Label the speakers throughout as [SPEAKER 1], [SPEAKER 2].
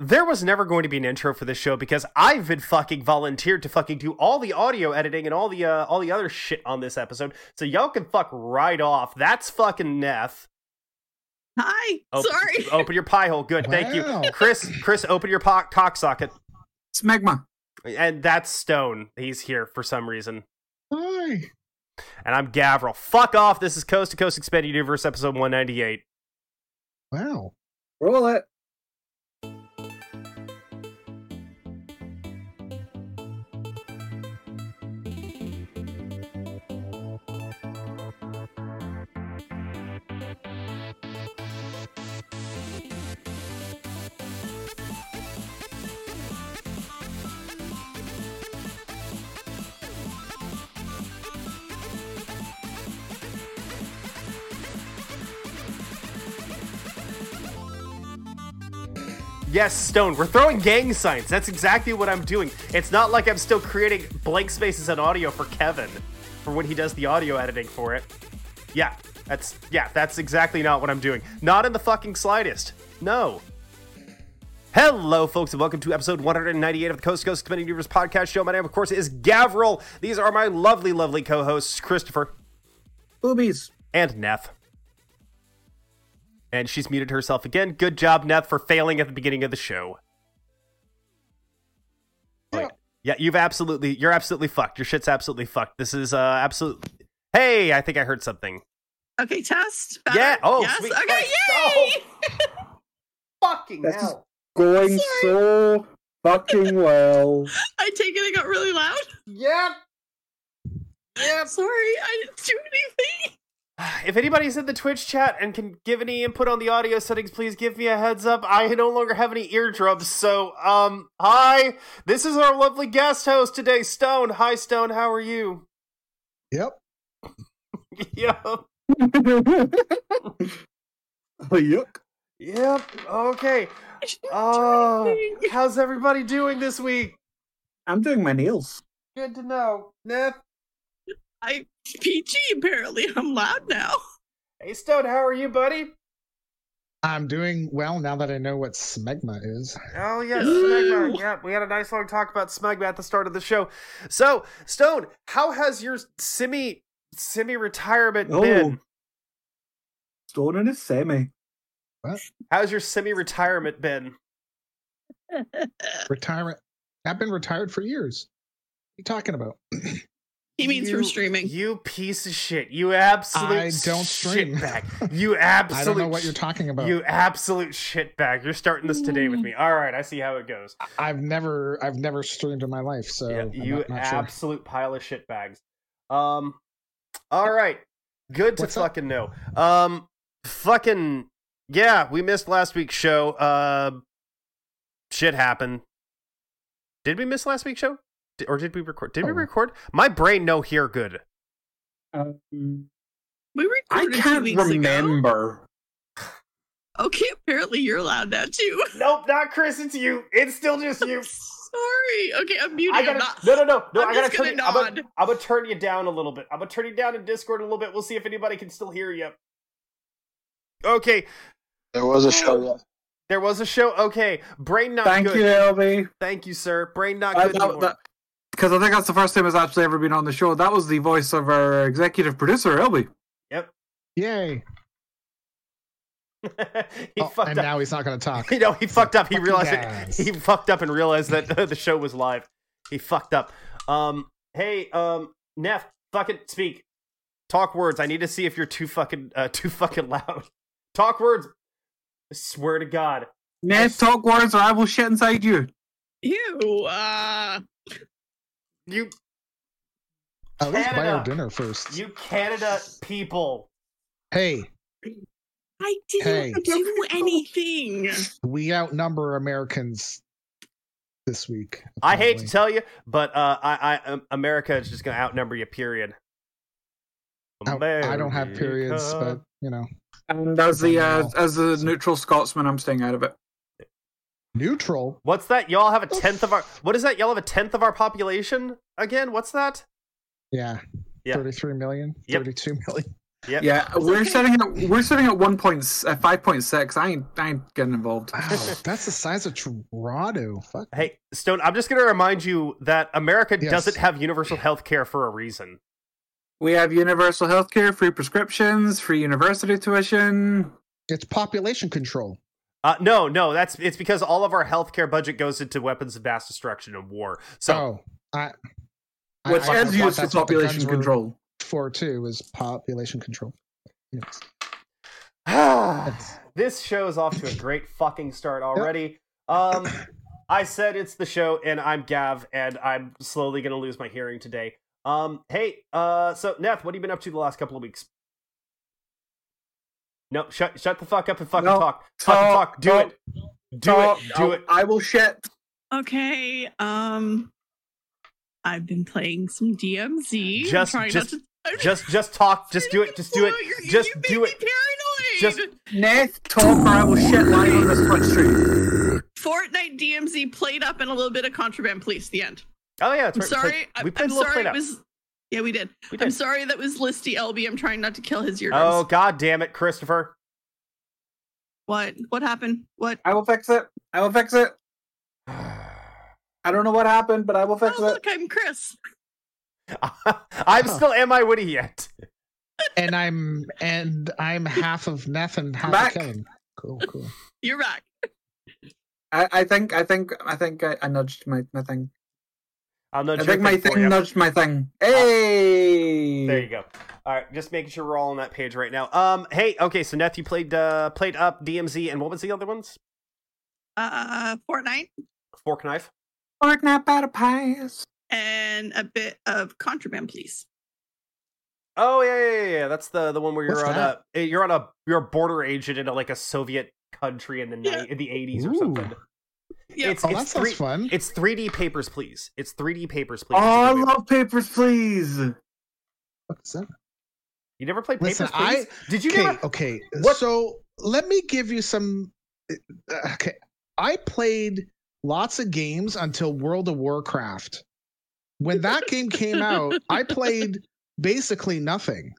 [SPEAKER 1] There was never going to be an intro for this show because I've been fucking volunteered to fucking do all the audio editing and all the uh, all the other shit on this episode. So y'all can fuck right off. That's fucking Neff.
[SPEAKER 2] Hi.
[SPEAKER 1] Open,
[SPEAKER 2] Sorry.
[SPEAKER 1] Open your pie hole. Good. Thank
[SPEAKER 3] Wow.
[SPEAKER 1] you. Chris, Chris, open your po- cock socket.
[SPEAKER 2] It's magma.
[SPEAKER 1] And that's Stone. He's here for some reason.
[SPEAKER 3] Hi.
[SPEAKER 1] And I'm Gavril. Fuck off. This is Coast to Coast Expanded Universe episode 198.
[SPEAKER 3] Wow.
[SPEAKER 4] Roll it.
[SPEAKER 1] Yes, Stone, we're throwing gang signs. That's exactly what I'm doing. It's not like I'm still creating blank spaces in audio for Kevin for when he does the audio editing for it. Yeah, that's yeah, that's exactly not what I'm doing. Not in the fucking slightest. No. Hello, folks, and welcome to episode 198 of the Coast to Coast Community Universe podcast show. My name, of course, is Gavril. These are my lovely, lovely co-hosts, Christopher
[SPEAKER 4] Boobies.
[SPEAKER 1] and Neth. And she's muted herself again. Good job, Neth, for failing at the beginning of the show.
[SPEAKER 3] Yeah.
[SPEAKER 1] Yeah, you've absolutely you're absolutely fucked. Your shit's absolutely fucked. This is uh absolute Hey, I think I heard something.
[SPEAKER 2] Okay, test.
[SPEAKER 1] Yeah.
[SPEAKER 2] Better?
[SPEAKER 1] Oh,
[SPEAKER 2] yes.
[SPEAKER 1] sweet Oh.
[SPEAKER 2] Okay,
[SPEAKER 1] Christ.
[SPEAKER 2] yay!
[SPEAKER 1] Fucking
[SPEAKER 4] That's just going so fucking well.
[SPEAKER 2] I take it. It got really loud.
[SPEAKER 1] Yep.
[SPEAKER 2] I'm sorry. I didn't do anything.
[SPEAKER 1] If anybody's in the Twitch chat and can give any input on the audio settings, please give me a heads up. I no longer have any eardrums, so um hi. This is our lovely guest host today, Stone. Hi Stone, how are you?
[SPEAKER 3] Yep.
[SPEAKER 1] yep.
[SPEAKER 4] Oh, yuck.
[SPEAKER 1] Yep. Okay.
[SPEAKER 2] I didn't do
[SPEAKER 1] Oh,
[SPEAKER 2] anything.
[SPEAKER 1] how's everybody doing this week?
[SPEAKER 4] I'm doing my nails.
[SPEAKER 1] Good to know. Nip.
[SPEAKER 2] I PG apparently. I'm loud now.
[SPEAKER 1] Hey, Stone, how are you, buddy?
[SPEAKER 3] I'm doing well now that I know what smegma is.
[SPEAKER 1] Oh, yes,
[SPEAKER 2] Ooh.
[SPEAKER 1] Smegma. Yeah, we had a nice long talk about Smegma at the start of the show. So, Stone, how has your semi semi retirement
[SPEAKER 4] Oh.
[SPEAKER 1] been?
[SPEAKER 4] Stone in a semi.
[SPEAKER 1] How's your semi retirement been?
[SPEAKER 3] Retirement. I've been retired for years. What are you talking about?
[SPEAKER 2] He means
[SPEAKER 1] You-
[SPEAKER 2] from streaming.
[SPEAKER 1] You piece of shit. You absolute
[SPEAKER 3] I don't stream.
[SPEAKER 1] shitbag. You absolute
[SPEAKER 3] I don't know what you're talking about. Mm.
[SPEAKER 1] You absolute shitbag. You're starting this today with me. All right, I see how it goes.
[SPEAKER 3] I've never I've never streamed in my life, so
[SPEAKER 1] yeah,
[SPEAKER 3] I'm
[SPEAKER 1] you
[SPEAKER 3] not, not sure.
[SPEAKER 1] absolute pile of shit bags. Um, all right, good to
[SPEAKER 3] What's up?
[SPEAKER 1] fucking know. Um, fucking yeah, we missed last week's show. Uh, shit happened. Did we miss last week's show, Di- or did we record? Did we
[SPEAKER 3] Oh.
[SPEAKER 1] record? My brain no hear good.
[SPEAKER 4] Um,
[SPEAKER 2] We
[SPEAKER 4] I
[SPEAKER 2] recorded two
[SPEAKER 4] can't
[SPEAKER 2] weeks ago.
[SPEAKER 4] remember.
[SPEAKER 2] Okay, apparently you're loud now too.
[SPEAKER 1] Nope, not Chris. It's you. It's still just you.
[SPEAKER 2] sorry. Okay, I'm muted.
[SPEAKER 1] I
[SPEAKER 2] I'm
[SPEAKER 1] gotta,
[SPEAKER 2] not.
[SPEAKER 1] no, no, no, no.
[SPEAKER 2] I'm
[SPEAKER 1] I gotta
[SPEAKER 2] just gonna
[SPEAKER 1] turn. you- I'm, gonna,
[SPEAKER 2] nod.
[SPEAKER 1] I'm gonna turn you down a little bit. I'm gonna turn you down in Discord a little bit. We'll see if anybody can still hear you. Okay,
[SPEAKER 5] There was a show. Yeah.
[SPEAKER 1] There was a show. Okay, brain not
[SPEAKER 4] Thank
[SPEAKER 1] Oh, good.
[SPEAKER 4] you, LB.
[SPEAKER 1] Thank you, sir. Brain not
[SPEAKER 4] Because
[SPEAKER 1] good.
[SPEAKER 4] I,
[SPEAKER 1] anymore.
[SPEAKER 4] think that's the first time it's actually ever been on the show. That was the voice of our executive producer, LB.
[SPEAKER 3] Yay.
[SPEAKER 1] he
[SPEAKER 3] Oh,
[SPEAKER 1] fucked
[SPEAKER 3] and
[SPEAKER 1] up.
[SPEAKER 3] now he's not gonna talk.
[SPEAKER 1] You know, he fucked up. He
[SPEAKER 3] Fucking
[SPEAKER 1] realized
[SPEAKER 3] guys.
[SPEAKER 1] it. He fucked up and realized that the show was live. He fucked up. Um, hey, um, Neff, fucking speak. Talk words. I need to see if you're too fucking uh, too fucking loud. Talk words. I swear to God.
[SPEAKER 4] Ned, talk words or I will shit inside you.
[SPEAKER 2] Ew. Uh,
[SPEAKER 1] You
[SPEAKER 3] At least buy
[SPEAKER 1] Canada.
[SPEAKER 3] our dinner first.
[SPEAKER 1] you Canada people.
[SPEAKER 3] Hey,
[SPEAKER 2] I didn't
[SPEAKER 3] Hey.
[SPEAKER 2] do anything.
[SPEAKER 3] we outnumber Americans this week.
[SPEAKER 1] I hate to
[SPEAKER 3] apparently.
[SPEAKER 1] tell you, but uh, I, I, um, America is just going to outnumber you. Period.
[SPEAKER 3] Out- I don't have periods, but
[SPEAKER 1] America.
[SPEAKER 3] you know,
[SPEAKER 4] And as the uh, as the neutral Scotsman, I'm staying out of it.
[SPEAKER 3] neutral.
[SPEAKER 1] what's that? Y'all have a tenth of our. What is that? Y'all have a tenth of our population again? What's that?
[SPEAKER 3] Yeah.
[SPEAKER 1] Yeah.
[SPEAKER 3] 33 million,
[SPEAKER 1] Yep.
[SPEAKER 3] 32 million.
[SPEAKER 1] Yep.
[SPEAKER 4] Yeah, we're sitting at we're sitting at one point at five point six. I ain't I ain't getting involved.
[SPEAKER 3] Wow, that's the size of Toronto. Fuck.
[SPEAKER 1] Hey, Stone, I'm just going to remind you that America
[SPEAKER 3] Yes.
[SPEAKER 1] doesn't have universal health care for a reason.
[SPEAKER 4] We have universal healthcare, free prescriptions, free university tuition.
[SPEAKER 3] It's population control.
[SPEAKER 1] Uh, no, no, that's it's because all of our healthcare budget goes into weapons of mass destruction and war. So
[SPEAKER 3] oh, I. I-
[SPEAKER 4] Which
[SPEAKER 3] I
[SPEAKER 4] is
[SPEAKER 3] thought
[SPEAKER 4] used for
[SPEAKER 3] that's what the
[SPEAKER 4] population
[SPEAKER 3] guns were
[SPEAKER 4] control.
[SPEAKER 3] For too is population control. Yes. That's-
[SPEAKER 1] this show is off to a great fucking start already. Um, I said it's the show, and I'm Gav, and I'm slowly gonna lose my hearing today. Um, hey, uh, so Neth, what have you been up to the last couple of weeks? No, shut shut the fuck up and fucking
[SPEAKER 4] No.
[SPEAKER 1] talk. Fucking talk. Do
[SPEAKER 4] Talk,
[SPEAKER 1] it. Do
[SPEAKER 4] talk.
[SPEAKER 1] it. Do it.
[SPEAKER 4] I will shit.
[SPEAKER 2] Okay. Um, I've been playing some DMZ. I'm
[SPEAKER 1] Just-
[SPEAKER 2] trying not
[SPEAKER 1] just-
[SPEAKER 2] to- I'm
[SPEAKER 1] Just just talk. Just do it. Just do it.
[SPEAKER 2] You're- you
[SPEAKER 1] Just
[SPEAKER 2] make
[SPEAKER 1] do
[SPEAKER 2] me
[SPEAKER 1] it.
[SPEAKER 2] Paranoid.
[SPEAKER 1] Just-
[SPEAKER 4] Neth, talk or I will shit live on this front street.
[SPEAKER 2] Fortnite DMZ played up and a little bit of contraband police. The end.
[SPEAKER 1] Oh yeah, that's
[SPEAKER 2] I'm
[SPEAKER 1] right.
[SPEAKER 2] sorry.
[SPEAKER 1] We played, we played
[SPEAKER 2] I'm
[SPEAKER 1] a little
[SPEAKER 2] sorry.
[SPEAKER 1] play
[SPEAKER 2] It was. Yeah, we did.
[SPEAKER 1] We
[SPEAKER 2] I'm
[SPEAKER 1] did.
[SPEAKER 2] sorry. That was listy LB. I'm trying not to kill his eardrums.
[SPEAKER 1] Oh god damn it, Christopher.
[SPEAKER 2] What? What happened? What?
[SPEAKER 4] I will fix it. I will fix it. I don't know what happened, but I will
[SPEAKER 2] Oh,
[SPEAKER 4] fix it.
[SPEAKER 2] look, I'm Chris.
[SPEAKER 1] I'm still am I witty yet?
[SPEAKER 3] and I'm and I'm half of Neth and half
[SPEAKER 4] Back.
[SPEAKER 3] of Kevin. Cool, cool.
[SPEAKER 2] You're back.
[SPEAKER 4] I, I think I think I think I, I nudged my, my thing.
[SPEAKER 1] I'll nudge
[SPEAKER 4] I
[SPEAKER 1] your
[SPEAKER 4] think my
[SPEAKER 1] thing for
[SPEAKER 4] thing
[SPEAKER 1] you.
[SPEAKER 4] nudged my thing. Hey,
[SPEAKER 1] There you go. All right, just making sure we're all on that page right now. Um, hey, okay, so Neth, you played uh, played up DMZ, and what was the other ones?
[SPEAKER 2] Uh, Fortnite
[SPEAKER 1] Fork knife.
[SPEAKER 4] Fork nap out of pies.
[SPEAKER 2] and a bit of contraband police.
[SPEAKER 1] Oh yeah, yeah, yeah, yeah. That's the the one where you're
[SPEAKER 3] What's
[SPEAKER 1] on a eh, you're on a you're a border agent in a, like a Soviet country in the ni-
[SPEAKER 2] Yeah.
[SPEAKER 1] in the eighties or
[SPEAKER 3] Ooh.
[SPEAKER 1] something.
[SPEAKER 2] Yeah.
[SPEAKER 1] It's
[SPEAKER 3] Oh, that
[SPEAKER 1] it's
[SPEAKER 3] sounds
[SPEAKER 1] three
[SPEAKER 3] fun.
[SPEAKER 1] it's three D papers, please. It's three D papers, please.
[SPEAKER 4] Oh,
[SPEAKER 1] It's a
[SPEAKER 4] I
[SPEAKER 1] good movie.
[SPEAKER 4] love papers, please.
[SPEAKER 3] What's that?
[SPEAKER 1] you never played papers,
[SPEAKER 3] Listen,
[SPEAKER 1] please. Did you
[SPEAKER 3] Okay,
[SPEAKER 1] never?
[SPEAKER 3] okay.
[SPEAKER 1] What-
[SPEAKER 3] So let me give you some. uh, Okay, I played lots of games until World of Warcraft. When that game came out, I played basically nothing,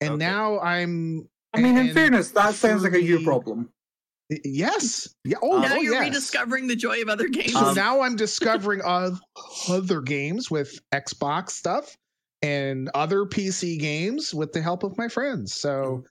[SPEAKER 3] and
[SPEAKER 1] Okay.
[SPEAKER 3] now I'm.
[SPEAKER 4] I mean, in
[SPEAKER 3] and-
[SPEAKER 4] fairness, that sounds like a you
[SPEAKER 3] Three-
[SPEAKER 4] problem.
[SPEAKER 3] Yes. Yeah. Oh,
[SPEAKER 1] Um,
[SPEAKER 2] now
[SPEAKER 3] oh,
[SPEAKER 2] you're
[SPEAKER 3] yes.
[SPEAKER 2] rediscovering the joy of other games.
[SPEAKER 3] So
[SPEAKER 1] Um,
[SPEAKER 3] now I'm discovering of other games with Xbox stuff and other PC games with the help of my friends.
[SPEAKER 1] Mm.
[SPEAKER 3] So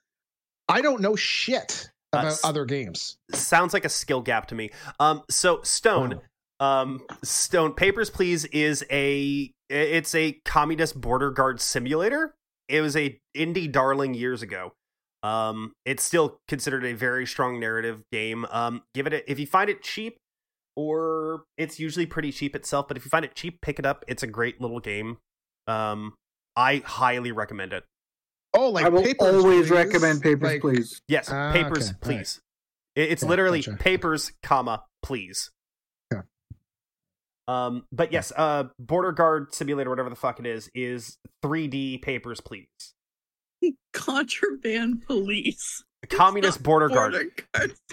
[SPEAKER 3] I don't know shit about
[SPEAKER 1] Us.
[SPEAKER 3] other games.
[SPEAKER 1] Sounds like a skill gap to me. Um, so Stone,
[SPEAKER 3] Oh.
[SPEAKER 1] um stone papers please is a it's a communist border guard simulator it was a indie darling years ago um it's still considered a very strong narrative game um give it a, if you find it cheap or it's usually pretty cheap itself but if you find it cheap pick it up it's a great little game um i highly recommend it
[SPEAKER 3] Oh, like
[SPEAKER 4] I will
[SPEAKER 3] Papers,
[SPEAKER 4] always
[SPEAKER 3] Please.
[SPEAKER 4] recommend papers,
[SPEAKER 3] Like,
[SPEAKER 4] please.
[SPEAKER 1] yes
[SPEAKER 3] Ah,
[SPEAKER 1] papers
[SPEAKER 3] okay. All right.
[SPEAKER 1] please It- it's
[SPEAKER 3] Yeah,
[SPEAKER 1] literally
[SPEAKER 3] gotcha.
[SPEAKER 1] papers comma please
[SPEAKER 3] Yeah.
[SPEAKER 1] um but yes uh border guard simulator whatever the fuck it is is 3d papers please
[SPEAKER 2] contraband police.
[SPEAKER 1] communist border, guard
[SPEAKER 2] Border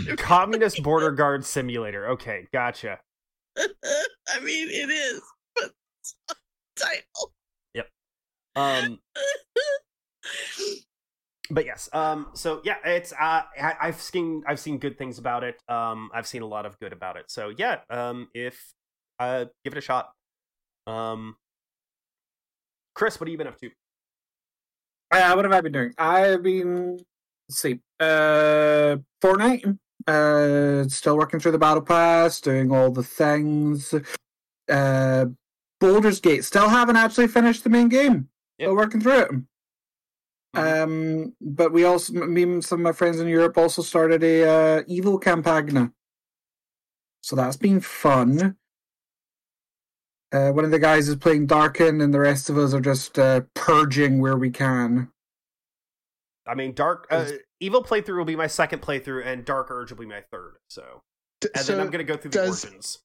[SPEAKER 2] guard.
[SPEAKER 1] communist border guard simulator okay gotcha
[SPEAKER 2] I mean, it is, but it's not the title.
[SPEAKER 1] um but yes um so yeah it's uh I, i've seen i've seen good things about it um i've seen a lot of good about it so yeah um if uh give it a shot um chris what have you been up to
[SPEAKER 4] Uh, what have I been doing? I've been let's see, uh, Fortnite. Uh, still working through the battle pass, doing all the things. Uh, Baldur's Gate. Still haven't actually finished the main game.
[SPEAKER 1] Yep.
[SPEAKER 4] Still working through it. Um, but we also, me and some of my friends in Europe also started a uh, Evil Campagna. So that's been fun. Uh, one of the guys is playing Darken, and the rest of us are just uh, purging where we can.
[SPEAKER 1] I mean, Dark uh, Evil playthrough will be my second playthrough, and Dark Urge will be my third. So,
[SPEAKER 3] D-
[SPEAKER 1] and
[SPEAKER 3] so
[SPEAKER 1] then I'm gonna go through the
[SPEAKER 3] does-
[SPEAKER 1] origins.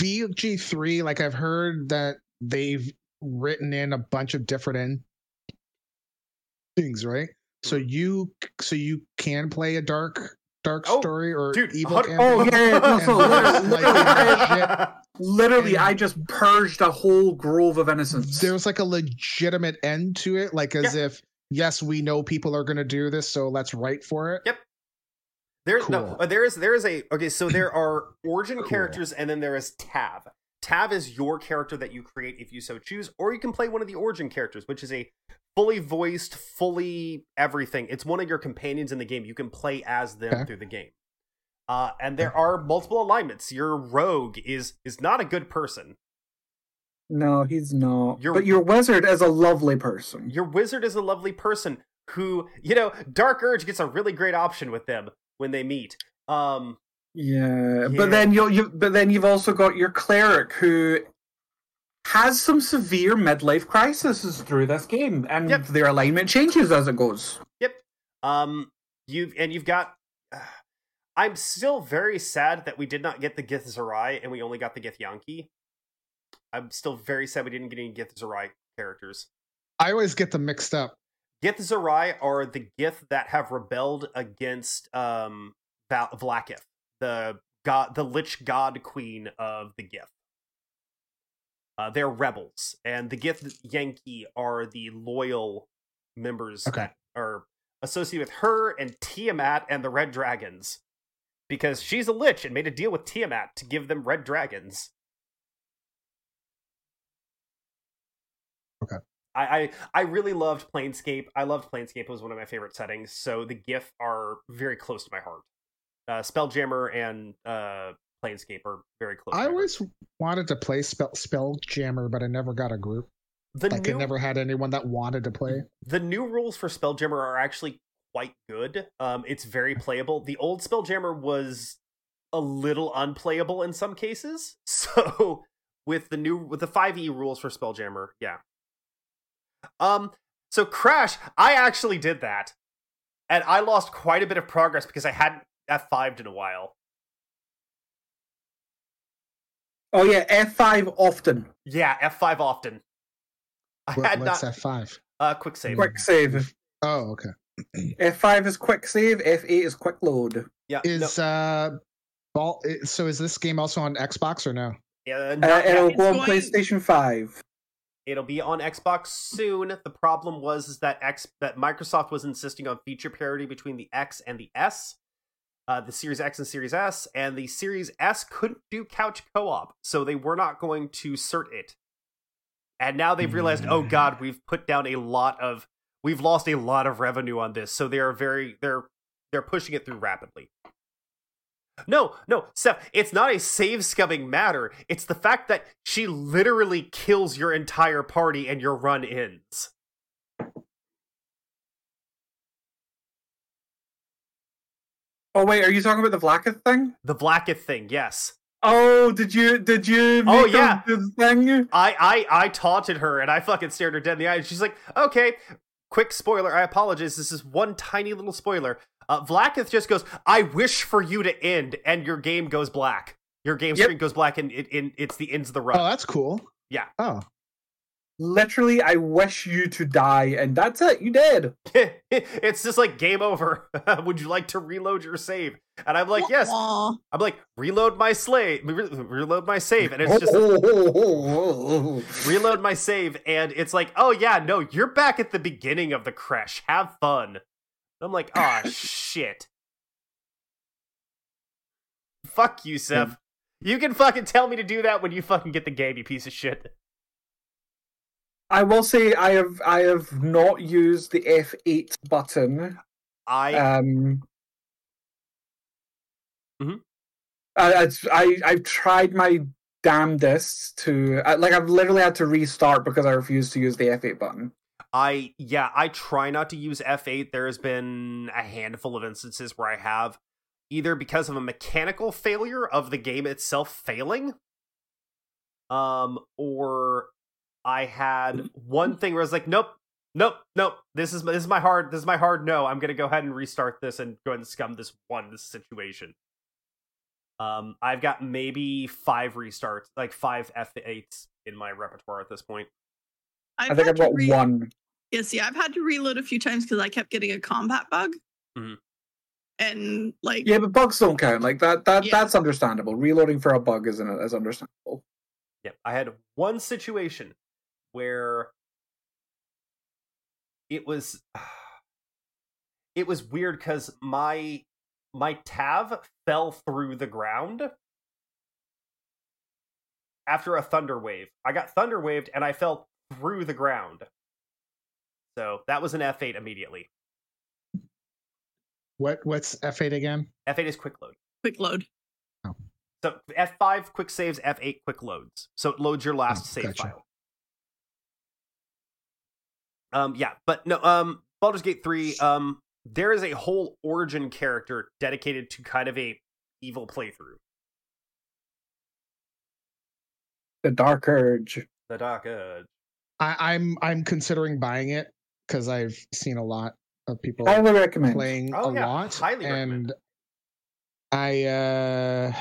[SPEAKER 3] BG3, like I've heard that they've written in a bunch of different end things, right? So
[SPEAKER 1] Mm-hmm.
[SPEAKER 3] you so you can play a dark dark
[SPEAKER 1] Oh,
[SPEAKER 3] story or
[SPEAKER 1] Dude,
[SPEAKER 3] evil
[SPEAKER 1] hun-
[SPEAKER 3] campaign?
[SPEAKER 4] oh, yeah, yeah, no, so
[SPEAKER 3] And
[SPEAKER 4] literally,
[SPEAKER 3] like-
[SPEAKER 4] Literally,
[SPEAKER 3] And-
[SPEAKER 4] I just purged a whole grove of innocents.
[SPEAKER 3] there's like a legitimate end to it like as if yes, we know people are going to do this, so let's write for it.
[SPEAKER 1] Yep. There, no,
[SPEAKER 3] Cool.
[SPEAKER 1] uh, there is there is a okay. So there are origin
[SPEAKER 3] Cool.
[SPEAKER 1] characters, and then there is Tav. Tav is your character that you create if you so choose, or you can play one of the origin characters, which is a fully voiced, fully everything. It's one of your companions in the game. You can play as them
[SPEAKER 3] Okay.
[SPEAKER 1] through the game. Uh, and there are multiple alignments. Your rogue is is not a good person.
[SPEAKER 4] No, he's not.
[SPEAKER 1] You're-
[SPEAKER 4] But your wizard is a lovely person.
[SPEAKER 1] Your wizard is a lovely person who, you know, Dark Urge gets a really great option with them when they meet. Um, Yeah.
[SPEAKER 4] Yeah, but then you you but then you've also got your cleric who has some severe midlife crises through this game, and
[SPEAKER 1] Yep.
[SPEAKER 4] their alignment changes as it goes.
[SPEAKER 1] Um, you've and you've got. I'm still very sad that we did not get the Gith Zerai and we only got the Gith Yankee. I'm still very sad we didn't get any Gith Zerai characters.
[SPEAKER 3] I always get them mixed up.
[SPEAKER 1] Gith Zerai are the Gith that have rebelled against um Val- Vlakith, the god, the Lich God Queen of the Gith. Uh, they're rebels, and the Gith Yankee are the loyal members
[SPEAKER 3] Okay.
[SPEAKER 1] are associated with her and Tiamat and the Red Dragons. Because she's a lich and made a deal with Tiamat to give them red dragons.
[SPEAKER 3] Okay.
[SPEAKER 1] I, I, I really loved Planescape. I loved Planescape. It was one of my favorite settings. So the GIF are very close to my heart. Uh, Spelljammer and uh, Planescape are very close.
[SPEAKER 3] I
[SPEAKER 1] to my heart.
[SPEAKER 3] always wanted to play Spell Spelljammer, but I never got a group.
[SPEAKER 1] the
[SPEAKER 3] Like I
[SPEAKER 1] new
[SPEAKER 3] never had anyone that wanted to play.
[SPEAKER 1] the new rules for Spelljammer are actually quite good. Um, it's very
[SPEAKER 3] Mm-hmm.
[SPEAKER 1] playable. The old Spelljammer was a little unplayable in some cases. So with the new with the five E rules for Spelljammer, yeah. Um, so Crash, I actually did that, and I lost quite a bit of progress because I hadn't F fived in a while.
[SPEAKER 4] Oh yeah, F five often.
[SPEAKER 1] Yeah, F five often. I
[SPEAKER 3] What,
[SPEAKER 1] had
[SPEAKER 3] what's
[SPEAKER 1] not
[SPEAKER 3] F five?
[SPEAKER 1] uh, quick save.
[SPEAKER 4] Quick save.
[SPEAKER 3] Oh, okay.
[SPEAKER 4] F five is quick save. F eight is quick load.
[SPEAKER 1] Yeah, no,
[SPEAKER 3] Is uh, ball? i- So is this game also on Xbox or no?
[SPEAKER 1] uh,
[SPEAKER 4] Uh,
[SPEAKER 1] not yet.
[SPEAKER 4] it'll go on
[SPEAKER 2] It's going-
[SPEAKER 4] PlayStation Five.
[SPEAKER 1] It'll be on Xbox soon. The problem was is that X that Microsoft was insisting on feature parity between the X and the S, uh, the Series X and Series S, and the Series S couldn't do couch co-op, so they were not going to cert it. And now they've realized, oh god, we've put down a lot of, we've lost a lot of revenue on this, so they are very they're they're pushing it through rapidly. No, no, Steph, it's not a save scumming matter. It's the fact that she literally kills your entire party and your run ends.
[SPEAKER 4] Oh wait, are you talking about the Vlakith thing?
[SPEAKER 1] The Blacketh thing, yes.
[SPEAKER 4] Oh, did you did you?
[SPEAKER 1] Oh,
[SPEAKER 4] make them
[SPEAKER 1] yeah.
[SPEAKER 4] do the thing.
[SPEAKER 1] I, I I taunted her and I fucking stared her dead in the eye and she's like, okay, quick spoiler, I apologize. This is one tiny little spoiler. Uh Blacketh just goes, I wish for you to end, and your game goes black. Your game
[SPEAKER 4] Yep.
[SPEAKER 1] screen goes black and it, it it's the ends of the run.
[SPEAKER 3] Oh, that's cool.
[SPEAKER 1] Yeah.
[SPEAKER 3] Oh,
[SPEAKER 4] Literally, I wish you to die, and that's it. You did.
[SPEAKER 1] it's just like game over. Would you like to reload your save? And I'm like, yes.
[SPEAKER 2] Aw.
[SPEAKER 1] I'm like, reload my slave, re- reload my save, and it's just reload my save, and it's like, oh yeah, no, you're back at the beginning of the crash. Have fun. I'm like, ah, shit. Fuck you, Seth. You can fucking tell me to do that when you fucking get the game, you piece of shit.
[SPEAKER 4] I will say I have I have not used the F8 button.
[SPEAKER 1] I
[SPEAKER 4] Um,
[SPEAKER 1] Mhm.
[SPEAKER 4] I, I I've tried my damnedest to I, like I've literally had to restart because I refused to use the F8 button.
[SPEAKER 1] I yeah, I try not to use F8. There has been a handful of instances where I have either because of a mechanical failure of the game itself failing um or I had one thing where I was like, nope, nope, nope. This is my, this is my hard this is my hard no. I'm going to go ahead and restart this and go ahead and scum this one this situation. Um I've got maybe 5 restarts, like 5 F8s in my repertoire at this point.
[SPEAKER 4] I think
[SPEAKER 2] had
[SPEAKER 4] I've
[SPEAKER 2] to
[SPEAKER 4] got
[SPEAKER 2] re-
[SPEAKER 4] one.
[SPEAKER 2] Yeah, see, I've had to reload a few times because I kept getting a combat bug.
[SPEAKER 1] Mhm.
[SPEAKER 2] And like,
[SPEAKER 4] Yeah, but bugs don't count. Like that that
[SPEAKER 2] Yeah.
[SPEAKER 4] that's understandable. Reloading for a bug isn't is understandable.
[SPEAKER 1] Yep. I had one situation where it was it was weird because my my tav fell through the ground after a thunder wave. I got thunder waved and I fell through the ground. So that was an F8 immediately.
[SPEAKER 3] What what's F8 again?
[SPEAKER 1] F8 is quick load.
[SPEAKER 2] Quick load.
[SPEAKER 1] So F5 quick saves, F8 quick loads. So it loads your last
[SPEAKER 3] Oh,
[SPEAKER 1] save
[SPEAKER 3] gotcha.
[SPEAKER 1] file. Um yeah, but no um Baldur's Gate 3 um there is a whole origin character dedicated to kind of a evil playthrough.
[SPEAKER 4] The Dark Urge.
[SPEAKER 1] The Dark Urge.
[SPEAKER 3] I, I'm I'm considering buying it because I've seen a lot of people
[SPEAKER 4] Highly recommend.
[SPEAKER 3] playing
[SPEAKER 1] Oh,
[SPEAKER 3] a
[SPEAKER 1] yeah,
[SPEAKER 3] lot.
[SPEAKER 1] highly recommend.
[SPEAKER 3] and I uh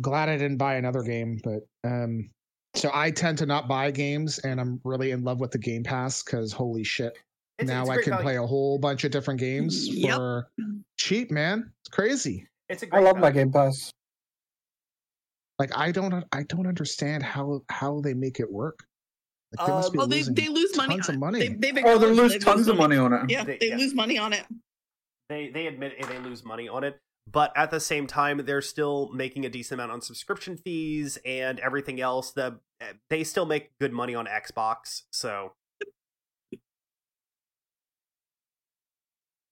[SPEAKER 3] glad I didn't buy another game, but um so I tend to not buy games and I'm really in love with the Game Pass because holy shit.
[SPEAKER 1] It's-
[SPEAKER 3] now
[SPEAKER 1] it's
[SPEAKER 3] I
[SPEAKER 1] great
[SPEAKER 3] can
[SPEAKER 1] value.
[SPEAKER 3] play a whole bunch of different games
[SPEAKER 2] Yep.
[SPEAKER 3] for cheap, man. It's crazy.
[SPEAKER 1] It's a
[SPEAKER 4] I
[SPEAKER 1] great
[SPEAKER 4] love my
[SPEAKER 1] value.
[SPEAKER 4] Game Pass.
[SPEAKER 3] Like I don't I don't understand how how they make it work. Like,
[SPEAKER 1] Uh,
[SPEAKER 2] Oh, they,
[SPEAKER 3] losing
[SPEAKER 2] they lose money.
[SPEAKER 3] tons
[SPEAKER 2] on
[SPEAKER 3] of
[SPEAKER 2] it. They,
[SPEAKER 3] money.
[SPEAKER 2] they've
[SPEAKER 4] Oh, they
[SPEAKER 2] acknowledged
[SPEAKER 4] lose
[SPEAKER 2] they
[SPEAKER 4] tons of money on it.
[SPEAKER 2] Yeah,
[SPEAKER 1] They-
[SPEAKER 2] they,
[SPEAKER 1] yeah.
[SPEAKER 2] lose money on it.
[SPEAKER 1] they they admit it, they lose money on it but at the same time they're still making a decent amount on subscription fees and everything else the they still make good money on xbox so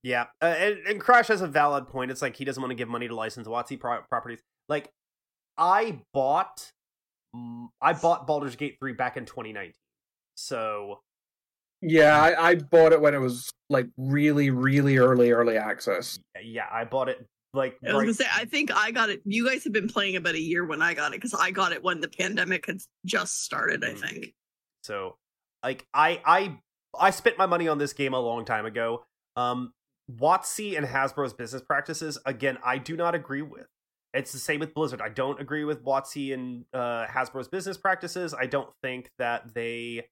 [SPEAKER 1] yeah uh, and, and crash has a valid point it's like he doesn't want to give money to license watsi pro- properties like i bought mm, i bought baldur's gate 3 back in 2019 so
[SPEAKER 4] Yeah, I, I bought it when it was like really, really early, early access.
[SPEAKER 1] yeah i bought it like
[SPEAKER 2] I was gonna say, I think I got it. You guys have been playing about a year when I got it because I got it when the pandemic had just started. I
[SPEAKER 1] Mhm.
[SPEAKER 2] think.
[SPEAKER 1] So like I I I spent my money on this game a long time ago. Um WotC and Hasbro's business practices again I do not agree with. It's the same with Blizzard. I don't agree with WotC and uh, Hasbro's business practices. I don't think that they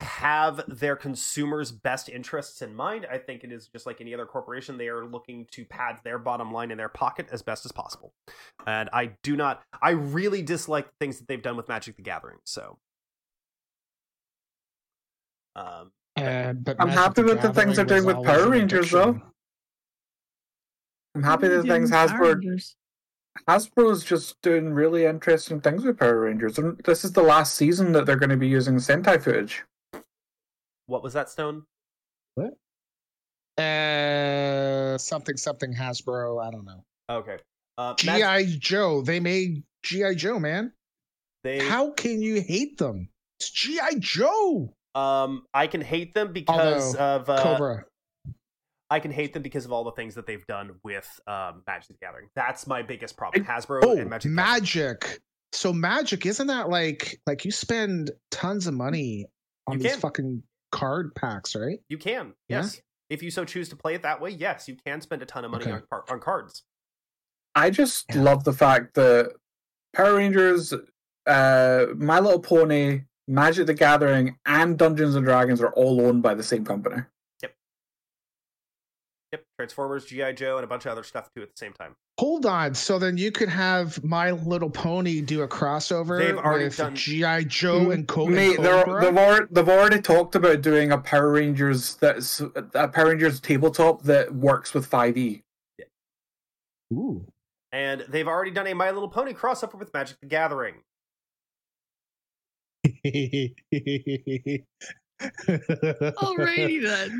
[SPEAKER 1] have their consumers' best interests in mind. I think it is just like any other corporation. They are looking to pad their bottom line in their pocket as best as possible. And I do not, I really dislike the things that they've done with Magic the Gathering. So, um,
[SPEAKER 3] Uh, but
[SPEAKER 4] I'm
[SPEAKER 3] Magic
[SPEAKER 4] happy with the things they're
[SPEAKER 3] Gathering
[SPEAKER 4] doing with
[SPEAKER 3] was
[SPEAKER 4] Power
[SPEAKER 3] always an
[SPEAKER 4] Rangers, though.
[SPEAKER 3] addiction.
[SPEAKER 4] I'm happy that things Hasbro Hasbro is just doing really interesting things with Power Rangers, and this is the last season that they're going to be using Sentai footage.
[SPEAKER 1] what was that, Stone?
[SPEAKER 3] Uh, something something Hasbro. I don't know.
[SPEAKER 1] Okay. Uh, Mag-
[SPEAKER 3] GI Joe. They made GI Joe, man.
[SPEAKER 1] they,
[SPEAKER 3] How can you hate them? It's GI Joe.
[SPEAKER 1] um, I can hate them because of uh,
[SPEAKER 3] Cobra.
[SPEAKER 1] I can hate them because of all the things that they've done with um, Magic the Gathering. That's my biggest problem. Hasbro
[SPEAKER 3] Oh,
[SPEAKER 1] and
[SPEAKER 3] magic.
[SPEAKER 1] Magic. the Gathering.
[SPEAKER 3] So magic isn't that like like you spend tons of money on
[SPEAKER 1] You
[SPEAKER 3] these
[SPEAKER 1] can.
[SPEAKER 3] fucking card packs, right?
[SPEAKER 1] You can,
[SPEAKER 3] Yeah?
[SPEAKER 1] yes. If you so choose to play it that way, yes, you can spend a ton of money
[SPEAKER 3] Okay.
[SPEAKER 1] on, par- on cards.
[SPEAKER 4] I just
[SPEAKER 3] Yeah.
[SPEAKER 4] love the fact that Power Rangers, uh, My Little Pony, Magic the Gathering, and Dungeons and Dragons are all owned by the same company.
[SPEAKER 1] Yep, Transformers, GI Joe, and a bunch of other stuff too at the same time.
[SPEAKER 3] Hold on. So then you could have My Little Pony do a crossover
[SPEAKER 1] They've already
[SPEAKER 3] with
[SPEAKER 1] done-
[SPEAKER 3] GI Joe and Co- and
[SPEAKER 4] Mm, Mate, they're,
[SPEAKER 3] Cobra.
[SPEAKER 4] they've, already, they've already talked about doing a Power Rangers that's a Power Rangers tabletop that works with E. 5e.
[SPEAKER 3] Ooh.
[SPEAKER 1] And they've already done a My Little Pony crossover with Magic the Gathering.
[SPEAKER 2] Alrighty then.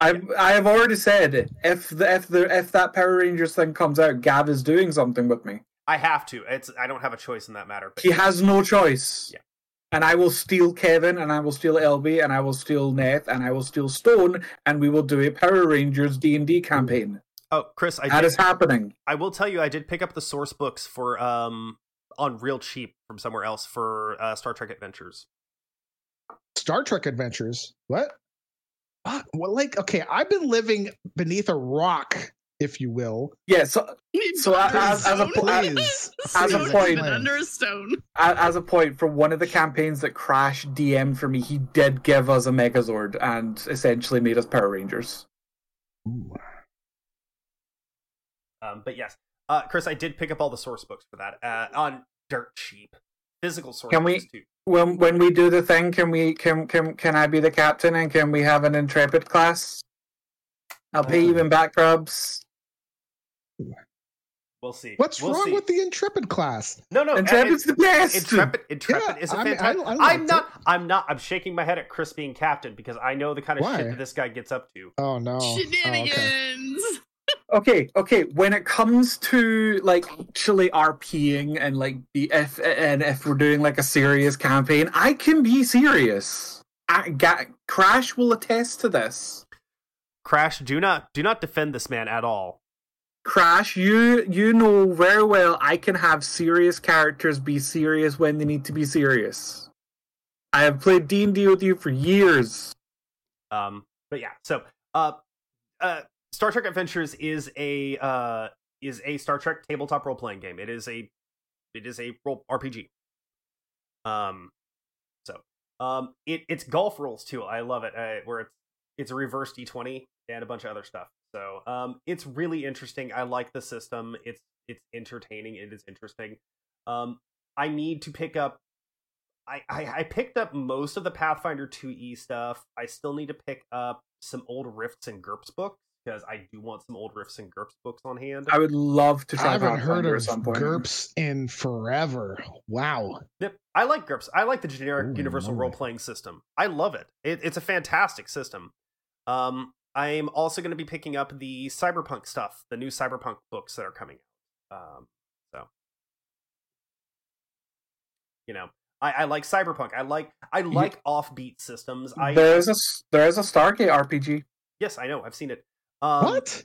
[SPEAKER 4] I I have already said if the if the if that Power Rangers thing comes out, Gav is doing something with me.
[SPEAKER 1] I have to. It's I don't have a choice in that matter. But
[SPEAKER 4] He has no choice.
[SPEAKER 1] Yeah.
[SPEAKER 4] And I will steal Kevin, and I will steal LB, and I will steal Neth, and I will steal Stone, and we will do a Power Rangers D and D campaign.
[SPEAKER 1] oh, Chris, I
[SPEAKER 4] That
[SPEAKER 1] did,
[SPEAKER 4] is happening.
[SPEAKER 1] I will tell you, I did pick up the source books for um on real cheap from somewhere else for uh, Star Trek Adventures.
[SPEAKER 3] Star Trek Adventures. What? Fuck, Well, like, okay, I've been living beneath a rock, if you will.
[SPEAKER 4] Yeah. So So a- as- as a-
[SPEAKER 3] please,
[SPEAKER 4] as a
[SPEAKER 2] Stone
[SPEAKER 4] point-
[SPEAKER 2] even under a stone.
[SPEAKER 4] a- as a point for one of the campaigns that Crash DM for me, he did give us a Megazord and essentially made us Power Rangers.
[SPEAKER 3] Ooh.
[SPEAKER 1] Um, but yes, uh, Chris, I did pick up all the source books for that uh, on dirt cheap physical sword.
[SPEAKER 4] Can we-
[SPEAKER 1] moves, Too.
[SPEAKER 4] When when we do the thing, can we can can can I be the captain and can we have an intrepid class? I'll pay you in back rubs.
[SPEAKER 1] We'll see.
[SPEAKER 3] What's
[SPEAKER 1] We'll
[SPEAKER 3] wrong
[SPEAKER 1] see.
[SPEAKER 3] with the intrepid class?
[SPEAKER 1] No, no.
[SPEAKER 4] Intrepid's
[SPEAKER 1] Intrepid,
[SPEAKER 4] the best.
[SPEAKER 1] intrepid, intrepid
[SPEAKER 3] Yeah,
[SPEAKER 1] is a
[SPEAKER 3] I mean, I-
[SPEAKER 1] fantastic.
[SPEAKER 3] I liked
[SPEAKER 1] I'm
[SPEAKER 3] it.
[SPEAKER 1] not. I'm not. I'm shaking my head at Chris being captain because I know the kind of
[SPEAKER 3] Why?
[SPEAKER 1] shit that this guy gets up to.
[SPEAKER 3] Oh no! Oh, okay.
[SPEAKER 2] Shenanigans.
[SPEAKER 4] Okay, okay. When it comes to like actually RPing and like the if and if we're doing like a serious campaign, I can be serious. I, Ga- Crash will attest to this.
[SPEAKER 1] Crash, do not, do not defend this man at all.
[SPEAKER 4] Crash, you you know very well I can have serious characters be serious when they need to be serious. I have played D and D with you for years.
[SPEAKER 1] Um, but yeah, so uh, uh, Star Trek Adventures is a uh, is a Star Trek tabletop role playing game. It is a it is a role RPG. Um, so um, it it's golf rules too. I love it. Uh, where it's it's a reverse d twenty and a bunch of other stuff. So um, it's really interesting. I like the system. It's it's entertaining. It is interesting. Um, I need to pick up I, I I picked up most of the Pathfinder 2e stuff. I still need to pick up some old Rifts and GURPS books because I do want some old Rifts and GURPS books on hand.
[SPEAKER 4] I would love to try.
[SPEAKER 3] I haven't heard
[SPEAKER 4] Pathfinder
[SPEAKER 3] of
[SPEAKER 4] at some point.
[SPEAKER 3] GURPS in forever. Wow.
[SPEAKER 1] Yep, I like GURPS. I like the generic
[SPEAKER 3] Ooh,
[SPEAKER 1] universal
[SPEAKER 3] alright.
[SPEAKER 1] role playing system. I love it. it. It's a fantastic system. Um, I'm also going to be picking up the cyberpunk stuff, the new cyberpunk books that are coming out. Um, so, you know, I, I like cyberpunk. I like I like offbeat systems. I
[SPEAKER 4] There is a s- there is a Stargate RPG.
[SPEAKER 1] yes, I know. I've seen it. Um,
[SPEAKER 3] what?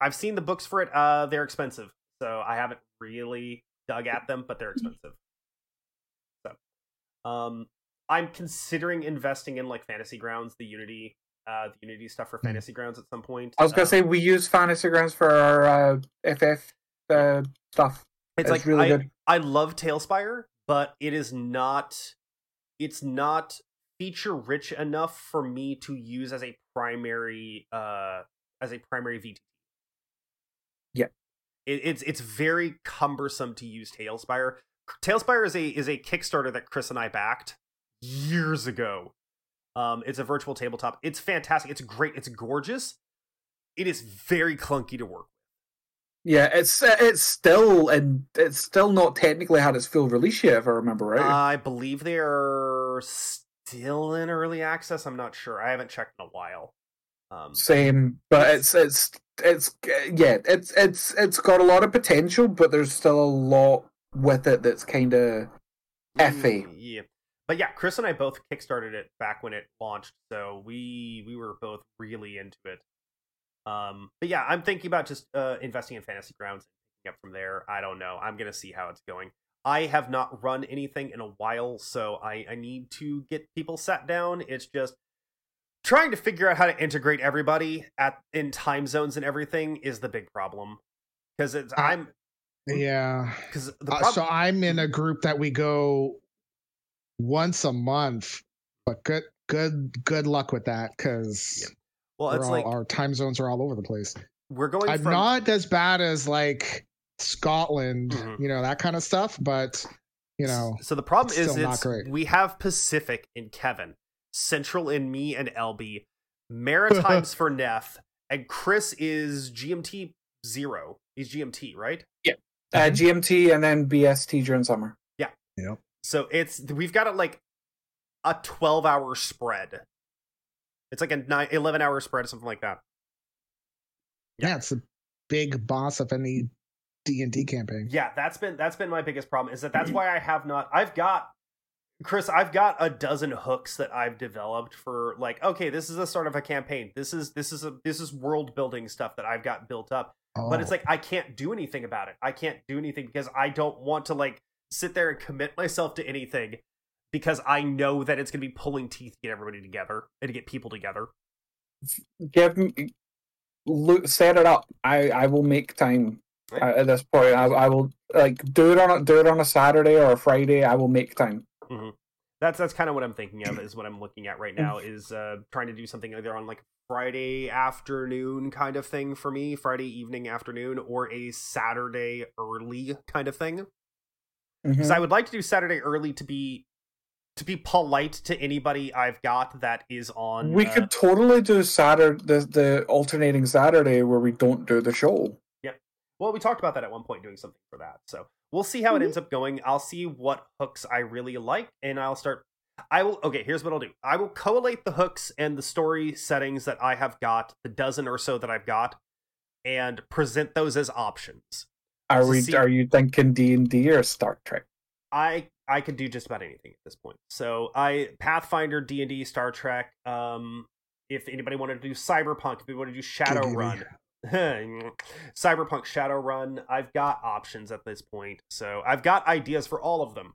[SPEAKER 1] I've seen the books for it. Uh, they're expensive, so I haven't really dug at them, but they're
[SPEAKER 4] Mm-hmm.
[SPEAKER 1] expensive. So, um, I'm considering investing in like Fantasy Grounds, the Unity, uh, the Unity stuff for Fantasy Grounds at some point.
[SPEAKER 4] Mm. I was gonna
[SPEAKER 1] Um,
[SPEAKER 4] say we use Fantasy Grounds for our uh, FF uh, stuff.
[SPEAKER 1] it's like
[SPEAKER 4] really
[SPEAKER 1] I,
[SPEAKER 4] good.
[SPEAKER 1] I love Tailspire, but it is not it's not feature rich enough for me to use as a primary uh as a primary VT.
[SPEAKER 4] Yeah.
[SPEAKER 1] It, it's it's very cumbersome to use Tailspire. Tailspire is a is a Kickstarter that Chris and I backed years ago. Um it's a virtual tabletop. It's fantastic. It's great. It's gorgeous. It is very clunky to work
[SPEAKER 4] Yeah, it's uh, it's still and it's still not technically had its full release yet, if I remember right.
[SPEAKER 1] I believe they are still in early access. I'm not sure. I haven't checked in a while. Um,
[SPEAKER 4] Same, but it's it's it's yeah, it's it's it's got a lot of potential, but there's still a lot with it that's kind of Effie.
[SPEAKER 1] mm, Yeah. But yeah, Chris and I both kickstarted it back when it launched, so we we were both really into it. Um, but yeah, I'm thinking about just uh, investing in Fantasy Grounds and picking up from there. I don't know. I'm gonna see how it's going. I have not run anything in a while, so I I need to get people sat down. It's just trying to figure out how to integrate everybody at in time zones and everything is the big problem because it's
[SPEAKER 3] I-
[SPEAKER 1] I'm
[SPEAKER 3] Yeah.
[SPEAKER 1] because the
[SPEAKER 3] Uh,
[SPEAKER 1] problem.
[SPEAKER 3] so I'm in a group that we go once a month, but good, good, good luck with that because
[SPEAKER 1] well, it's like
[SPEAKER 3] our time zones are all over the place.
[SPEAKER 1] we're going.
[SPEAKER 3] I'm
[SPEAKER 1] from,
[SPEAKER 3] not as bad as like Scotland,
[SPEAKER 1] Mhm.
[SPEAKER 3] you know, that kind of stuff, but you know,
[SPEAKER 1] S- So the problem
[SPEAKER 3] it's
[SPEAKER 1] is,
[SPEAKER 3] still not
[SPEAKER 1] it's,
[SPEAKER 3] great.
[SPEAKER 1] we have Pacific in Kevin, Central in me and LB, Maritimes for Neff, and Chris is GMT zero. He's GMT, right?
[SPEAKER 4] uh, GMT and then BST during summer.
[SPEAKER 1] So it's we've got a, like a twelve hour spread. It's like a nine, 11 hour spread, something like that.
[SPEAKER 3] yeah, it's the big boss of any D and D campaign.
[SPEAKER 1] Yeah, that's been that's been my biggest problem is that that's why I have not. I've got Chris. I've got a dozen hooks that I've developed for like okay, this is the start of a campaign. This is this is a this is world building stuff that I've got built up. But it's
[SPEAKER 3] Oh,
[SPEAKER 1] like I can't do anything about it. I can't do anything because I don't want to like sit there and commit myself to anything because I know that it's going to be pulling teeth to get everybody together and to get people together.
[SPEAKER 4] Give me look, set it up. I I will make time
[SPEAKER 1] Right.
[SPEAKER 4] uh, at this point. I I will like do it on a, do it on a Saturday or a Friday. I will make time.
[SPEAKER 1] that's that's kind of what I'm thinking of is what I'm looking at right now is uh trying to do something either on like Friday afternoon kind of thing for me, Friday evening afternoon or a Saturday early kind of thing.
[SPEAKER 4] Mm-hmm.
[SPEAKER 1] because I would like to do Saturday early to be to be polite to anybody I've got that is on.
[SPEAKER 4] we
[SPEAKER 1] uh,
[SPEAKER 4] could totally do Saturday, the, the alternating Saturday where we don't do the show.
[SPEAKER 1] Well, we talked about that at one point, doing something for that. So we'll see how it ends up going. I'll see what hooks I really like, and I'll start. I will. Okay, here's what I'll do. I will collate the hooks and the story settings that I have got, the dozen or so that I've got, and present those as options.
[SPEAKER 4] Are
[SPEAKER 1] To
[SPEAKER 4] we?
[SPEAKER 1] see-
[SPEAKER 4] Are you thinking D and D or Star Trek?
[SPEAKER 1] I I can do just about anything at this point. So I Pathfinder, D and D, Star Trek. Um, if anybody wanted to do Cyberpunk, if they wanted to do Shadowrun, Cyberpunk Shadowrun, I've got options at this point. So I've got ideas for all of them.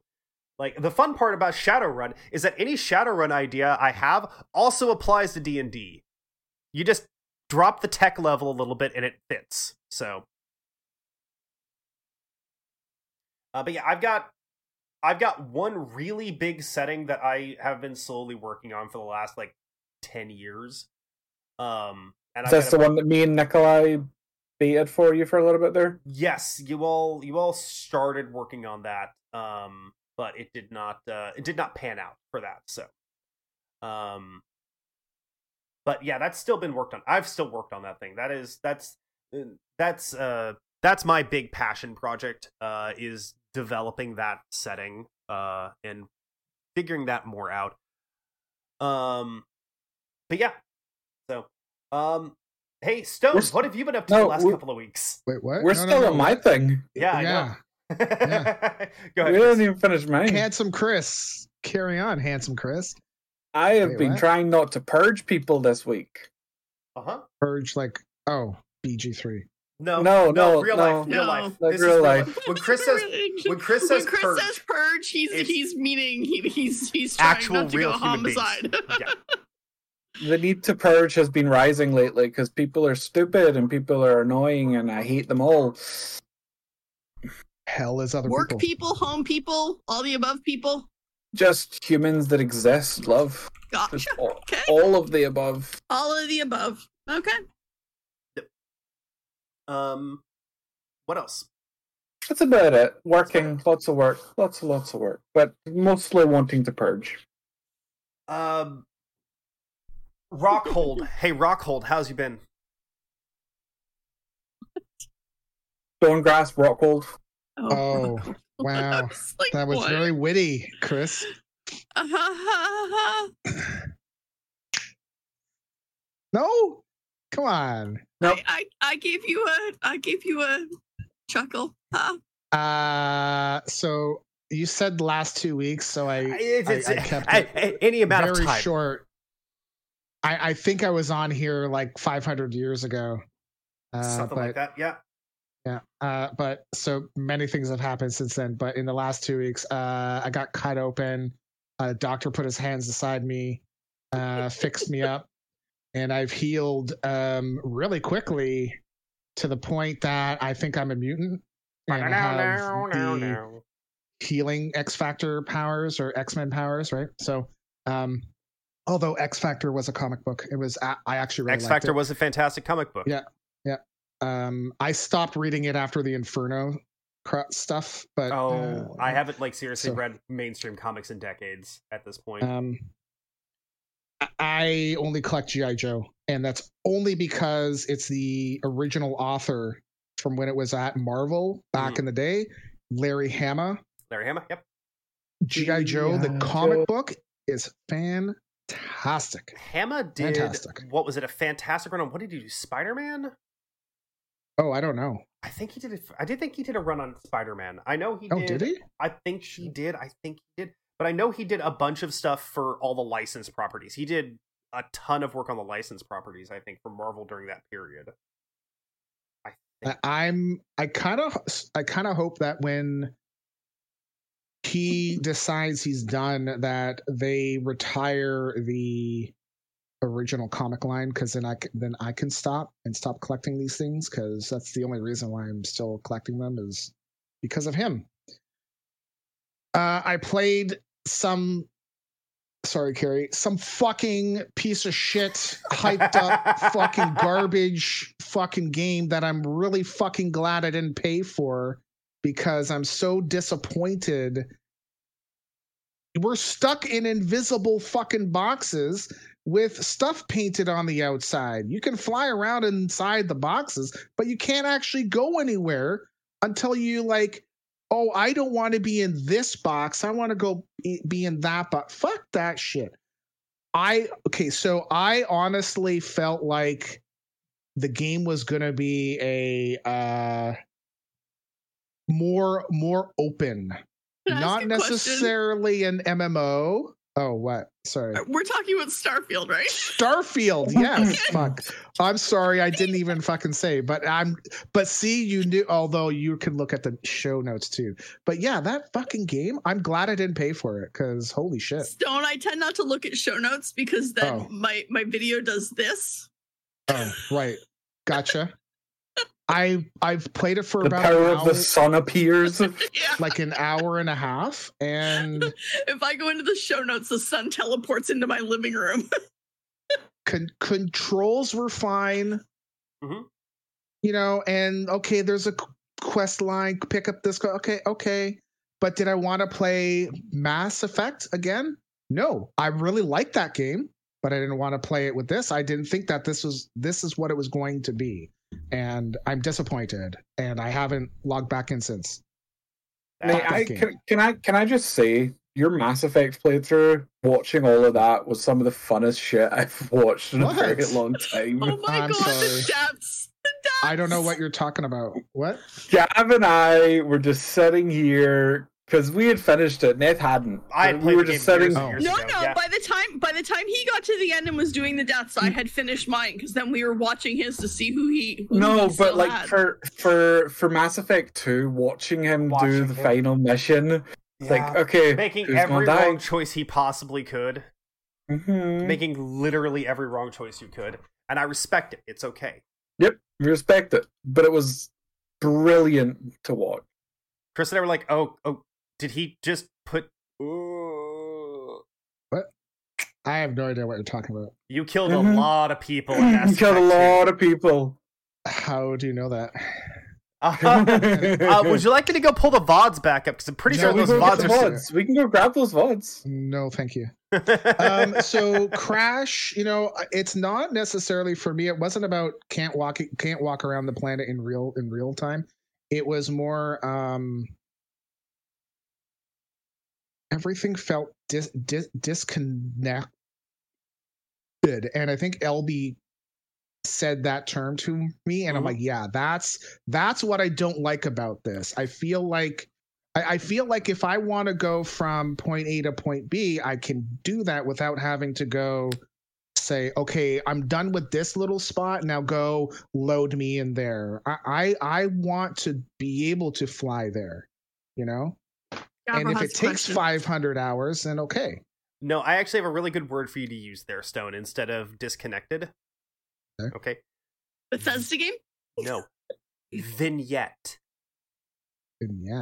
[SPEAKER 1] Like the fun part about Shadowrun is that any Shadowrun idea I have also applies to D and D. You just drop the tech level a little bit and it fits. So. Uh, but yeah, I've got I've got one really big setting that I have been slowly working on for the last like ten years. Um, and I've
[SPEAKER 4] That's
[SPEAKER 1] got
[SPEAKER 4] the
[SPEAKER 1] a-
[SPEAKER 4] one that me and Nikolai baited for you for a little bit there.
[SPEAKER 1] Yes, you all you all started working on that, um, but it did not uh, it did not pan out for that. So, um, but yeah, that's still been worked on. I've still worked on that thing. That is that's that's uh that's my big passion project uh is developing that setting uh and figuring that more out. Um, but yeah, so um, hey Stone,
[SPEAKER 4] We're s-
[SPEAKER 1] what have you been up to the
[SPEAKER 4] no,
[SPEAKER 1] last
[SPEAKER 4] we're-
[SPEAKER 1] couple of weeks?
[SPEAKER 3] Wait, what?
[SPEAKER 4] We're
[SPEAKER 3] No, no,
[SPEAKER 4] still
[SPEAKER 3] no,
[SPEAKER 4] on my thing.
[SPEAKER 1] Yeah, I know.
[SPEAKER 3] Yeah.
[SPEAKER 1] Go
[SPEAKER 4] We
[SPEAKER 1] ahead.
[SPEAKER 4] didn't
[SPEAKER 1] Chris.
[SPEAKER 4] even finish mine.
[SPEAKER 3] Handsome Chris. Carry on, handsome Chris.
[SPEAKER 4] I have
[SPEAKER 3] Wait,
[SPEAKER 4] been
[SPEAKER 3] what?
[SPEAKER 4] trying not to purge people this week.
[SPEAKER 1] Uh-huh.
[SPEAKER 3] Purge like oh, BG3.
[SPEAKER 1] No,
[SPEAKER 4] No, no,
[SPEAKER 1] real
[SPEAKER 4] no.
[SPEAKER 1] life, real
[SPEAKER 2] No.
[SPEAKER 1] life.
[SPEAKER 4] Like
[SPEAKER 1] This
[SPEAKER 4] real
[SPEAKER 1] is
[SPEAKER 4] life.
[SPEAKER 1] When Chris says when Chris says purge,
[SPEAKER 2] says purge, he's
[SPEAKER 1] it's-
[SPEAKER 2] he's meaning he, he's he's trying
[SPEAKER 1] Actual
[SPEAKER 2] not to
[SPEAKER 1] real
[SPEAKER 2] go
[SPEAKER 1] human beings.
[SPEAKER 2] homicide.
[SPEAKER 4] The need to purge has been rising lately because people are stupid and people are annoying and I hate them all.
[SPEAKER 3] Hell is other
[SPEAKER 2] Work
[SPEAKER 3] people.
[SPEAKER 2] people, home people, all the above people.
[SPEAKER 4] Just humans that exist, love. Just
[SPEAKER 2] Gotcha.
[SPEAKER 4] all,
[SPEAKER 2] Okay.
[SPEAKER 4] all of the above.
[SPEAKER 2] All of the above. Okay.
[SPEAKER 1] um what else?
[SPEAKER 4] That's about it. Working, lots of work, lots and lots of work, but mostly wanting to purge.
[SPEAKER 1] Um Rockhold. hey Rockhold, how's you been?
[SPEAKER 4] Stonegrass, Rockhold.
[SPEAKER 3] Oh, wow.
[SPEAKER 2] I was like,
[SPEAKER 3] That was
[SPEAKER 2] what?
[SPEAKER 3] very witty, Chris. No? Come on.
[SPEAKER 4] Nope.
[SPEAKER 2] I, I I gave you a I gave you a chuckle. Huh?
[SPEAKER 3] Uh so you said last two weeks, so I
[SPEAKER 1] It's- it's-
[SPEAKER 3] I kept
[SPEAKER 1] a-
[SPEAKER 3] it
[SPEAKER 1] a- any amount
[SPEAKER 3] very
[SPEAKER 1] of time.
[SPEAKER 3] short. I, I think I was on here like five hundred years ago. Uh,
[SPEAKER 1] Something
[SPEAKER 3] but,
[SPEAKER 1] like that. Yeah.
[SPEAKER 3] Yeah. Uh, but so many things have happened since then. But in the last two weeks, uh, I got cut open. A doctor put his hands beside me, uh, fixed me up, and I've healed um, really quickly to the point that I think I'm a mutant. And I have the healing X Factor powers or X Men powers, right? So, um, although X Factor was a comic book, it was I, I actually really
[SPEAKER 1] X
[SPEAKER 3] liked
[SPEAKER 1] Factor
[SPEAKER 3] it
[SPEAKER 1] was a fantastic comic book.
[SPEAKER 3] Yeah. um i stopped reading it after the inferno cr- stuff but
[SPEAKER 1] Oh,
[SPEAKER 3] uh,
[SPEAKER 1] I haven't like seriously
[SPEAKER 3] so-
[SPEAKER 1] read mainstream comics in decades at this point.
[SPEAKER 3] um I- i only collect gi joe and that's only because it's the original author from when it was at marvel back
[SPEAKER 1] Mhm.
[SPEAKER 3] in the day larry hama
[SPEAKER 1] Larry Hama. Yep.
[SPEAKER 3] gi joe the
[SPEAKER 4] G.I.
[SPEAKER 3] comic
[SPEAKER 4] Joe.
[SPEAKER 3] book is fantastic
[SPEAKER 1] Hama did
[SPEAKER 3] Fantastic.
[SPEAKER 1] what was it? A fantastic run on what did he do? Spider Man?
[SPEAKER 3] oh i don't know
[SPEAKER 1] I think he did. A, I did think he did a run on Spider Man. I know he
[SPEAKER 3] oh
[SPEAKER 1] did.
[SPEAKER 3] did he
[SPEAKER 1] I think he
[SPEAKER 4] Hmm.
[SPEAKER 1] did. I think he did. But I know he did a bunch of stuff for all the licensed properties. He did a ton of work on the licensed properties. I think for Marvel during that period. I think.
[SPEAKER 3] I- I'm I kind of I kind of hope that when he decides he's done that they retire the original comic line because then I c- then I can stop and stop collecting these things because that's the only reason why I'm still collecting them is because of him. Uh, I played some. Sorry, Carrie. Some fucking piece of shit, hyped up fucking garbage fucking game that I'm really fucking glad I didn't pay for because I'm so disappointed. We're stuck in invisible fucking boxes with stuff painted on the outside. You can fly around inside the boxes, but you can't actually go anywhere until you like, oh, I don't want to be in this box. I want to go be- be in that box. Fuck that shit. I okay, so I honestly felt like the game was going to be a uh more more open,
[SPEAKER 2] Can I ask
[SPEAKER 3] not
[SPEAKER 2] a question?
[SPEAKER 3] necessarily an MMO. Oh, what? Sorry.
[SPEAKER 2] Uh, We're talking about Starfield, right?
[SPEAKER 3] Starfield, yes. Fuck. I'm sorry, I didn't even fucking say. But I'm, but see, you knew. Although you can look at the show notes too. But yeah, that fucking game. I'm glad I didn't pay for it because holy shit.
[SPEAKER 2] Stone, I tend not to look at show notes because then
[SPEAKER 3] Oh.
[SPEAKER 2] my my video does this.
[SPEAKER 3] Oh, right. Gotcha. I I've played it for
[SPEAKER 4] The
[SPEAKER 3] about an
[SPEAKER 4] power of
[SPEAKER 3] hour,
[SPEAKER 4] the sun appears.
[SPEAKER 2] Yeah.
[SPEAKER 3] like an hour and a half, and
[SPEAKER 2] if I go into the show notes, the sun teleports into my living room.
[SPEAKER 3] con- controls were fine.
[SPEAKER 1] Mhm.
[SPEAKER 3] You know, and okay, there's a qu- quest line. Pick up this. qu- Okay, okay. But did I want to play Mass Effect again? No, I really liked that game, but I didn't want to play it with this. I didn't think that this was this is what it was going to be, and I'm disappointed. And I haven't logged back in since.
[SPEAKER 4] May
[SPEAKER 3] Fuck that
[SPEAKER 4] I
[SPEAKER 3] game.
[SPEAKER 4] can, can I can I just say your Mass Effect playthrough, watching all of that was some of the funnest shit I've watched in
[SPEAKER 3] What?
[SPEAKER 4] a very long time.
[SPEAKER 2] Oh my god,
[SPEAKER 3] I'm
[SPEAKER 2] the
[SPEAKER 3] sorry.
[SPEAKER 2] depths. The depths.
[SPEAKER 3] I don't know what you're talking about. What?
[SPEAKER 4] Gav and I were just sitting here because we had finished it. Neth hadn't.
[SPEAKER 1] I had
[SPEAKER 4] And we
[SPEAKER 1] played
[SPEAKER 4] were
[SPEAKER 1] the
[SPEAKER 4] just Oh.
[SPEAKER 1] game years
[SPEAKER 4] sitting.
[SPEAKER 1] and years
[SPEAKER 2] No,
[SPEAKER 1] ago.
[SPEAKER 2] no.
[SPEAKER 1] Yeah.
[SPEAKER 2] By the time by the time he got to the end and was doing the deaths,
[SPEAKER 3] Mm.
[SPEAKER 2] I had finished mine because then we were watching his to see who he. Who
[SPEAKER 4] No,
[SPEAKER 2] he
[SPEAKER 4] but
[SPEAKER 2] still
[SPEAKER 4] like
[SPEAKER 2] had.
[SPEAKER 4] for for for Mass Effect Two, watching him
[SPEAKER 1] Watching
[SPEAKER 4] do the
[SPEAKER 1] him.
[SPEAKER 4] final mission, it's like okay,
[SPEAKER 1] making
[SPEAKER 4] who's
[SPEAKER 1] every
[SPEAKER 4] gonna die?
[SPEAKER 1] wrong choice he possibly could,
[SPEAKER 4] Mhm.
[SPEAKER 1] making literally every wrong choice you could, and I respect it. It's okay.
[SPEAKER 4] respect it. But it was brilliant to watch.
[SPEAKER 1] Chris and I were like, "Oh, oh, did he just put? Ooh.
[SPEAKER 3] I have no idea what you're talking about.
[SPEAKER 1] You killed
[SPEAKER 4] Mhm.
[SPEAKER 1] a lot of people. In
[SPEAKER 4] You
[SPEAKER 1] Mass
[SPEAKER 4] killed a
[SPEAKER 1] Effect 2.
[SPEAKER 4] lot of people.
[SPEAKER 3] How do you know that?
[SPEAKER 1] Uh-huh. Uh, would you like me to go pull the vods back up? Because I'm pretty
[SPEAKER 3] No,
[SPEAKER 1] sure
[SPEAKER 4] we
[SPEAKER 1] those
[SPEAKER 4] can go
[SPEAKER 1] vods
[SPEAKER 4] get
[SPEAKER 1] are.
[SPEAKER 4] the
[SPEAKER 3] still
[SPEAKER 4] VODs. We can go grab those VODs.
[SPEAKER 3] No, thank you.
[SPEAKER 1] um,
[SPEAKER 3] um, so crash you know it's not necessarily for me it wasn't about can't walk can't walk around the planet in real in real time it was more um everything felt dis, dis, disconnected and i think lb said that term to me and i'm
[SPEAKER 1] Mhm.
[SPEAKER 3] like yeah that's that's what i don't like about this i feel like I, I feel like if I want to go from point A to point B, I can do that without having to go say, okay, I'm done with this little spot. Now go load me in there. I I, I want to be able to fly there, you know. and if
[SPEAKER 2] Gabra has
[SPEAKER 3] it
[SPEAKER 2] a
[SPEAKER 3] takes
[SPEAKER 2] question.
[SPEAKER 3] 500 hours, then okay.
[SPEAKER 1] no, I actually have a really good word for you to use there, Stone, instead of disconnected.
[SPEAKER 3] Okay.
[SPEAKER 1] Okay.
[SPEAKER 2] Bethesda game.
[SPEAKER 1] No. Vignette.
[SPEAKER 3] And yeah,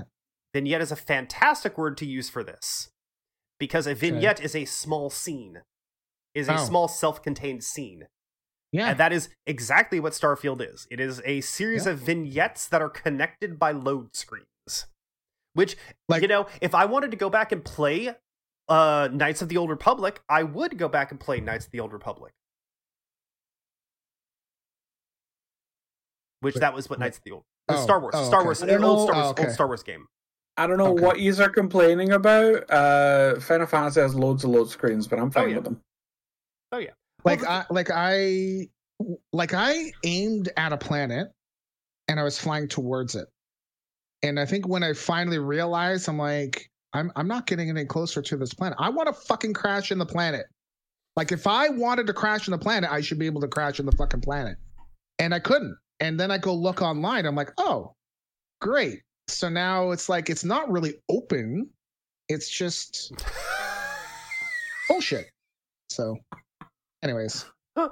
[SPEAKER 1] Vignette is a fantastic word to use for this because a vignette is a small scene, is a
[SPEAKER 3] Oh.
[SPEAKER 1] small self-contained scene,
[SPEAKER 3] yeah,
[SPEAKER 1] and that is exactly what Starfield is. It is a series
[SPEAKER 3] Yeah.
[SPEAKER 1] of vignettes that are connected by load screens, which
[SPEAKER 3] like
[SPEAKER 1] you know, if I wanted to go back and play uh Knights of the Old Republic, I would go back and play Knights of the Old Republic. Which that was what Knights of the Old the
[SPEAKER 3] Oh,
[SPEAKER 1] Star Wars,
[SPEAKER 3] oh,
[SPEAKER 1] Star
[SPEAKER 3] okay.
[SPEAKER 1] Wars,
[SPEAKER 4] I don't
[SPEAKER 1] old Star
[SPEAKER 4] know-
[SPEAKER 1] Wars,
[SPEAKER 3] oh, okay.
[SPEAKER 1] old Star Wars game.
[SPEAKER 4] I don't know
[SPEAKER 3] Okay.
[SPEAKER 4] what yous are complaining about. Uh, Final Fantasy has loads and loads of screens, but I'm
[SPEAKER 3] Oh,
[SPEAKER 4] fine
[SPEAKER 1] yeah.
[SPEAKER 4] with them.
[SPEAKER 3] like
[SPEAKER 1] Well,
[SPEAKER 3] I like I like I aimed at a planet and I was flying towards it. And I think when I finally realized I'm like I'm I'm not getting any closer to this planet. I want to fucking crash in the planet. Like if I wanted to crash in the planet, I should be able to crash in the fucking planet. And I couldn't. And then I go look online. I'm like, "Oh, great." So now it's like it's not really open. It's just bullshit. So anyways, um,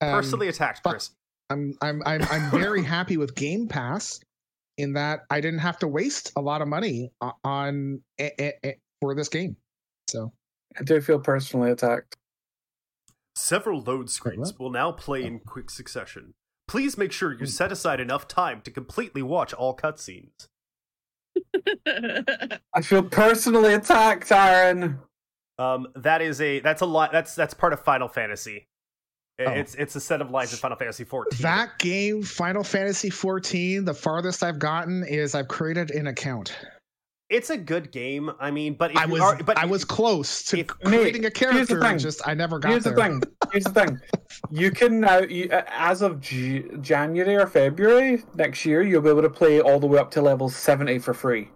[SPEAKER 1] Personally attacked,
[SPEAKER 3] but-
[SPEAKER 1] Chris.
[SPEAKER 3] I'm I'm I'm I'm very happy with Game Pass in that I didn't have to waste a lot of money o- on eh, eh, eh, for this game. So
[SPEAKER 4] I do feel personally attacked.
[SPEAKER 1] Several load screens
[SPEAKER 3] what? Oh.
[SPEAKER 1] will now play in quick succession. Please make sure you
[SPEAKER 3] Hmm.
[SPEAKER 1] set aside enough time to completely watch all cutscenes.
[SPEAKER 4] I feel personally attacked, Aaron.
[SPEAKER 1] Um, that is a that's a lot. That's that's part of Final Fantasy. I-
[SPEAKER 3] Oh.
[SPEAKER 1] It's it's a set of lines in Final Fantasy 14.
[SPEAKER 3] That game, Final Fantasy 14, the farthest I've gotten is I've created an account.
[SPEAKER 1] it's a good game. I mean, but if
[SPEAKER 3] I
[SPEAKER 1] you
[SPEAKER 3] was
[SPEAKER 1] are, but
[SPEAKER 3] I was close to
[SPEAKER 1] if-
[SPEAKER 3] creating a
[SPEAKER 4] here's the
[SPEAKER 3] character. and
[SPEAKER 4] thing.
[SPEAKER 3] Just I never got
[SPEAKER 4] Here's
[SPEAKER 3] there.
[SPEAKER 4] the thing. Here's the thing. You can now, you, uh, as of J- January or February next year, you'll be able to play all the way up to level seventy for free.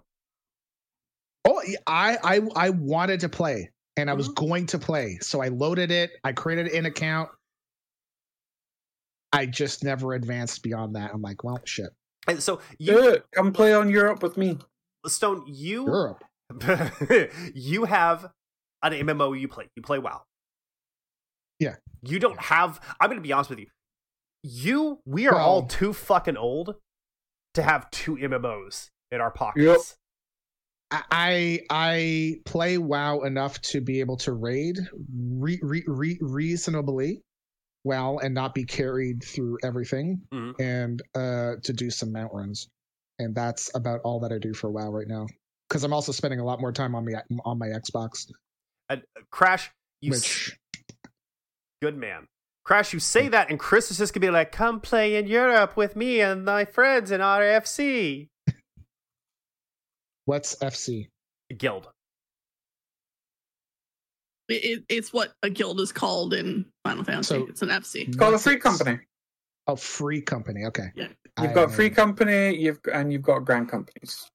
[SPEAKER 3] Oh, yeah, I I I wanted to play, and I was
[SPEAKER 1] Mm-hmm.
[SPEAKER 3] going to play, so I loaded it. I created an account. I just never advanced beyond that. I'm like, well, shit.
[SPEAKER 1] and so you
[SPEAKER 4] Do it. Come play on Europe with me.
[SPEAKER 1] Stone you
[SPEAKER 3] Europe.
[SPEAKER 1] you have an MMO you play. You play WoW.
[SPEAKER 3] Yeah.
[SPEAKER 1] You don't have I'm gonna be honest with you. You we are
[SPEAKER 3] Well-
[SPEAKER 1] all too fucking old to have two MMOs in our pockets.
[SPEAKER 3] I I- I play WoW enough to be able to raid re, re, re, reasonably well and not be carried through everything,
[SPEAKER 1] Mhm.
[SPEAKER 3] and uh, to do some mount runs, and that's about all that I do for WoW right now. Because I'm also spending a lot more time on my on my Xbox,
[SPEAKER 1] And, uh, Crash, you s-
[SPEAKER 3] which
[SPEAKER 1] good man. Crash, you
[SPEAKER 3] Mm.
[SPEAKER 1] say that and Chris is just gonna be like, come play in Europe with me and my friends in RFC.
[SPEAKER 3] what's FC?
[SPEAKER 1] Guild.
[SPEAKER 2] it, it's what a guild is called in Final Fantasy.
[SPEAKER 3] So-
[SPEAKER 2] it's an FC.
[SPEAKER 4] It's called a
[SPEAKER 3] What's
[SPEAKER 4] free
[SPEAKER 3] it-
[SPEAKER 4] company.
[SPEAKER 3] Oh, free company. Okay.
[SPEAKER 2] Yeah.
[SPEAKER 3] I
[SPEAKER 4] You've got free
[SPEAKER 3] am-
[SPEAKER 4] company. You've and you've got grand companies.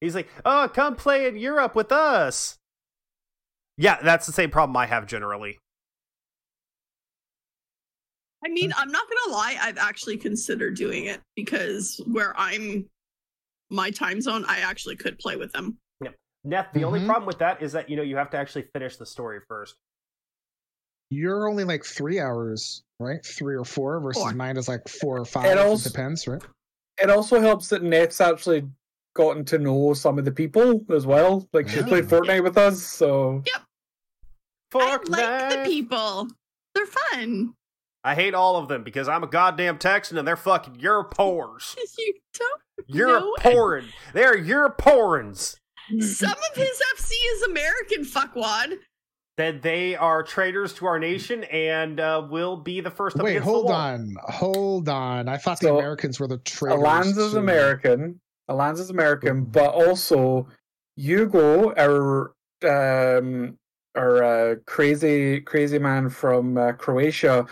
[SPEAKER 1] He's like, oh, come play in Europe with us. Yeah, that's the same problem I have generally.
[SPEAKER 2] I mean, I'm not gonna lie, I've actually considered doing it because where I'm my time zone, I actually could play with them.
[SPEAKER 1] Neth, the only
[SPEAKER 4] Mm-hmm.
[SPEAKER 3] Mhm.
[SPEAKER 1] problem with that is that you know you have to actually finish the story first.
[SPEAKER 3] You're only like three hours, right? Three or four versus
[SPEAKER 2] Four.
[SPEAKER 3] mine is like four or five.
[SPEAKER 4] It
[SPEAKER 3] It
[SPEAKER 4] also-
[SPEAKER 3] depends, right?
[SPEAKER 4] It also helps that Neth's actually gotten to know some of the people as well. Like she's played
[SPEAKER 3] Yeah.
[SPEAKER 4] Fortnite with us, so
[SPEAKER 1] Fuck
[SPEAKER 2] I like
[SPEAKER 1] Neth.
[SPEAKER 2] the people. They're fun.
[SPEAKER 1] I hate all of them because I'm a goddamn Texan and they're fucking Europors.
[SPEAKER 2] You don't
[SPEAKER 1] Europorin. They're Europorins.
[SPEAKER 2] some of his FC is American fuckwad.
[SPEAKER 1] That they are traitors to our nation and uh, will be the first up
[SPEAKER 3] Wait,
[SPEAKER 1] against the
[SPEAKER 3] hold
[SPEAKER 1] wall.
[SPEAKER 3] on, hold on. I thought
[SPEAKER 4] So,
[SPEAKER 3] the Americans were the traitors.
[SPEAKER 4] Alanza's
[SPEAKER 3] to-
[SPEAKER 4] American. Alanza's American, but also Hugo, our um, our uh, crazy crazy man from uh, Croatia,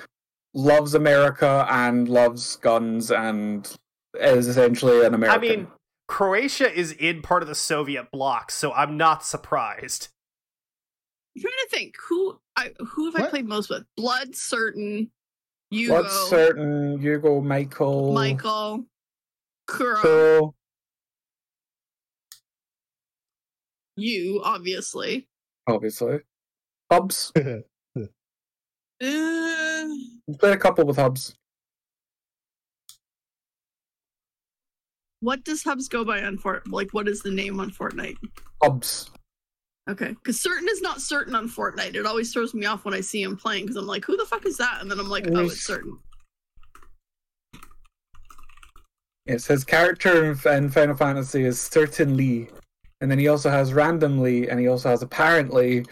[SPEAKER 4] loves America and loves guns and is essentially an
[SPEAKER 1] I
[SPEAKER 4] American.
[SPEAKER 1] mean, Croatia is in part of the Soviet bloc, so I'm not surprised.
[SPEAKER 2] I'm trying to think who I who have I
[SPEAKER 3] What?
[SPEAKER 2] played most with? Blood certain, Hugo,
[SPEAKER 4] what's certain? Hugo, Michael,
[SPEAKER 2] Michael, Kuro,
[SPEAKER 4] Kuro,
[SPEAKER 2] you obviously.
[SPEAKER 4] obviously. Hubs.
[SPEAKER 2] Uh,
[SPEAKER 4] We played a couple with Hubs.
[SPEAKER 2] what does Hubs go by on Fort? Like, what is the name on Fortnite?
[SPEAKER 4] Hubs.
[SPEAKER 2] Okay, because certain is not certain on Fortnite. It always throws me off when I see him playing because I'm like, who the fuck is that? And then I'm like, oh, it's certain.
[SPEAKER 4] Yes, his character in, in Final Fantasy is certainly, and then he also has randomly, and he also has apparently.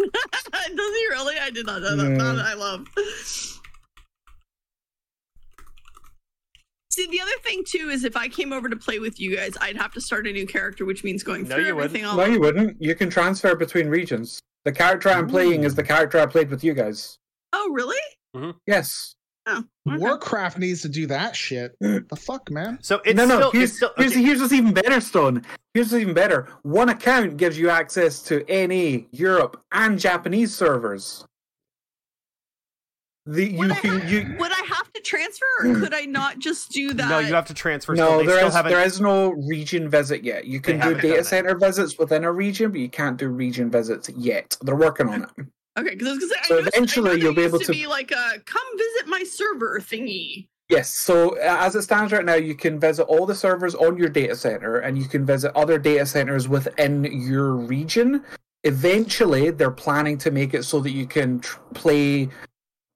[SPEAKER 2] does he really? I did not know that.
[SPEAKER 4] Yeah.
[SPEAKER 2] That I love. See, the other thing too is if I came over to play with you guys, I'd have to start a new character, which means going
[SPEAKER 1] No,
[SPEAKER 2] through
[SPEAKER 1] you wouldn't.
[SPEAKER 2] everything all
[SPEAKER 4] No, you wouldn't. You can transfer between regions. The character I'm playing is the character I played with you guys.
[SPEAKER 2] Oh, really?
[SPEAKER 4] Yes.
[SPEAKER 2] Oh, okay.
[SPEAKER 3] Warcraft needs to do that shit. the fuck, man.
[SPEAKER 1] So it's
[SPEAKER 4] no, no.
[SPEAKER 1] still,
[SPEAKER 4] here's,
[SPEAKER 1] it's still
[SPEAKER 4] here's,
[SPEAKER 1] okay.
[SPEAKER 4] here's what's even better, Stone. Here's what's even better. One account gives you access to NA, Europe, and Japanese servers. The, you
[SPEAKER 2] Would I
[SPEAKER 4] can
[SPEAKER 2] have-
[SPEAKER 4] you.
[SPEAKER 2] Would I have to transfer, or
[SPEAKER 4] Hmm.
[SPEAKER 2] could I not just do that?
[SPEAKER 1] no, you have to transfer. still.
[SPEAKER 4] No,
[SPEAKER 1] They
[SPEAKER 4] there
[SPEAKER 1] still
[SPEAKER 4] is
[SPEAKER 1] haven't-
[SPEAKER 4] there is no region visit yet. You can do
[SPEAKER 1] haven't done
[SPEAKER 4] data
[SPEAKER 1] that.
[SPEAKER 4] center visits within a region, but you can't do region visits yet. They're working on it.
[SPEAKER 2] Okay, because I was gonna say,
[SPEAKER 4] So
[SPEAKER 2] I know- I know
[SPEAKER 4] eventually
[SPEAKER 2] there
[SPEAKER 4] you'll be
[SPEAKER 2] used
[SPEAKER 4] able to-
[SPEAKER 2] be like a come visit my server thingy.
[SPEAKER 4] Yes. So uh, as it stands right now, you can visit all the servers on your data center, and you can visit other data centers within your region. Eventually, they're planning to make it so that you can tr- play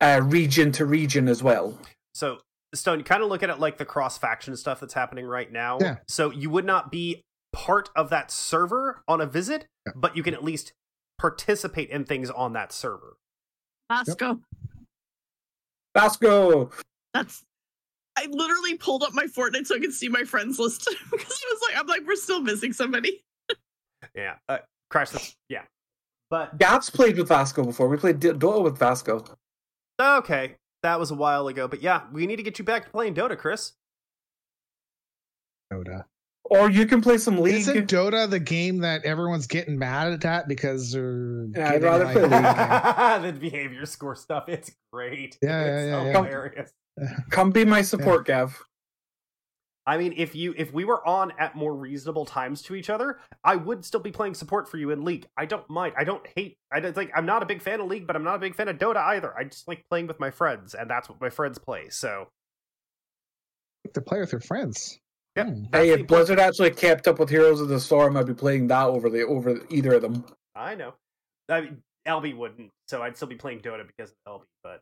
[SPEAKER 4] uh, region to region as well.
[SPEAKER 1] So Stone, kind of look at it like the cross faction stuff that's happening right now.
[SPEAKER 3] Yeah.
[SPEAKER 1] So you would not be part of that server on a visit,
[SPEAKER 3] Yeah.
[SPEAKER 1] but you can at least participate in things on that server.
[SPEAKER 2] Let's
[SPEAKER 3] Yep.
[SPEAKER 2] go.
[SPEAKER 4] Let's go.
[SPEAKER 2] That's. I literally pulled up my Fortnite so I could see my friends list because I was like, I'm like, we're still missing somebody.
[SPEAKER 1] Yeah. Uh, Crash. That's, yeah. But
[SPEAKER 4] Gab's played with Vasco before. We played D- Dota with Vasco.
[SPEAKER 1] okay, that was a while ago. But yeah, we need to get you back to playing Dota, Chris.
[SPEAKER 3] Dota.
[SPEAKER 4] Or you can play some League.
[SPEAKER 3] Isn't Dota the game that everyone's getting mad at because they're
[SPEAKER 4] Yeah, I'd
[SPEAKER 3] getting,
[SPEAKER 4] rather play League.
[SPEAKER 3] yeah,
[SPEAKER 1] the behavior score stuff. It's great.
[SPEAKER 3] Yeah, yeah,
[SPEAKER 1] it's
[SPEAKER 3] yeah,
[SPEAKER 1] so
[SPEAKER 3] yeah.
[SPEAKER 1] hilarious.
[SPEAKER 4] Come be my support, Gav.
[SPEAKER 1] I mean, if you if we were on at more reasonable times to each other, I would still be playing support for you in League. I don't mind. I don't hate. I don't, like. I'm not a big fan of League, but I'm not a big fan of Dota either. I just like playing with my friends, and that's what my friends play. So
[SPEAKER 3] to play with your friends.
[SPEAKER 1] Yep.
[SPEAKER 3] Hmm.
[SPEAKER 1] that's
[SPEAKER 4] Hey,
[SPEAKER 1] the-
[SPEAKER 4] if Blizzard actually kept up with Heroes of the Storm, I'd be playing that over the over either of them.
[SPEAKER 1] I know. I mean, LB wouldn't, so I'd still be playing Dota because of LB. But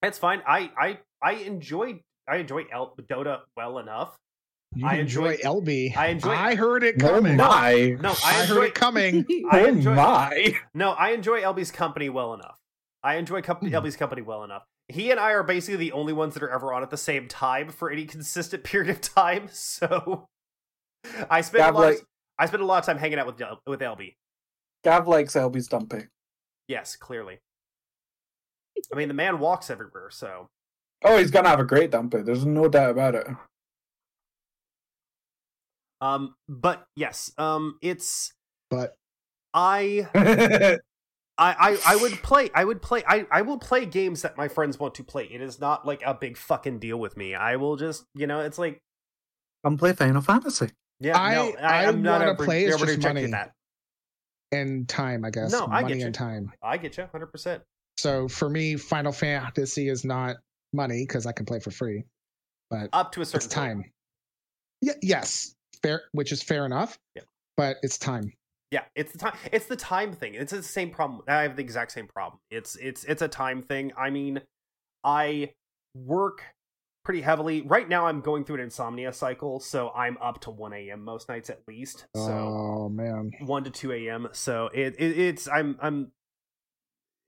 [SPEAKER 1] that's fine. I I I enjoy I enjoy L- Dota well enough.
[SPEAKER 3] You
[SPEAKER 1] I
[SPEAKER 3] enjoy,
[SPEAKER 1] enjoy-
[SPEAKER 3] LB.
[SPEAKER 1] I enjoy-
[SPEAKER 3] I heard it
[SPEAKER 4] Oh
[SPEAKER 3] coming.
[SPEAKER 4] my!
[SPEAKER 1] No,
[SPEAKER 3] I,
[SPEAKER 1] I enjoy.
[SPEAKER 3] heard it coming.
[SPEAKER 1] I
[SPEAKER 4] oh
[SPEAKER 1] enjoy-
[SPEAKER 4] my!
[SPEAKER 1] No, I enjoy LB's company well enough. I enjoy company,
[SPEAKER 3] Mhm.
[SPEAKER 1] LB's company well enough. He and I are basically the only ones that are ever on at the same time for any consistent period of time. So I spend
[SPEAKER 4] Yeah,
[SPEAKER 1] a
[SPEAKER 4] I'm
[SPEAKER 1] lot. of-
[SPEAKER 4] like-
[SPEAKER 1] I spend a lot of time hanging out with Del- with LB.
[SPEAKER 4] Gav likes LB's dumping.
[SPEAKER 1] Yes, clearly. I mean, the man walks everywhere. So
[SPEAKER 4] Oh, he's gonna have a great dumping. There's no doubt about it.
[SPEAKER 1] um, but yes, um, it's
[SPEAKER 3] But
[SPEAKER 1] I I, I I would play I would play I, I will play games that my friends want to play. It is not like a big fucking deal with me. I will just you know it's like
[SPEAKER 4] Come play Final Fantasy.
[SPEAKER 1] yeah
[SPEAKER 3] I-
[SPEAKER 1] no
[SPEAKER 3] I
[SPEAKER 1] I, am not
[SPEAKER 3] wanna
[SPEAKER 1] ever,
[SPEAKER 3] play, it's
[SPEAKER 1] ever
[SPEAKER 3] just
[SPEAKER 1] rejecting
[SPEAKER 3] money.
[SPEAKER 1] that.
[SPEAKER 3] and time, I guess.
[SPEAKER 1] No, I
[SPEAKER 3] money
[SPEAKER 1] get you.
[SPEAKER 3] and time.
[SPEAKER 1] I get you hundred percent.
[SPEAKER 3] So for me, Final Fantasy is not money because I can play for free, but
[SPEAKER 1] Up to a certain
[SPEAKER 3] it's time. Yeah, yes, fair, which is fair enough.
[SPEAKER 1] Yeah.
[SPEAKER 3] But it's time.
[SPEAKER 1] Yeah, it's the time. It's the time thing. It's the same problem. I have the exact same problem. It's it's it's a time thing. I mean, I work pretty heavily right now. I'm going through an insomnia cycle, so I'm up to one a.m. most nights at least. So.
[SPEAKER 3] Oh man,
[SPEAKER 1] one to two a.m. So it, it it's I'm I'm,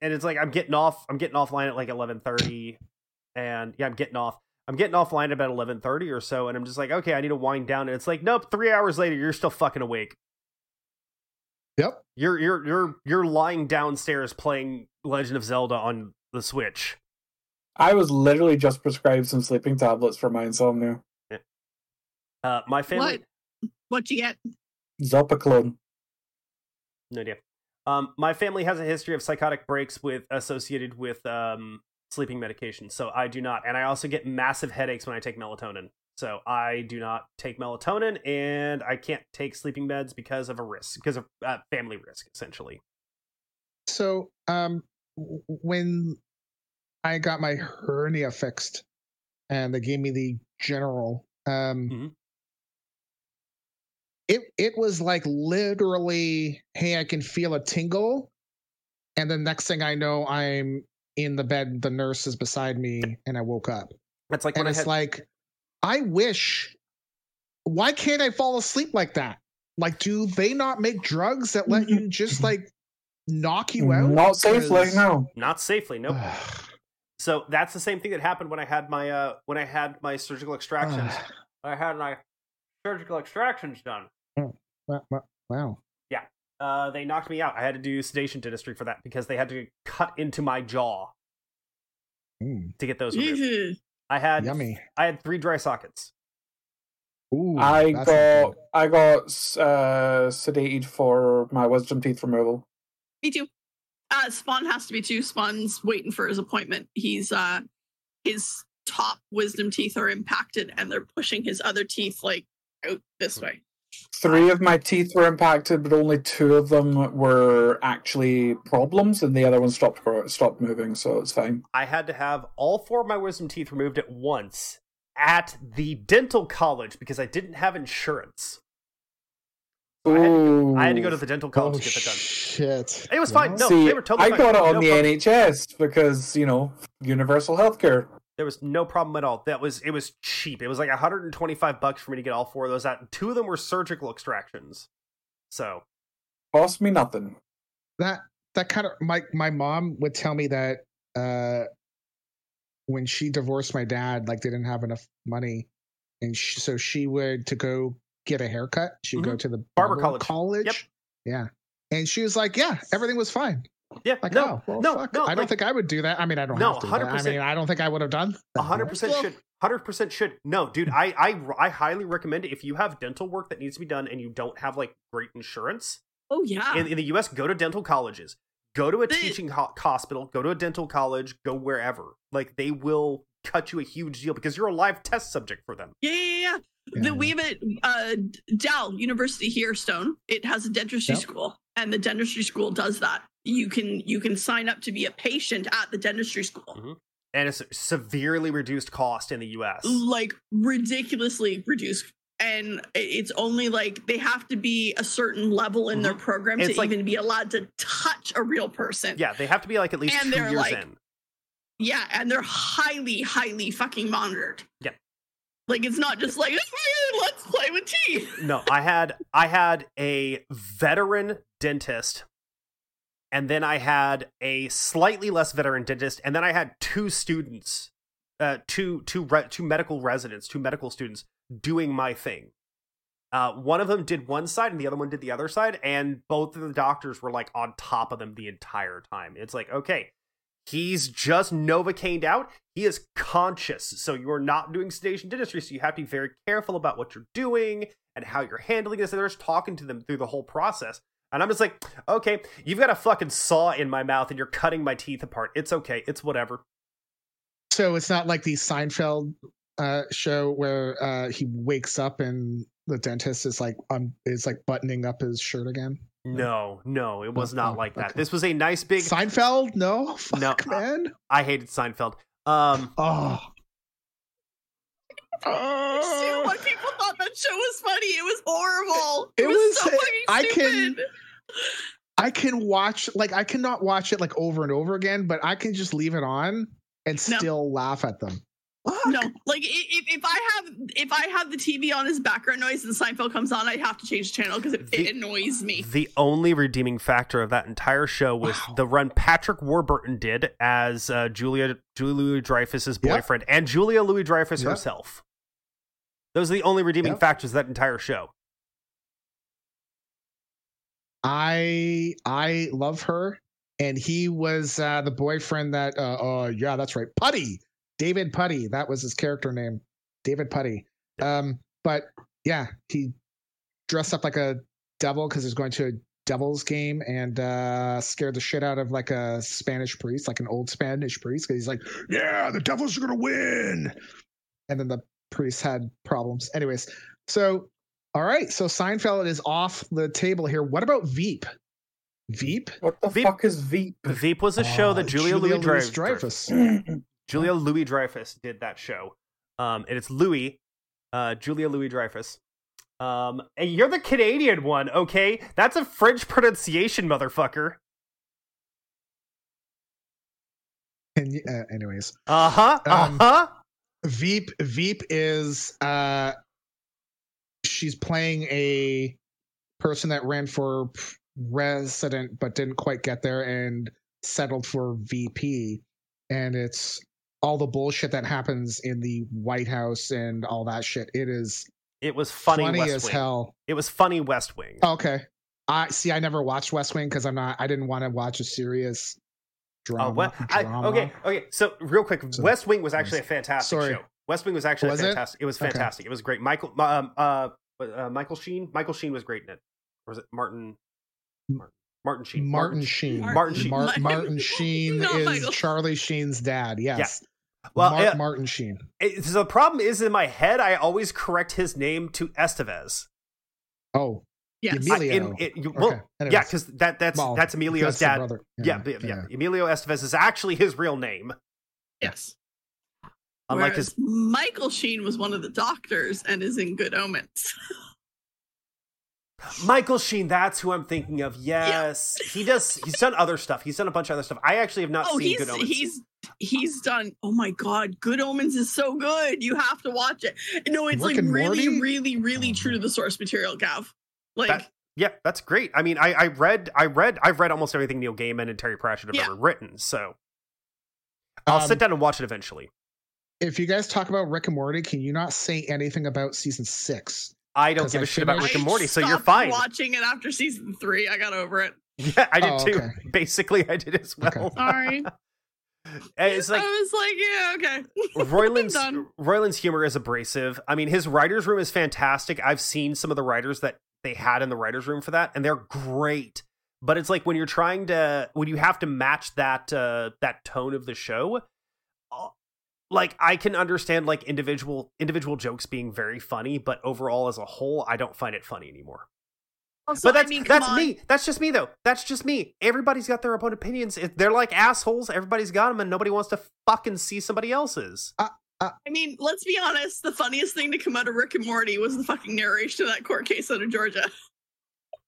[SPEAKER 1] and it's like I'm getting off I'm getting offline at like eleven thirty, and yeah I'm getting off I'm getting offline at about eleven thirty or so, and I'm just like okay I need to wind down, and it's like nope three hours later you're still fucking awake.
[SPEAKER 3] Yep.
[SPEAKER 1] You're you're you're you're lying downstairs playing Legend of Zelda on the Switch.
[SPEAKER 4] I was literally just prescribed some sleeping tablets for my insomnia.
[SPEAKER 1] Uh, my family.
[SPEAKER 2] What? What'd you get?
[SPEAKER 4] Zolpiclone.
[SPEAKER 1] No idea. Um, my family has a history of psychotic breaks with associated with um, sleeping medication, so I do not, and I also get massive headaches when I take melatonin. So I do not take melatonin, and I can't take sleeping meds because of a risk, because of uh, family risk, essentially.
[SPEAKER 3] So, um, w- when I got my hernia fixed, and they gave me the general, um,
[SPEAKER 1] Mhm.
[SPEAKER 3] it it was like literally, hey, I can feel a tingle, and the next thing I know, I'm in the bed. The nurse is beside me, and I woke up,
[SPEAKER 1] That's like
[SPEAKER 3] and
[SPEAKER 1] when I
[SPEAKER 3] it's
[SPEAKER 1] had.
[SPEAKER 3] like, I wish. Why can't I fall asleep like that? Like, do they not make drugs that let you just like knock you out?
[SPEAKER 4] Not safely,
[SPEAKER 3] Because-
[SPEAKER 4] no.
[SPEAKER 1] not safely, nope.
[SPEAKER 3] Ugh.
[SPEAKER 1] so that's the same thing that happened when I had my uh when I had my surgical extractions.
[SPEAKER 3] Ugh.
[SPEAKER 1] I had my surgical extractions done.
[SPEAKER 3] Wow, wow, wow.
[SPEAKER 1] Uh, they knocked me out. I had to do sedation dentistry for that because they had to cut into my jaw
[SPEAKER 3] Mm,
[SPEAKER 1] to get those removed.
[SPEAKER 2] That's
[SPEAKER 1] I had
[SPEAKER 3] yummy.
[SPEAKER 1] I had three dry sockets.
[SPEAKER 3] Ooh,
[SPEAKER 4] I
[SPEAKER 3] that's
[SPEAKER 4] got
[SPEAKER 3] not
[SPEAKER 4] I got uh, sedated for my wisdom teeth removal.
[SPEAKER 2] Me too. Uh, Spawn has to be too. Spawn's waiting for his appointment. He's uh, his top wisdom teeth are impacted, and they're pushing his other teeth like out this
[SPEAKER 1] Hmm.
[SPEAKER 2] way.
[SPEAKER 4] Three of my teeth were impacted, but only two of them were actually problems, and the other one stopped gro- stopped moving, so it's fine.
[SPEAKER 1] I had to have all four of my wisdom teeth removed at once at the dental college because I didn't have insurance. So I had-
[SPEAKER 4] Ooh.
[SPEAKER 1] I had to go to the dental
[SPEAKER 3] good.
[SPEAKER 1] college
[SPEAKER 3] Oh,
[SPEAKER 1] to get that done.
[SPEAKER 3] shit.
[SPEAKER 1] It was fine. No,
[SPEAKER 4] See,
[SPEAKER 1] they were totally
[SPEAKER 4] I
[SPEAKER 1] fine.
[SPEAKER 4] got it on
[SPEAKER 1] No
[SPEAKER 4] the
[SPEAKER 1] problem.
[SPEAKER 4] NHS because you know universal healthcare.
[SPEAKER 1] There was no problem at all. That was it was cheap. It was like 125 bucks for me to get all four of those out. And two of them were surgical extractions. So
[SPEAKER 4] Cost me nothing.
[SPEAKER 3] that that kind of my my mom would tell me that uh when she divorced my dad like they didn't have enough money and sh so she would to go get a haircut she'd go to the
[SPEAKER 1] Mm-hmm. Barber college.
[SPEAKER 3] yeah and she was like yeah everything was fine
[SPEAKER 1] yeah,
[SPEAKER 3] like
[SPEAKER 1] no,
[SPEAKER 3] oh well
[SPEAKER 1] no,
[SPEAKER 3] fuck.
[SPEAKER 1] no,
[SPEAKER 3] i don't
[SPEAKER 1] like-
[SPEAKER 3] think i would do that i mean i don't
[SPEAKER 1] No,
[SPEAKER 3] have to but i
[SPEAKER 1] 100%.
[SPEAKER 3] mean i don't think i would have done that.
[SPEAKER 1] hundred percent
[SPEAKER 3] Well,
[SPEAKER 1] should. Hundred percent should. No, dude, I, I I highly recommend it if you have dental work that needs to be done and you don't have like great insurance
[SPEAKER 2] Oh yeah.
[SPEAKER 1] in, in the U.S. Go to dental colleges. Go to a
[SPEAKER 2] They-
[SPEAKER 1] teaching ho- hospital. Go to a dental college. Go wherever. Like they will cut you a huge deal because you're a live test subject for them.
[SPEAKER 2] yeah, yeah, yeah.
[SPEAKER 3] yeah,
[SPEAKER 2] The,
[SPEAKER 3] yeah.
[SPEAKER 2] we have it, uh, Dal University here, Stone. It has a dentistry
[SPEAKER 3] Yep.
[SPEAKER 2] school, and the dentistry school does that. You can you can sign up to be a patient at the dentistry school,
[SPEAKER 1] Mm-hmm. and it's severely reduced cost in the U.S.
[SPEAKER 2] like ridiculously reduced. And i- it's only like they have to be a certain level in their program
[SPEAKER 1] Mm-hmm. It's
[SPEAKER 2] to
[SPEAKER 1] like-
[SPEAKER 2] even be allowed to touch a real person.
[SPEAKER 1] Yeah, they have to be like at least
[SPEAKER 2] And
[SPEAKER 1] two
[SPEAKER 2] they're
[SPEAKER 1] years
[SPEAKER 2] like-
[SPEAKER 1] in.
[SPEAKER 2] Yeah, and they're highly, highly fucking monitored.
[SPEAKER 1] Yeah.
[SPEAKER 2] Like it's not just like let's play with teeth.
[SPEAKER 1] No, I had I had a veteran dentist, and then I had a slightly less veteran dentist, and then I had two students, uh, two two re- two medical residents, two medical students doing my thing. Uh, one of them did one side, and the other one did the other side, and both of the doctors were like on top of them the entire time. It's like okay. He's just novocained out. He is conscious, so you are not doing sedation dentistry. So you have to be very careful about what you're doing and how you're handling this. And they're just talking to them through the whole process. And I'm just like, okay, you've got a fucking saw in my mouth and you're cutting my teeth apart. It's okay. It's whatever.
[SPEAKER 3] So it's not like the Seinfeld uh, show where uh, he wakes up and the dentist is like um is like buttoning up his shirt again.
[SPEAKER 1] No, no, it was
[SPEAKER 3] Oh,
[SPEAKER 1] not
[SPEAKER 3] oh,
[SPEAKER 1] like that.
[SPEAKER 3] Mm. okay.
[SPEAKER 1] This was a nice big.
[SPEAKER 3] Seinfeld? No,
[SPEAKER 1] No,
[SPEAKER 3] fuck
[SPEAKER 1] uh,
[SPEAKER 3] man.
[SPEAKER 1] I hated Seinfeld. Um,
[SPEAKER 3] Oh.
[SPEAKER 2] See
[SPEAKER 3] Oh.
[SPEAKER 2] why people thought that show was funny. It was horrible.
[SPEAKER 3] It
[SPEAKER 2] It,
[SPEAKER 3] was-
[SPEAKER 2] was, so fucking
[SPEAKER 3] I can-
[SPEAKER 2] stupid.
[SPEAKER 3] I can watch like I cannot watch it like over and over again, but I can just leave it on and
[SPEAKER 2] No.
[SPEAKER 3] still laugh at them.
[SPEAKER 2] No, like i- if, if I have if I have the TV on as background noise and Seinfeld comes on, I have to change the channel because it,
[SPEAKER 1] The-
[SPEAKER 2] it annoys me.
[SPEAKER 1] the only redeeming factor of that entire show was
[SPEAKER 3] Wow.
[SPEAKER 1] the run Patrick Warburton did as uh, Julia Julia Louis Dreyfus's
[SPEAKER 3] Yep.
[SPEAKER 1] boyfriend and Julia Louis Dreyfus
[SPEAKER 3] Yep.
[SPEAKER 1] herself. Those are the only redeeming
[SPEAKER 3] Yep.
[SPEAKER 1] factors of that entire show.
[SPEAKER 3] I I love her, and he was uh, the boyfriend that. Uh, oh yeah, that's right, Putty. David Putty. That was his character name, David Putty. Um, but yeah, he dressed up like a devil because he's going to a devil's game and uh, scared the shit out of like a Spanish priest, like an old Spanish priest, because he's like, yeah, the devils are gonna win. And then the priest had problems. Anyways, so all right, so Seinfeld is off the table here. What about Veep? Veep? Uh,
[SPEAKER 4] What the
[SPEAKER 1] Veep-
[SPEAKER 4] fuck is Veep?
[SPEAKER 1] Veep was a show that Julia, Louis Dreyfus.
[SPEAKER 3] Dreyfus.
[SPEAKER 1] Julia Louis Dreyfus did that show. Um, and it's Louis, uh, Julia Louis Dreyfus. Um, and you're the Canadian one, okay? That's a French pronunciation, motherfucker.
[SPEAKER 3] And, uh, anyways,
[SPEAKER 1] Uh huh. Uh
[SPEAKER 3] Um,
[SPEAKER 1] huh.
[SPEAKER 3] Veep Veep is uh she's playing a person that ran for resident but didn't quite get there and settled for VP and it's all the bullshit that happens in the White House and all that shit. It is
[SPEAKER 1] it was funny,
[SPEAKER 3] funny,
[SPEAKER 1] West
[SPEAKER 3] as
[SPEAKER 1] Wing.
[SPEAKER 3] hell.
[SPEAKER 1] It was funny West Wing.
[SPEAKER 3] Okay. I see I never watched West Wing because I'm not I didn't want to watch a serious drama.
[SPEAKER 1] Uh, what? I,
[SPEAKER 3] drama.
[SPEAKER 1] okay, okay. So real quick,
[SPEAKER 3] So-
[SPEAKER 1] West Wing was actually a fantastic
[SPEAKER 3] Sorry.
[SPEAKER 1] show. West Wing was actually
[SPEAKER 3] Was it?
[SPEAKER 1] fantastic. It, was
[SPEAKER 3] Okay.
[SPEAKER 1] fantastic. It was great. Michael, um, uh, uh, Michael Sheen. Michael Sheen was great in it. Or was it Martin? Martin, Martin Sheen.
[SPEAKER 3] Martin Sheen.
[SPEAKER 1] Martin Sheen.
[SPEAKER 3] Mar-
[SPEAKER 2] Martin-
[SPEAKER 3] Martin Sheen
[SPEAKER 2] Not
[SPEAKER 3] is
[SPEAKER 2] Michael.
[SPEAKER 3] Charlie Sheen's dad. Yes.
[SPEAKER 1] Well,
[SPEAKER 3] Mar-
[SPEAKER 1] yeah.
[SPEAKER 3] Martin Sheen.
[SPEAKER 1] It- so the problem is in my head, I always correct his name to Estevez.
[SPEAKER 3] Oh,
[SPEAKER 2] Yes.
[SPEAKER 1] I-
[SPEAKER 3] Emilio.
[SPEAKER 1] in- it- you- well,
[SPEAKER 3] okay. Anyways,
[SPEAKER 1] yeah, because that that's
[SPEAKER 3] Well,
[SPEAKER 1] that's Emilio's
[SPEAKER 3] that's the
[SPEAKER 1] dad.
[SPEAKER 3] brother.
[SPEAKER 1] Yeah, but- yeah, Emilio Estevez is actually his real name,
[SPEAKER 2] yes.
[SPEAKER 1] unlike
[SPEAKER 2] Whereas
[SPEAKER 1] his.
[SPEAKER 2] Michael Sheen was one of the doctors and is in Good Omens.
[SPEAKER 1] Michael Sheen, that's who I'm thinking of. Yes, he does. He's done other stuff. He's done a bunch of other stuff. I actually have not
[SPEAKER 2] Oh,
[SPEAKER 1] seen
[SPEAKER 2] he's
[SPEAKER 1] Good Omens.
[SPEAKER 2] he's he's done. Oh my god, Good Omens is so good. You have to watch it. No, it's
[SPEAKER 3] Rick
[SPEAKER 2] like
[SPEAKER 3] and
[SPEAKER 2] really,
[SPEAKER 3] Morty?
[SPEAKER 2] really, really true to the source material, Gav. Like
[SPEAKER 1] Oh. That- yeah, that's great. I mean, I, I read, I read, I've read almost everything Neil Gaiman and Terry Pratchett have
[SPEAKER 2] Yeah.
[SPEAKER 1] ever written. So I'll
[SPEAKER 3] Um,
[SPEAKER 1] sit down and watch it eventually.
[SPEAKER 3] If you guys talk about Rick and Morty, can you not say anything about season six?
[SPEAKER 1] I don't
[SPEAKER 3] 'cause
[SPEAKER 1] give a
[SPEAKER 3] I
[SPEAKER 1] shit about Rick
[SPEAKER 3] finished-
[SPEAKER 1] and Morty, so you're
[SPEAKER 2] stopped
[SPEAKER 1] fine.
[SPEAKER 2] Watching it after season three, I got over it.
[SPEAKER 1] Yeah, I did
[SPEAKER 3] Oh,
[SPEAKER 1] too.
[SPEAKER 3] okay.
[SPEAKER 1] Basically, I did as well.
[SPEAKER 2] Sorry,
[SPEAKER 1] And Eh, it's like
[SPEAKER 2] I was like, yeah, okay.
[SPEAKER 1] Royland's
[SPEAKER 2] done.
[SPEAKER 1] Royland's humor is abrasive. I mean, his writers' room is fantastic. I've seen some of the writers that they had in the writers' room for that, and they're great. But it's like when you're trying to when you have to match that uh, that tone of the show. uh, Like I can understand like individual individual jokes being very funny, but overall as a whole, I don't find it funny anymore.
[SPEAKER 2] Also,
[SPEAKER 1] but that's
[SPEAKER 2] I mean, come
[SPEAKER 1] that's
[SPEAKER 2] on.
[SPEAKER 1] me. That's just me though. That's just me. Everybody's got their own opinions. If They're like assholes. Everybody's got them, and nobody wants to fucking see somebody else's.
[SPEAKER 2] I mean, let's be honest. The funniest thing to come out of Rick and Morty was the fucking narration of that court case out of Georgia.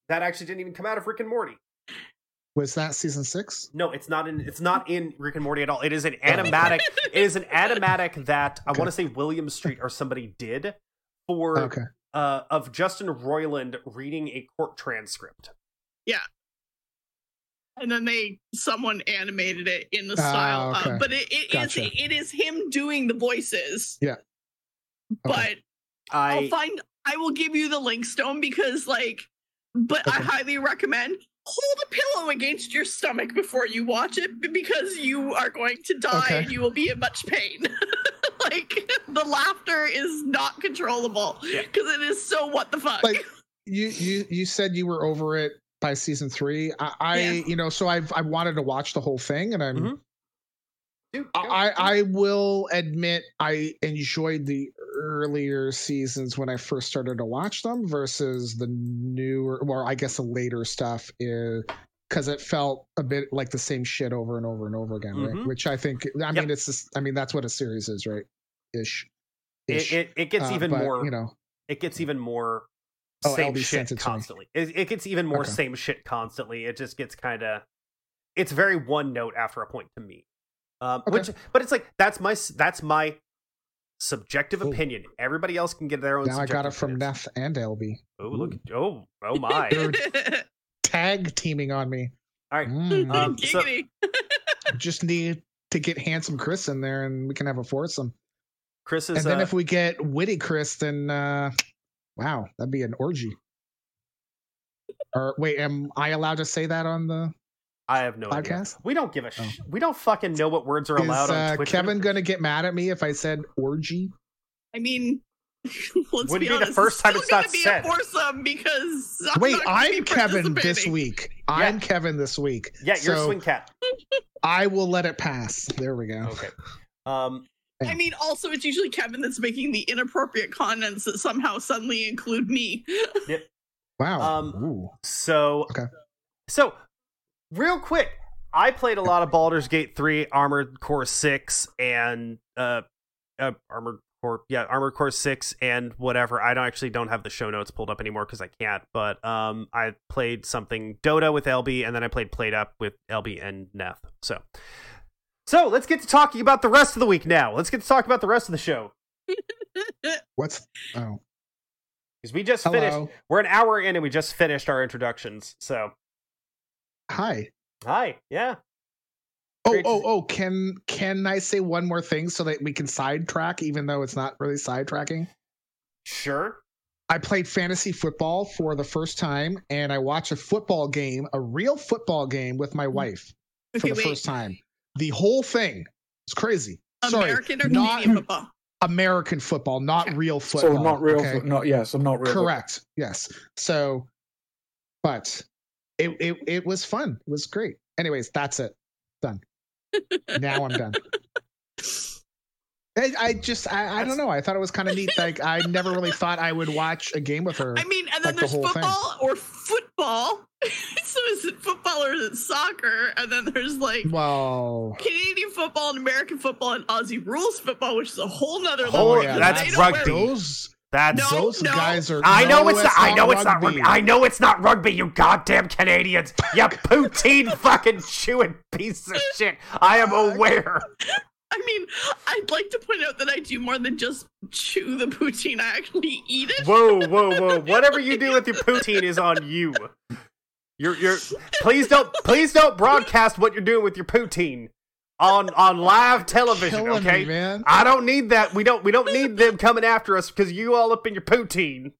[SPEAKER 1] That actually didn't even come out of Rick and Morty.
[SPEAKER 3] Was that season six?
[SPEAKER 1] No, it's not in it's not in Rick and Morty at all. It is an animatic. it is an animatic that I
[SPEAKER 3] Okay.
[SPEAKER 1] want to say William Street or somebody did for
[SPEAKER 3] Okay.
[SPEAKER 1] uh, of Justin Roiland reading a court transcript.
[SPEAKER 2] and then they someone animated it in the
[SPEAKER 3] Ah,
[SPEAKER 2] style
[SPEAKER 3] okay.
[SPEAKER 2] of, but it, it is
[SPEAKER 3] Gotcha.
[SPEAKER 2] it is him doing the voices
[SPEAKER 3] okay.
[SPEAKER 2] but i'll
[SPEAKER 1] I
[SPEAKER 2] find i will give you the link stone because like but i
[SPEAKER 3] Okay.
[SPEAKER 2] highly recommend hold a pillow against your stomach before you watch it b- because you are going to die
[SPEAKER 3] Okay.
[SPEAKER 2] and you will be in much pain like the laughter is not controllable because
[SPEAKER 1] Yeah.
[SPEAKER 2] it is so what the fuck
[SPEAKER 3] Like- you you you said you were over it by season three. I, I
[SPEAKER 2] Yeah.
[SPEAKER 3] you know, so I've I wanted to watch the whole thing, and I'm
[SPEAKER 1] Mhm. Dude, go.
[SPEAKER 3] I I will admit I enjoyed the earlier seasons when I first started to watch them versus the newer, or I guess the later stuff is because it felt a bit like the same shit over and over and over again,
[SPEAKER 1] Mhm.
[SPEAKER 3] right? Which I think I
[SPEAKER 1] Yep.
[SPEAKER 3] mean it's just, I mean that's what a series is, right? Ish.
[SPEAKER 1] it, it, it gets
[SPEAKER 3] Uh,
[SPEAKER 1] even
[SPEAKER 3] but,
[SPEAKER 1] more
[SPEAKER 3] you know.
[SPEAKER 1] it gets even more
[SPEAKER 3] Oh,
[SPEAKER 1] same
[SPEAKER 3] LB
[SPEAKER 1] shit
[SPEAKER 3] sent it to me.
[SPEAKER 1] constantly. It, it gets even more
[SPEAKER 3] Okay.
[SPEAKER 1] same shit constantly. It just gets kind of, it's very one note after a point to me. Um,
[SPEAKER 3] Okay.
[SPEAKER 1] Which, but it's like that's my s- that's my subjective
[SPEAKER 3] Ooh.
[SPEAKER 1] opinion. Everybody else can get their own.
[SPEAKER 3] Now I got it
[SPEAKER 1] subjective
[SPEAKER 3] from
[SPEAKER 1] opinions.
[SPEAKER 3] Neff and LB.
[SPEAKER 1] Oh look! Oh oh my!
[SPEAKER 3] Tag teaming on me.
[SPEAKER 1] All right.
[SPEAKER 3] Mm.
[SPEAKER 1] Um, so-
[SPEAKER 2] Mm-hmm. Giggity.
[SPEAKER 3] just need to get handsome Chris in there, and we can have a foursome.
[SPEAKER 1] Chris
[SPEAKER 3] And
[SPEAKER 1] is.
[SPEAKER 3] then
[SPEAKER 1] uh,
[SPEAKER 3] if we get witty Chris, then uh, wow, that'd be an orgy. or wait, am I allowed to say that on the
[SPEAKER 1] I have no idea.
[SPEAKER 3] podcast? Oh.
[SPEAKER 1] We don't give a. Sh- we don't fucking know what words are
[SPEAKER 3] Is
[SPEAKER 1] allowed on
[SPEAKER 3] uh,
[SPEAKER 1] Twitch.
[SPEAKER 3] Kevin gonna get mad at me if I said orgy?
[SPEAKER 2] I mean, let's
[SPEAKER 1] Wouldn't
[SPEAKER 2] be
[SPEAKER 1] be the
[SPEAKER 2] honest,
[SPEAKER 1] first time
[SPEAKER 2] still
[SPEAKER 1] it's not
[SPEAKER 2] gonna be
[SPEAKER 1] said.
[SPEAKER 2] A foursome because I'm
[SPEAKER 3] Wait,
[SPEAKER 2] not gonna be
[SPEAKER 3] I'm Kevin this
[SPEAKER 2] participating.
[SPEAKER 3] week. I'm Kevin this week.
[SPEAKER 1] Yeah, you're
[SPEAKER 3] so
[SPEAKER 1] swing cat.
[SPEAKER 3] I will let it pass. There we go.
[SPEAKER 1] Okay. Um.
[SPEAKER 2] I mean, also it's usually Kevin that's making the inappropriate comments that somehow suddenly include me.
[SPEAKER 3] Wow.
[SPEAKER 1] Um,
[SPEAKER 3] Ooh.
[SPEAKER 1] So
[SPEAKER 3] Okay.
[SPEAKER 1] So real quick, I played a lot of Baldur's Gate 3, Armored Core 6 and uh, uh Armored Core yeah, Armored Core 6 and whatever. I don't actually don't have the show notes pulled up anymore cuz I can't, but um I played something Dota with LB and then I played Played Up with LB and Neth. So so let's get to talking about the rest of the week now. Let's get to talk about the rest of the show
[SPEAKER 3] What's oh
[SPEAKER 1] because we just finished.
[SPEAKER 3] hello?
[SPEAKER 1] We're an hour in and we just finished our introductions. So
[SPEAKER 3] Hi.
[SPEAKER 1] hi, yeah.
[SPEAKER 3] Oh,
[SPEAKER 1] Great to
[SPEAKER 3] oh,
[SPEAKER 1] see-
[SPEAKER 3] oh! Can can I say one more thing so that we can sidetrack, even though it's not really sidetracking?
[SPEAKER 1] Sure.
[SPEAKER 3] I played fantasy football for the first time, and I watched a football game, a real football game, with my wife for
[SPEAKER 2] Okay,
[SPEAKER 3] the
[SPEAKER 2] Mm. wait.
[SPEAKER 3] first time. The whole thing its crazy. Sorry,
[SPEAKER 2] American or
[SPEAKER 3] not-
[SPEAKER 2] Canadian football?
[SPEAKER 3] American football, not real
[SPEAKER 4] So
[SPEAKER 3] football.
[SPEAKER 4] not real.
[SPEAKER 3] okay?
[SPEAKER 4] fo- Not yeah. So not real. fo-
[SPEAKER 3] Correct. Yes. So, but it, it it was fun. It was great. Anyways, that's it. Done. Now I'm done. I, I just I, I don't know. I thought it was kind of neat. Like I never really thought I would watch a game with her.
[SPEAKER 2] I mean, and then
[SPEAKER 3] Like the
[SPEAKER 2] there's
[SPEAKER 3] whole thing.
[SPEAKER 2] football or football. so is it football or is it soccer? And then there's like
[SPEAKER 3] Well,
[SPEAKER 2] Canadian football and American football and Aussie rules football, which is a whole nother
[SPEAKER 1] Whole-
[SPEAKER 2] level.
[SPEAKER 3] oh, yeah,
[SPEAKER 2] because
[SPEAKER 1] Oh, that's
[SPEAKER 2] they don't wear-
[SPEAKER 1] rugby.
[SPEAKER 3] those
[SPEAKER 1] That's
[SPEAKER 2] No,
[SPEAKER 3] Those
[SPEAKER 2] no.
[SPEAKER 3] guys are.
[SPEAKER 1] I know
[SPEAKER 3] no,
[SPEAKER 1] it's, not, I know it's not
[SPEAKER 3] rugby.
[SPEAKER 1] rugby. I know it's not rugby, you goddamn Canadians. You poutine fucking chewing piece of shit. I am aware.
[SPEAKER 2] I mean, I'd like to point out that I do more than just chew the poutine. I actually eat it.
[SPEAKER 1] Whoa, whoa, whoa. Whatever you do with your poutine is on you. You're you're please don't please don't broadcast what you're doing with your poutine on on live television,
[SPEAKER 3] Killing me,
[SPEAKER 1] okay?
[SPEAKER 3] man.
[SPEAKER 1] I don't need that. We don't we don't need them coming after us because you all up in your poutine.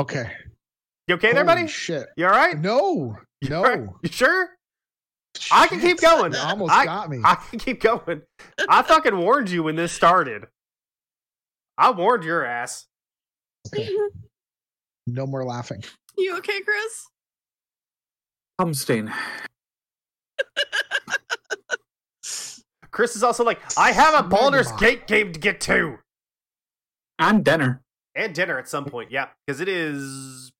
[SPEAKER 3] Okay.
[SPEAKER 1] You okay there,
[SPEAKER 3] Holy
[SPEAKER 1] buddy?
[SPEAKER 3] Shit.
[SPEAKER 1] You alright?
[SPEAKER 3] No. No.
[SPEAKER 1] You sure? I can keep going.
[SPEAKER 3] You almost
[SPEAKER 1] I-
[SPEAKER 3] got me.
[SPEAKER 1] I can keep going. I fucking warned you when this started. I warned your ass.
[SPEAKER 3] no more laughing.
[SPEAKER 2] You okay, Chris?
[SPEAKER 4] Humstein.
[SPEAKER 1] Chris is also like, I have a Baldur's
[SPEAKER 3] Smegma.
[SPEAKER 1] Gate game to get to.
[SPEAKER 4] And dinner.
[SPEAKER 1] And dinner at some point, yeah. Because it is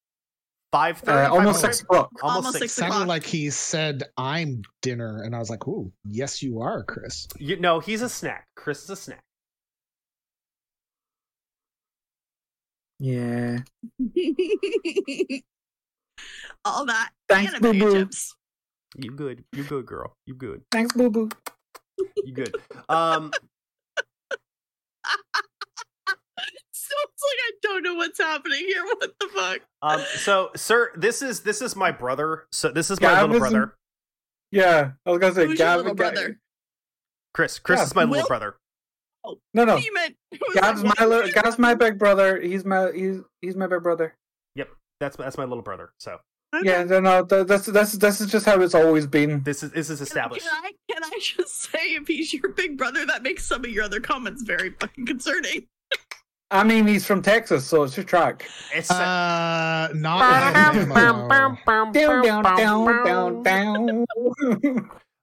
[SPEAKER 1] 5.30.
[SPEAKER 4] Uh, almost
[SPEAKER 1] 5:45?
[SPEAKER 4] six o'clock.
[SPEAKER 1] oh Almost
[SPEAKER 2] Almost
[SPEAKER 1] six.
[SPEAKER 2] six.
[SPEAKER 3] Sounded
[SPEAKER 2] o'clock.
[SPEAKER 3] like he said, "I'm dinner," and I was like, "Ooh, yes, you are, Chris."
[SPEAKER 1] You, no, he's a snack. Chris is a snack.
[SPEAKER 4] Yeah.
[SPEAKER 2] All that
[SPEAKER 4] Thanks,
[SPEAKER 2] and
[SPEAKER 4] boo
[SPEAKER 2] potato
[SPEAKER 4] boo.
[SPEAKER 2] chips.
[SPEAKER 1] You good. You good, girl. You good.
[SPEAKER 4] Thanks, boo boo.
[SPEAKER 1] You good. Um,
[SPEAKER 2] Sounds like I don't know what's happening here. What the fuck?
[SPEAKER 1] um, so, sir, this is this is my brother. So this is my
[SPEAKER 4] Yeah, I
[SPEAKER 1] little
[SPEAKER 4] wasn't-
[SPEAKER 1] brother.
[SPEAKER 4] Yeah, I was gonna say,
[SPEAKER 2] Who's your
[SPEAKER 4] Gav-
[SPEAKER 2] little
[SPEAKER 4] Ga-
[SPEAKER 2] brother?
[SPEAKER 1] Chris. Chris
[SPEAKER 4] Yeah.
[SPEAKER 1] is my little
[SPEAKER 2] Will-
[SPEAKER 1] brother.
[SPEAKER 4] No, no.
[SPEAKER 2] You meant who was
[SPEAKER 4] Gav's
[SPEAKER 2] that
[SPEAKER 4] oh. my
[SPEAKER 2] one?
[SPEAKER 4] little, Gav's my big brother. He's my he's he's my big brother.
[SPEAKER 1] That's that's my little brother. So
[SPEAKER 2] Okay.
[SPEAKER 4] Yeah, no, no, th- that's that's this is just how it's always been.
[SPEAKER 1] this is this is
[SPEAKER 2] Can-
[SPEAKER 1] established.
[SPEAKER 2] Can I, can I just say, if he's your big brother, that makes some of your other comments very fucking concerning.
[SPEAKER 4] I mean, he's from Texas, so it's your track.
[SPEAKER 1] It's
[SPEAKER 3] Uh, not Alabama,
[SPEAKER 4] Down, down, down, down,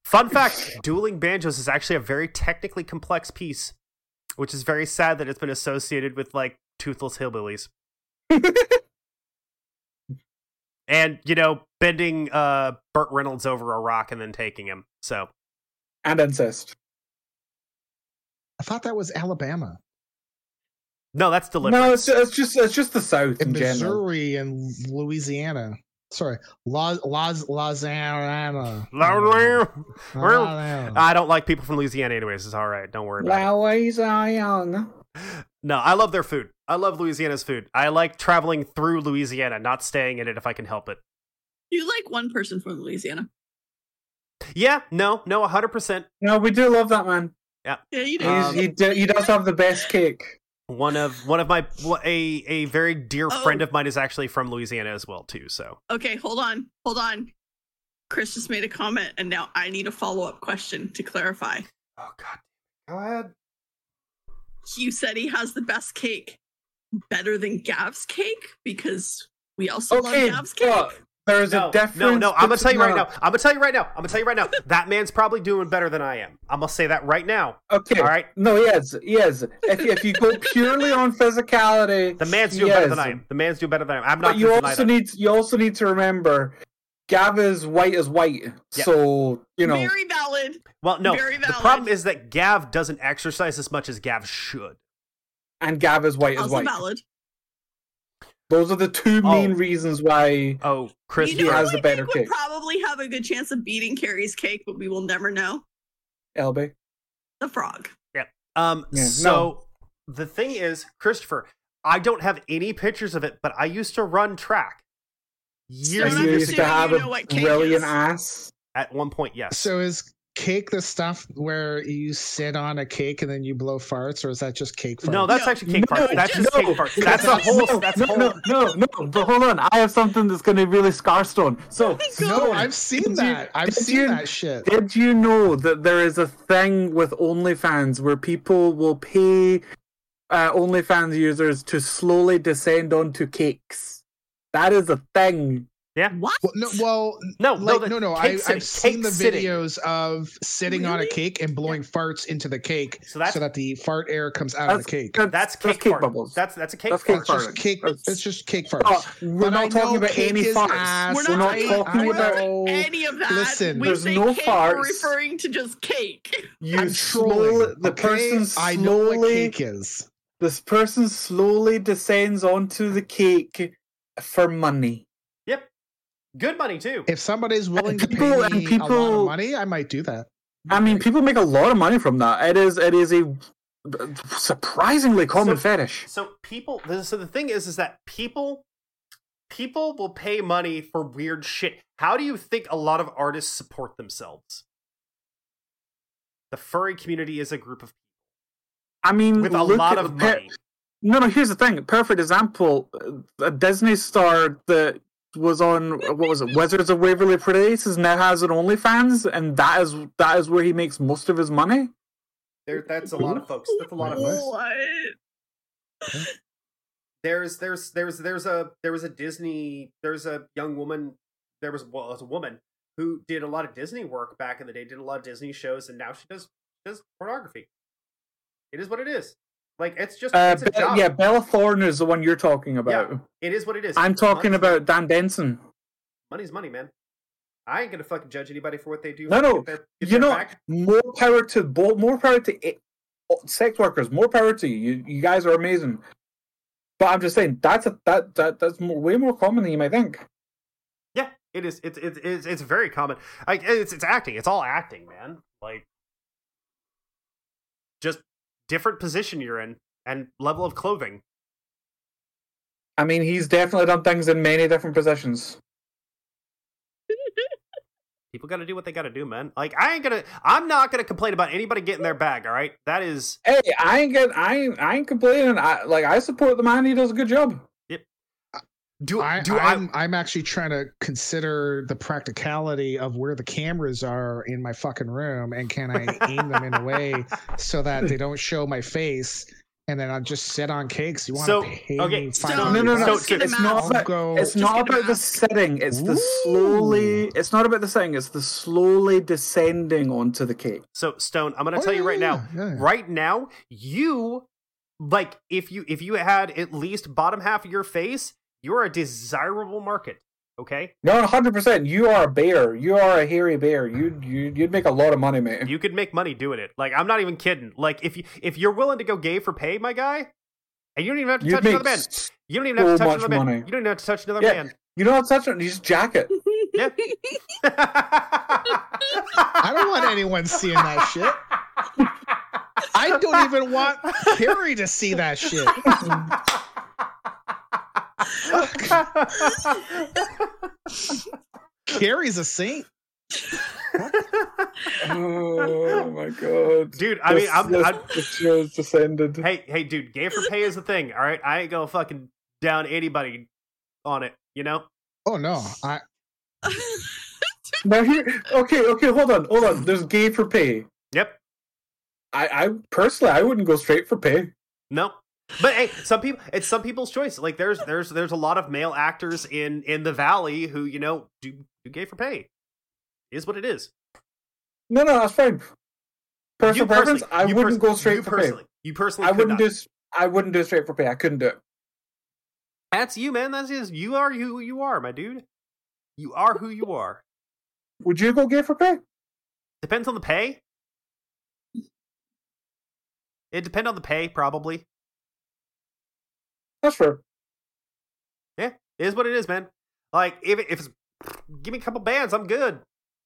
[SPEAKER 1] Fun
[SPEAKER 4] down.
[SPEAKER 1] fact Dueling Banjos is actually a very technically complex piece, which is very sad that it's been associated with like toothless hillbillies. and, you know, bending uh Burt Reynolds over a rock and then taking him. So
[SPEAKER 4] and incest.
[SPEAKER 3] I thought that was Alabama,
[SPEAKER 1] no, that's deliberate.
[SPEAKER 4] No, it's, it's just it's just the South in
[SPEAKER 3] and
[SPEAKER 4] general.
[SPEAKER 3] Missouri, and Louisiana. Sorry, Los Los Louisiana. Louisiana.
[SPEAKER 1] I don't like people from Louisiana anyways, it's alright, don't worry about it.
[SPEAKER 4] Louisiana.
[SPEAKER 1] No, I love their food. I love Louisiana's food. I like traveling through Louisiana, not staying in it if I can help it.
[SPEAKER 2] You like one person from Louisiana.
[SPEAKER 1] Yeah, no, no, 100%.
[SPEAKER 4] No, we do love that man.
[SPEAKER 2] Yeah, you do.
[SPEAKER 1] Um,
[SPEAKER 4] He's, he, do, he does have the best cake.
[SPEAKER 1] One of one of my a a very dear
[SPEAKER 2] Oh.
[SPEAKER 1] friend of mine is actually from Louisiana as well too, so.
[SPEAKER 2] okay, hold on, hold on. Chris just made a comment, and now I need a follow up question to clarify.
[SPEAKER 1] Oh god. Go ahead.
[SPEAKER 2] You said he has the best cake, better than Gav's cake, because we also
[SPEAKER 4] Okay,
[SPEAKER 2] love Gav's cake.
[SPEAKER 4] but there is
[SPEAKER 1] No,
[SPEAKER 4] a difference.
[SPEAKER 1] no, no, I'm gonna tell you right
[SPEAKER 4] between-
[SPEAKER 1] now. I'm gonna tell you right now. I'm gonna tell you right now. that man's probably doing better than I am. I'm gonna say that right now.
[SPEAKER 4] Okay.
[SPEAKER 1] All right.
[SPEAKER 4] No, yes, yes. If, if you go purely on physicality,
[SPEAKER 1] The man's doing better than I am. The man's doing better than I am. I'm not
[SPEAKER 4] But you
[SPEAKER 1] gonna deny
[SPEAKER 4] also
[SPEAKER 1] that.
[SPEAKER 4] need you also need to remember, Gav is white as white.
[SPEAKER 1] Yeah.
[SPEAKER 4] So you know,
[SPEAKER 2] Very valid.
[SPEAKER 1] Well, no.
[SPEAKER 2] very
[SPEAKER 1] The
[SPEAKER 2] valid.
[SPEAKER 1] problem is that Gav doesn't exercise as much as Gav should.
[SPEAKER 4] and Gav is white as
[SPEAKER 2] Also
[SPEAKER 4] white.
[SPEAKER 2] valid.
[SPEAKER 4] Those are the two
[SPEAKER 1] Oh.
[SPEAKER 4] main reasons why.
[SPEAKER 1] Oh, Chris,
[SPEAKER 2] you
[SPEAKER 4] he
[SPEAKER 2] know
[SPEAKER 4] has
[SPEAKER 2] who
[SPEAKER 4] the
[SPEAKER 2] I
[SPEAKER 4] better
[SPEAKER 2] think would
[SPEAKER 4] cake.
[SPEAKER 2] probably have a good chance of beating Carrie's cake, but we will never know.
[SPEAKER 4] LB.
[SPEAKER 2] The frog.
[SPEAKER 1] Um,
[SPEAKER 4] Yeah,
[SPEAKER 1] so the thing is, Christopher, I don't have any pictures of it, but I used to run track years
[SPEAKER 4] And
[SPEAKER 2] I'm
[SPEAKER 4] you
[SPEAKER 1] ago-
[SPEAKER 4] used to
[SPEAKER 2] assuming
[SPEAKER 4] have
[SPEAKER 2] you know
[SPEAKER 4] a
[SPEAKER 2] what cake
[SPEAKER 4] brilliant
[SPEAKER 2] is.
[SPEAKER 4] ass.
[SPEAKER 1] at one point. Yes.
[SPEAKER 3] So is cake the stuff where you sit on a cake and then you blow farts, or is that just cake? Farts?
[SPEAKER 1] no, that's
[SPEAKER 2] No,
[SPEAKER 1] actually cake
[SPEAKER 4] no,
[SPEAKER 1] parts. That's just
[SPEAKER 4] no,
[SPEAKER 1] cake parts. That's a whole.
[SPEAKER 4] No,
[SPEAKER 1] that's
[SPEAKER 4] no,
[SPEAKER 1] a whole.
[SPEAKER 4] no, no, no. But hold on, I have something that's going to really scar Stone. So,
[SPEAKER 3] no.
[SPEAKER 4] Stone,
[SPEAKER 3] I've seen
[SPEAKER 4] Did you-
[SPEAKER 3] that. I've
[SPEAKER 4] did
[SPEAKER 3] seen
[SPEAKER 4] you-
[SPEAKER 3] that shit.
[SPEAKER 4] Did you know that there is a thing with OnlyFans where people will pay uh, OnlyFans users to slowly descend onto cakes? That is a thing.
[SPEAKER 2] What?
[SPEAKER 3] Well, no, well,
[SPEAKER 1] No, no,
[SPEAKER 3] like
[SPEAKER 1] the
[SPEAKER 3] no, no.
[SPEAKER 1] cake
[SPEAKER 3] I,
[SPEAKER 1] sitting-
[SPEAKER 3] I've seen
[SPEAKER 1] cake
[SPEAKER 3] the
[SPEAKER 1] sitting.
[SPEAKER 3] videos of sitting on a
[SPEAKER 2] Really?
[SPEAKER 3] cake and blowing farts into the cake,
[SPEAKER 1] So that's
[SPEAKER 3] so that the fart air comes out of the cake.
[SPEAKER 1] that's cake, part.
[SPEAKER 4] bubbles.
[SPEAKER 1] That's that's a cake
[SPEAKER 4] That's cake
[SPEAKER 1] part.
[SPEAKER 3] It's just
[SPEAKER 4] farting.
[SPEAKER 3] cake.
[SPEAKER 4] That's-
[SPEAKER 3] It's just cake farts.
[SPEAKER 4] Oh, we're
[SPEAKER 3] But I
[SPEAKER 4] not talking
[SPEAKER 3] know
[SPEAKER 4] about
[SPEAKER 3] cake
[SPEAKER 4] any
[SPEAKER 3] is
[SPEAKER 4] farts.
[SPEAKER 3] ass.
[SPEAKER 4] We're not
[SPEAKER 2] talking-
[SPEAKER 4] talking
[SPEAKER 2] we're not
[SPEAKER 4] about.
[SPEAKER 3] Oh,
[SPEAKER 2] any of that.
[SPEAKER 3] listen,
[SPEAKER 2] we
[SPEAKER 4] there's
[SPEAKER 2] say
[SPEAKER 4] no
[SPEAKER 2] cake,
[SPEAKER 4] farts.
[SPEAKER 2] we're referring to just cake.
[SPEAKER 4] You
[SPEAKER 3] I'm
[SPEAKER 4] slowly,
[SPEAKER 3] trolling.
[SPEAKER 4] the
[SPEAKER 3] okay?
[SPEAKER 4] person
[SPEAKER 3] I know what
[SPEAKER 4] slowly-
[SPEAKER 3] cake is.
[SPEAKER 4] This person slowly descends onto the cake for money.
[SPEAKER 1] Good money too.
[SPEAKER 3] If somebody's willing to pay
[SPEAKER 4] people- and
[SPEAKER 3] me a lot
[SPEAKER 4] people-
[SPEAKER 3] of money, I might do that.
[SPEAKER 4] I mean, people make a lot of money from that. It is it is a surprisingly common
[SPEAKER 1] So-
[SPEAKER 4] fetish.
[SPEAKER 1] So people, so the thing is, is that people, people will pay money for weird shit. How do you think a lot of artists support themselves? The furry community is a group of
[SPEAKER 4] I mean,
[SPEAKER 1] with a
[SPEAKER 4] look
[SPEAKER 1] lot
[SPEAKER 4] at
[SPEAKER 1] of
[SPEAKER 4] pe-
[SPEAKER 1] money.
[SPEAKER 4] No, no. Here's the thing. Perfect example. A Disney star that was on what was it? Wizards of Waverly Places now has an OnlyFans, and that is that is where he makes most of his money.
[SPEAKER 1] There, that's a lot of folks. That's a lot of folks.
[SPEAKER 2] What?
[SPEAKER 1] there's there's there's there's a there was a Disney there's a young woman there was well it was a woman who did a lot of Disney work back in the day did a lot of Disney shows and now she does does pornography. It is what it is. Like it's just
[SPEAKER 4] Uh,
[SPEAKER 1] it's a
[SPEAKER 4] Be-
[SPEAKER 1] job.
[SPEAKER 4] yeah, Bella Thorne is the one you're talking about.
[SPEAKER 1] It is what it is.
[SPEAKER 4] I'm talking
[SPEAKER 1] Money's-
[SPEAKER 4] about Dan Benson.
[SPEAKER 1] money's money, man. I ain't gonna fucking judge anybody for what they do.
[SPEAKER 4] No, no,
[SPEAKER 1] Get their- get
[SPEAKER 4] You
[SPEAKER 1] their
[SPEAKER 4] know,
[SPEAKER 1] back.
[SPEAKER 4] more power to both. More power to it- sex workers. More power to you. You, you guys are amazing. But I'm just saying that's a, that that that's more, way more common than you might think.
[SPEAKER 1] Yeah, it is. It's it's it's, it's very common. Like it's it's acting. It's all acting, man. Like just different position you're in and level of clothing.
[SPEAKER 4] I mean, he's definitely done things in many different positions.
[SPEAKER 1] People got to do what they got to do, man. Like I ain't gonna, I'm not gonna complain about anybody getting their bag. All right, that is.
[SPEAKER 4] Hey, I ain't get, I ain't, I ain't complaining. I like, I support the man. He does a good job.
[SPEAKER 1] Do
[SPEAKER 3] I,
[SPEAKER 1] do I?
[SPEAKER 3] I'm, I... am actually trying to consider the practicality of where the cameras are in my fucking room, and can I aim them in a way so that they don't show my face, and then I'll just sit on cakes. You want to
[SPEAKER 1] So,
[SPEAKER 3] pay
[SPEAKER 1] okay,
[SPEAKER 3] me
[SPEAKER 2] so-
[SPEAKER 3] five
[SPEAKER 2] No, no, no,
[SPEAKER 1] so-
[SPEAKER 2] just get a
[SPEAKER 4] it's
[SPEAKER 2] mask.
[SPEAKER 4] not
[SPEAKER 3] I'll
[SPEAKER 4] about,
[SPEAKER 1] Oh,
[SPEAKER 3] go.
[SPEAKER 4] it's
[SPEAKER 2] Just
[SPEAKER 4] not
[SPEAKER 2] get a
[SPEAKER 4] about the
[SPEAKER 2] mask.
[SPEAKER 4] setting. It's the slowly.
[SPEAKER 3] Ooh.
[SPEAKER 4] It's not about the setting. It's the slowly descending onto the cake.
[SPEAKER 1] So Stone, I'm gonna
[SPEAKER 3] Oh,
[SPEAKER 1] tell
[SPEAKER 3] yeah,
[SPEAKER 1] you right
[SPEAKER 3] yeah,
[SPEAKER 1] now.
[SPEAKER 3] yeah, yeah.
[SPEAKER 1] Right now, you like if you if you had at least bottom half of your face, you're a desirable market. Okay,
[SPEAKER 4] No, hundred percent. You are a bear. You are a hairy bear. You you you'd make a lot of money, man.
[SPEAKER 1] you could make money doing it. Like I'm not even kidding. Like if you if you're willing to go gay for pay, my guy, and you don't even have to
[SPEAKER 4] You'd
[SPEAKER 1] touch
[SPEAKER 4] make
[SPEAKER 1] another man.
[SPEAKER 4] s-
[SPEAKER 1] You don't even have
[SPEAKER 4] so
[SPEAKER 1] to touch
[SPEAKER 4] much
[SPEAKER 1] another man.
[SPEAKER 4] money.
[SPEAKER 1] You don't even have to touch another
[SPEAKER 4] Yeah.
[SPEAKER 1] man.
[SPEAKER 4] You don't have to touch it. You just jack it.
[SPEAKER 1] Yeah.
[SPEAKER 3] I
[SPEAKER 1] I
[SPEAKER 3] don't want anyone seeing that shit. I don't even want Carrie to see that shit. Carrie's a saint.
[SPEAKER 4] oh my god,
[SPEAKER 1] dude, I mean, I'm,
[SPEAKER 4] This-
[SPEAKER 1] I'm
[SPEAKER 4] this- this show's descended.
[SPEAKER 1] hey, hey, dude, gay for pay is a thing. All right, I ain't gonna fucking down anybody on it. You know,
[SPEAKER 3] Oh no, I
[SPEAKER 4] Now here, okay, okay, hold on, hold on. There's gay for pay.
[SPEAKER 1] Yep.
[SPEAKER 4] I, I personally, I wouldn't go straight for pay.
[SPEAKER 1] no. But hey, some people it's some people's choice. Like there's there's there's a lot of male actors in in the valley who you know do do gay for pay. Is what it is.
[SPEAKER 4] No, no, that's fine. Personal preference, I
[SPEAKER 1] you
[SPEAKER 4] wouldn't
[SPEAKER 1] pers-
[SPEAKER 4] go straight
[SPEAKER 1] you
[SPEAKER 4] for pay.
[SPEAKER 1] personally, You personally,
[SPEAKER 4] I
[SPEAKER 1] could
[SPEAKER 4] wouldn't
[SPEAKER 1] not.
[SPEAKER 4] do. s- I wouldn't do straight for pay. I couldn't do it.
[SPEAKER 1] That's you, man. That's is you are who you are, my dude. You are who you are.
[SPEAKER 4] Would you go gay for pay?
[SPEAKER 1] Depends on the pay. It depend on the pay, probably.
[SPEAKER 4] That's fair.
[SPEAKER 1] It is what it is, man. Like if it- if it's give me a couple bands, I'm good.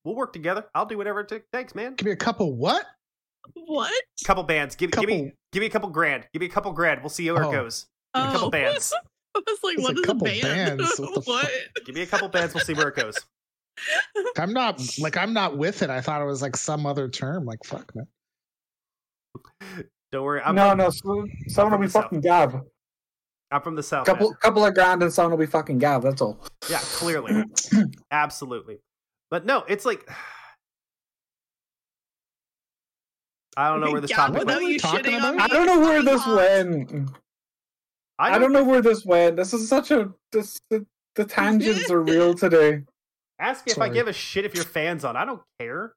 [SPEAKER 1] We'll work together. I'll do whatever it t- takes, man.
[SPEAKER 3] give me a couple. What?
[SPEAKER 2] What?
[SPEAKER 1] Couple bands. Give, give
[SPEAKER 3] Couple.
[SPEAKER 1] me give me a couple grand. Give me a couple grand. We'll see how
[SPEAKER 3] Oh.
[SPEAKER 1] it goes.
[SPEAKER 2] Oh.
[SPEAKER 1] A couple bands.
[SPEAKER 2] I was like,
[SPEAKER 3] It's
[SPEAKER 2] what
[SPEAKER 3] a
[SPEAKER 2] is a
[SPEAKER 3] couple
[SPEAKER 2] band?
[SPEAKER 3] bands, what the fuck?
[SPEAKER 2] what?
[SPEAKER 1] Give me a couple bands. We'll see where it goes.
[SPEAKER 3] I'm not like I'm not with it. I thought it was like some other term. Like fuck man.
[SPEAKER 1] Don't worry. I'm
[SPEAKER 4] no,
[SPEAKER 1] from,
[SPEAKER 4] no, so- someone will be
[SPEAKER 1] Myself.
[SPEAKER 4] fucking gab.
[SPEAKER 1] I'm from the south. man.
[SPEAKER 4] couple, couple of grand, and someone will be fucking gab. That's all.
[SPEAKER 1] Yeah, clearly. Absolutely. But no, it's like I don't know
[SPEAKER 2] Okay,
[SPEAKER 1] where this
[SPEAKER 2] Gab,
[SPEAKER 1] topic went.
[SPEAKER 3] what
[SPEAKER 2] without
[SPEAKER 3] went.
[SPEAKER 2] you
[SPEAKER 3] Talking
[SPEAKER 2] shitting
[SPEAKER 3] about
[SPEAKER 2] on
[SPEAKER 3] it?
[SPEAKER 2] me,
[SPEAKER 4] I don't know where
[SPEAKER 2] I'm
[SPEAKER 4] this
[SPEAKER 2] lost.
[SPEAKER 4] went. I don't know where this went. This is such a this the, the tangents are real today.
[SPEAKER 1] ask me if I
[SPEAKER 3] Sorry.
[SPEAKER 1] give a shit if your fans on. I don't care.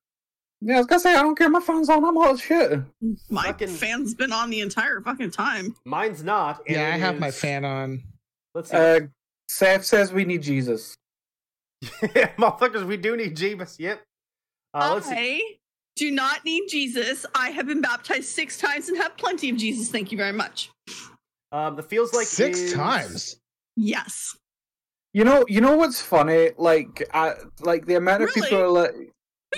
[SPEAKER 4] Yeah, I was gonna say I don't care. My phone's on. I'm hot as shit.
[SPEAKER 2] My
[SPEAKER 1] Fucking-
[SPEAKER 2] fan's been on the entire fucking time.
[SPEAKER 1] Mine's not. and
[SPEAKER 3] Yeah, I
[SPEAKER 1] it
[SPEAKER 3] have my
[SPEAKER 1] is-
[SPEAKER 3] fan on.
[SPEAKER 1] Let's see.
[SPEAKER 4] Uh, Seth says we need Jesus.
[SPEAKER 1] Motherfuckers, we do need Jeebus. Yep. Uh, let's see.
[SPEAKER 2] I do not need Jesus. I have been baptized six times and have plenty of Jesus. Thank you very much.
[SPEAKER 1] Um, the feels like
[SPEAKER 3] six
[SPEAKER 1] is-
[SPEAKER 3] times.
[SPEAKER 2] Yes.
[SPEAKER 4] You know, you know what's funny? Like, uh, like the amount of people
[SPEAKER 2] Really?
[SPEAKER 4] are like,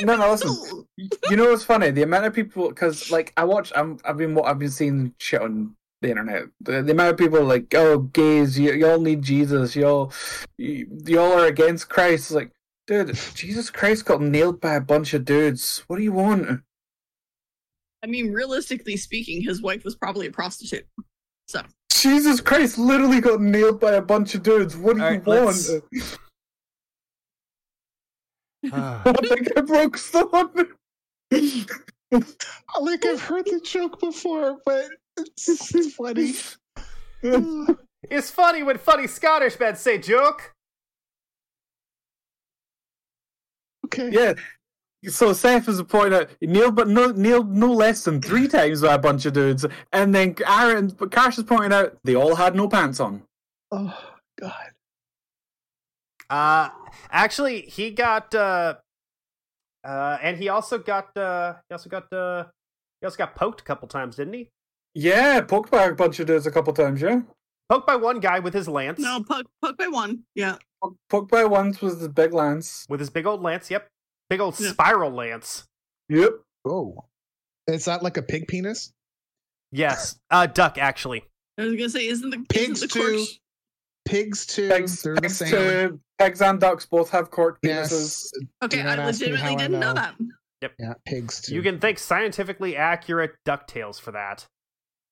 [SPEAKER 4] no, no, listen. you know what's funny? The amount of people, because like I watch, I'm, I've been, wa- I've been seeing shit on the internet. The, the amount of people like, oh, gays, you, y'all need Jesus, y'all, you, y'all are against Christ. It's like, dude, Jesus Christ got nailed by a bunch of dudes. What do you want?
[SPEAKER 2] I mean, realistically speaking, his wife was probably a prostitute. So
[SPEAKER 4] Jesus Christ literally got nailed by a bunch of dudes. What do you
[SPEAKER 1] Alright,
[SPEAKER 4] want?
[SPEAKER 1] let's-
[SPEAKER 3] Ah.
[SPEAKER 4] I think I broke someone.
[SPEAKER 3] Like I've heard the joke before, but it's funny.
[SPEAKER 1] It's funny when funny Scottish men say joke.
[SPEAKER 3] Okay.
[SPEAKER 4] Yeah. So Seth is pointing out he kneeled, but no kneeled no less than three times by a bunch of dudes, and then Aaron, but Cash is pointing out they all had no pants on.
[SPEAKER 3] Oh God.
[SPEAKER 1] Uh, actually, he got uh, uh, and he also got uh, he also got uh, he also got poked a couple times, didn't he?
[SPEAKER 4] Yeah, poked by a bunch of dudes a couple times. Yeah,
[SPEAKER 1] Poked by one guy with his lance.
[SPEAKER 2] no, poke, poke by one. Yeah.
[SPEAKER 4] Po- poked by once was the big lance.
[SPEAKER 1] With his big old lance. Yep. Big old
[SPEAKER 2] Yeah.
[SPEAKER 1] spiral lance.
[SPEAKER 4] Yep.
[SPEAKER 3] Oh. Is that like a pig penis?
[SPEAKER 1] Yes. Uh, duck actually.
[SPEAKER 2] I was gonna say, isn't the
[SPEAKER 3] Pigs
[SPEAKER 2] isn't the cork-
[SPEAKER 3] too. Pigs too.
[SPEAKER 4] Pegs,
[SPEAKER 3] They're the
[SPEAKER 4] pegs,
[SPEAKER 3] same.
[SPEAKER 4] to, pegs and ducks both have cork penises.
[SPEAKER 3] Yes.
[SPEAKER 2] Okay,
[SPEAKER 3] Do not
[SPEAKER 2] I
[SPEAKER 3] ask me
[SPEAKER 2] legitimately
[SPEAKER 3] how I
[SPEAKER 2] didn't know.
[SPEAKER 3] know.
[SPEAKER 2] that.
[SPEAKER 3] Yeah, pigs too.
[SPEAKER 1] You can thank scientifically accurate ducktales for that.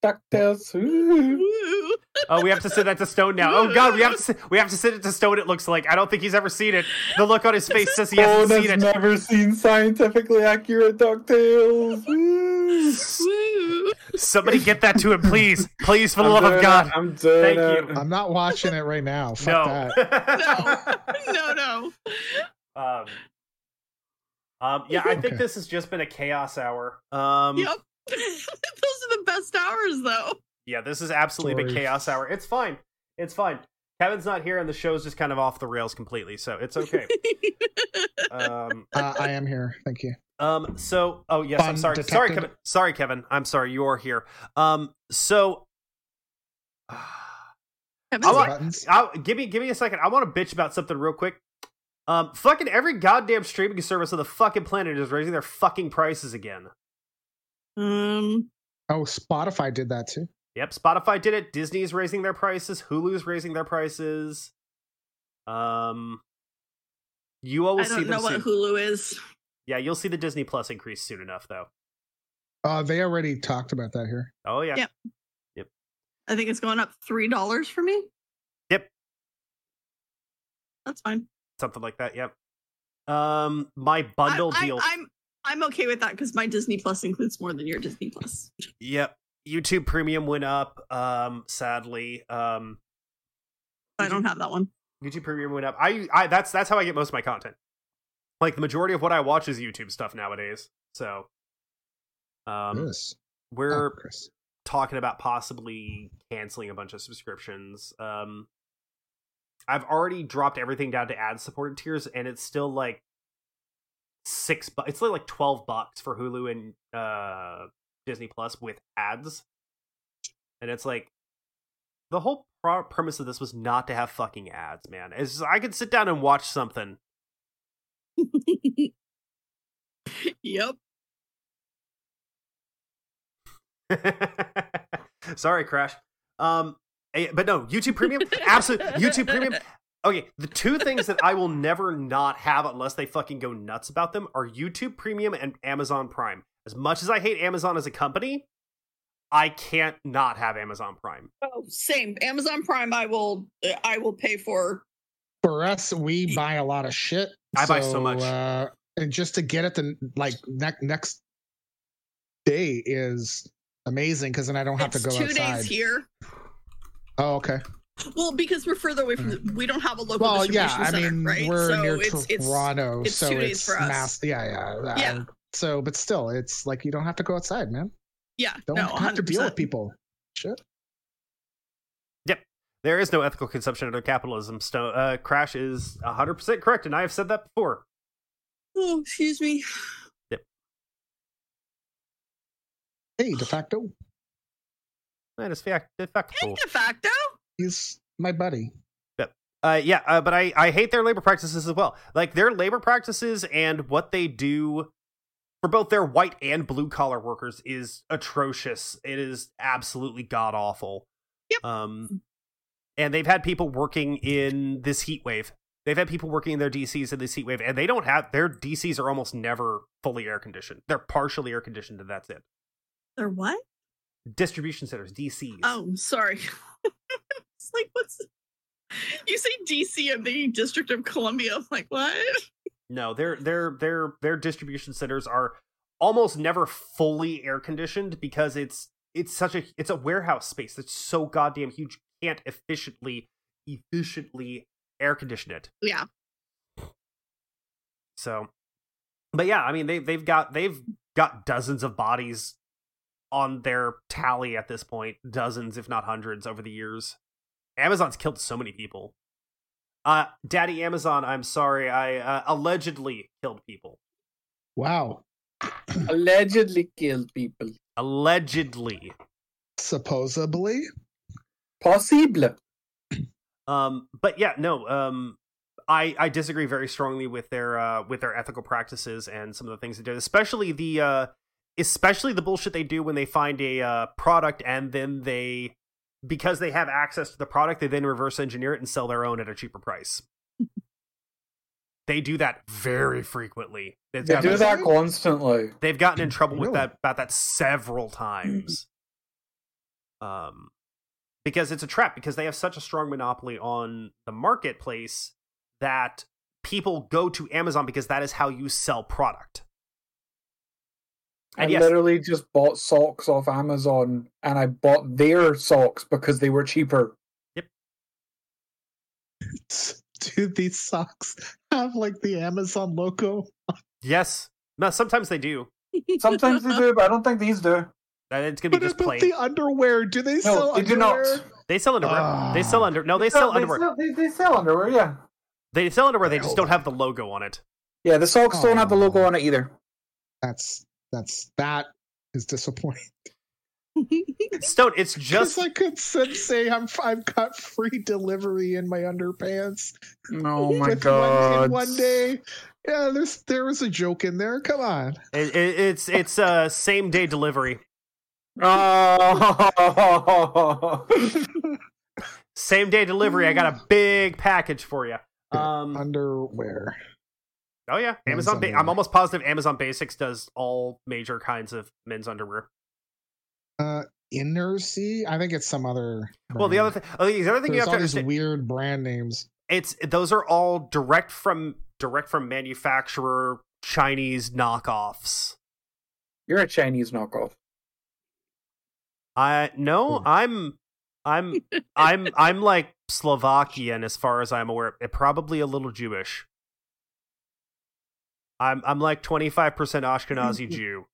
[SPEAKER 4] Ducktales. ooh.
[SPEAKER 2] Woo.
[SPEAKER 1] Oh, we have to send that to Stone now. Oh God, we have to se- we have to send it to Stone. It looks like I don't think he's ever seen it. The look on his face says he hasn't
[SPEAKER 4] Owen has
[SPEAKER 1] seen it.
[SPEAKER 4] never seen scientifically accurate ducktales. ooh.
[SPEAKER 2] Woo.
[SPEAKER 1] Somebody get that to him, please, please, for the
[SPEAKER 4] I'm
[SPEAKER 1] love
[SPEAKER 4] doing
[SPEAKER 1] of
[SPEAKER 4] it,
[SPEAKER 1] God.
[SPEAKER 4] I'm doing
[SPEAKER 1] Thank
[SPEAKER 4] it.
[SPEAKER 1] you.
[SPEAKER 3] I'm not watching it right now. Fuck
[SPEAKER 1] No.
[SPEAKER 2] No, no.
[SPEAKER 1] um, um, yeah, I think
[SPEAKER 3] Okay.
[SPEAKER 1] this has just been a chaos hour. Um,
[SPEAKER 2] Yep. Those are the best hours, though.
[SPEAKER 1] Yeah, this is absolutely been
[SPEAKER 3] Sorry.
[SPEAKER 1] chaos hour. It's fine. It's fine. Kevin's not here, and the show's just kind of off the rails completely, so it's okay. um,
[SPEAKER 3] that. Uh, I am here. Thank you.
[SPEAKER 1] Um. So, oh yes, I'm
[SPEAKER 3] Bond
[SPEAKER 1] sorry.
[SPEAKER 3] detected.
[SPEAKER 1] Sorry, Kevin. Sorry, Kevin. I'm sorry. You are here. Um. So,
[SPEAKER 2] Kevin's
[SPEAKER 1] I want-
[SPEAKER 3] Buttons.
[SPEAKER 1] I, give me give me a second. I want to bitch about something real quick. Um. Fucking every goddamn streaming service on the fucking planet is raising their fucking prices again.
[SPEAKER 2] like, um,
[SPEAKER 3] Oh, Spotify did that too.
[SPEAKER 1] Yep. Spotify did it. Disney's raising their prices. Hulu's raising their prices. Um. You all will
[SPEAKER 2] I
[SPEAKER 1] see
[SPEAKER 2] don't
[SPEAKER 1] them
[SPEAKER 2] know what
[SPEAKER 1] soon.
[SPEAKER 2] Hulu is.
[SPEAKER 1] yeah, you'll see the Disney Plus increase soon enough, though.
[SPEAKER 3] Uh, they already talked about that here.
[SPEAKER 1] Oh yeah.
[SPEAKER 2] Yeah. I think it's going up three dollars for me.
[SPEAKER 1] Yep.
[SPEAKER 2] That's fine.
[SPEAKER 1] Something like that. Yep. Um. My
[SPEAKER 2] I-
[SPEAKER 1] bundle
[SPEAKER 2] I,
[SPEAKER 1] deal.
[SPEAKER 2] I'm I'm okay with that because my Disney Plus includes more than your Disney Plus.
[SPEAKER 1] Yep. YouTube Premium went up. Um, sadly, um, Mm-hmm.
[SPEAKER 2] I don't have that one.
[SPEAKER 1] YouTube Premium went up. I, I that's that's how I get most of my content. Like the majority of what I watch is YouTube stuff nowadays. So, um,
[SPEAKER 3] yes. Oh,
[SPEAKER 1] we're
[SPEAKER 3] Chris.
[SPEAKER 1] talking about possibly canceling a bunch of subscriptions. Um, I've already dropped everything down to ad supported tiers, and it's still like six. Bu- it's still like twelve bucks for Hulu and uh, Disney Plus with ads, and it's like the whole pro- premise of this was not to have fucking ads, man. It's just- I could sit down and watch something.
[SPEAKER 2] Yep.
[SPEAKER 1] Sorry, Crash. Um, eh, but no, YouTube Premium, absolutely. YouTube Premium. Okay, the two things that I will never not have unless they fucking go nuts about them are YouTube Premium and Amazon Prime. As much as I hate Amazon as a company, I can't not have Amazon Prime.
[SPEAKER 2] Oh, same. Amazon Prime. I will. eh, I will pay for.
[SPEAKER 3] For us, we buy a lot of shit.
[SPEAKER 1] I buy so much.
[SPEAKER 3] Uh, and just to get it the like next next day is amazing because then I don't have
[SPEAKER 2] It's
[SPEAKER 3] to go
[SPEAKER 2] two
[SPEAKER 3] outside.
[SPEAKER 2] days here.
[SPEAKER 3] Oh, okay.
[SPEAKER 2] Well, because we're further away from. The, we don't have a local.
[SPEAKER 3] Mm. Well, yeah.
[SPEAKER 2] distribution
[SPEAKER 3] I
[SPEAKER 2] center,
[SPEAKER 3] mean,
[SPEAKER 2] right?
[SPEAKER 3] we're
[SPEAKER 2] so
[SPEAKER 3] near
[SPEAKER 2] it's, it's
[SPEAKER 3] Toronto,
[SPEAKER 2] it's
[SPEAKER 3] so
[SPEAKER 2] two days
[SPEAKER 3] it's
[SPEAKER 2] for us.
[SPEAKER 3] mass. Yeah, yeah, uh,
[SPEAKER 2] Yeah.
[SPEAKER 3] So, but still, it's like you don't have to go outside, man.
[SPEAKER 2] yeah.
[SPEAKER 3] Don't
[SPEAKER 2] no,
[SPEAKER 3] have to
[SPEAKER 2] hundred
[SPEAKER 3] deal with
[SPEAKER 2] percent.
[SPEAKER 3] people. Shit.
[SPEAKER 1] There is no ethical consumption under capitalism. So, uh, Crash is 100% correct, and I have said that before.
[SPEAKER 2] Oh, excuse me.
[SPEAKER 3] Hey, de facto,
[SPEAKER 1] That is fact. De facto.
[SPEAKER 2] Hey, de facto.
[SPEAKER 3] he's my buddy.
[SPEAKER 1] Uh, yeah, uh, but I, I hate their labor practices as well. Like their labor practices and what they do for both their white and blue collar workers is atrocious. It is absolutely god awful.
[SPEAKER 2] Yep.
[SPEAKER 1] Um, and they've had people working in this heat wave. They've had people working in their DCs in this heat wave, and they don't have their DCs are almost never fully air conditioned. They're partially air conditioned, and that's it.
[SPEAKER 2] They're what?
[SPEAKER 1] Distribution centers, DCs.
[SPEAKER 2] Oh, sorry. it's like what's you say DC? I'm thinking District of Columbia. I'm like what?
[SPEAKER 1] No, their their their their distribution centers are almost never fully air conditioned because it's it's such a it's a warehouse space that's so goddamn huge you can't efficiently efficiently air condition it.
[SPEAKER 2] Yeah.
[SPEAKER 1] So but yeah, I mean they they've got they've got dozens of bodies on their tally at this point, dozens if not hundreds over the years. Amazon's killed so many people. Uh Daddy Amazon, I'm sorry, I uh, allegedly killed people.
[SPEAKER 3] Wow.
[SPEAKER 4] Allegedly killed people.
[SPEAKER 1] allegedly
[SPEAKER 3] Supposedly,
[SPEAKER 4] Possible.
[SPEAKER 1] um but yeah no um i i disagree very strongly with their uh with their ethical practices and some of the things they do especially the uh especially the bullshit they do when they find a uh product and then they because they have access to the product they then reverse engineer it and sell their own at a cheaper price they do that very frequently They've
[SPEAKER 4] They
[SPEAKER 1] gotten-
[SPEAKER 4] do that constantly.
[SPEAKER 1] They've gotten in trouble with
[SPEAKER 3] Really?
[SPEAKER 1] that about that several times. Um because it's a trap because they have such a strong monopoly on the marketplace that people go to Amazon because that is how you sell product.
[SPEAKER 4] I
[SPEAKER 1] And yes,
[SPEAKER 4] literally just bought socks off Amazon and I bought their socks because they were cheaper.
[SPEAKER 3] do these socks have like the Amazon logo?
[SPEAKER 1] yes. No, sometimes they do.
[SPEAKER 4] Sometimes they do, but I don't think these do.
[SPEAKER 1] And it's gonna be
[SPEAKER 3] But
[SPEAKER 1] just
[SPEAKER 3] about
[SPEAKER 1] plain.
[SPEAKER 3] the underwear? Do they
[SPEAKER 4] No,
[SPEAKER 3] sell
[SPEAKER 4] they do not.
[SPEAKER 3] underwear?
[SPEAKER 1] They sell underwear. they sell under. Ah. No, they
[SPEAKER 4] No,
[SPEAKER 1] sell underwear.
[SPEAKER 4] They, they sell underwear, yeah.
[SPEAKER 1] They sell underwear. They just don't have the logo on it.
[SPEAKER 4] Yeah, the socks don't have the logo on it either.
[SPEAKER 3] That's that's that is disappointing.
[SPEAKER 1] Stone. It's
[SPEAKER 3] Just
[SPEAKER 1] just
[SPEAKER 3] I could sit- say I'm I've got free delivery in my underpants.
[SPEAKER 4] Oh my
[SPEAKER 3] with One,
[SPEAKER 4] god.
[SPEAKER 3] in one day, yeah. There's there was a joke in there. Come on.
[SPEAKER 1] it, it, it's it's uh same day delivery.
[SPEAKER 4] Oh.
[SPEAKER 1] Same day delivery. I got a big package for you. Um,
[SPEAKER 3] underwear.
[SPEAKER 1] Oh yeah,
[SPEAKER 3] Men's
[SPEAKER 1] Amazon. Ba-
[SPEAKER 3] underwear.
[SPEAKER 1] I'm almost positive Amazon Basics does all major kinds of men's underwear.
[SPEAKER 3] Uh, inner sea. I think it's some other.
[SPEAKER 1] Well, the
[SPEAKER 3] brand.
[SPEAKER 1] other thing, oh, the other thing you have
[SPEAKER 3] There's
[SPEAKER 1] to
[SPEAKER 3] all these
[SPEAKER 1] understand,
[SPEAKER 3] weird brand names.
[SPEAKER 1] it's those are all direct from direct from manufacturer Chinese knockoffs.
[SPEAKER 4] You're a Chinese knockoff.
[SPEAKER 1] I no,
[SPEAKER 3] Hmm.
[SPEAKER 1] I'm I'm I'm I'm like Slovakian as far as I'm aware. It, probably a little Jewish. I'm I'm like 25% Ashkenazi Jew.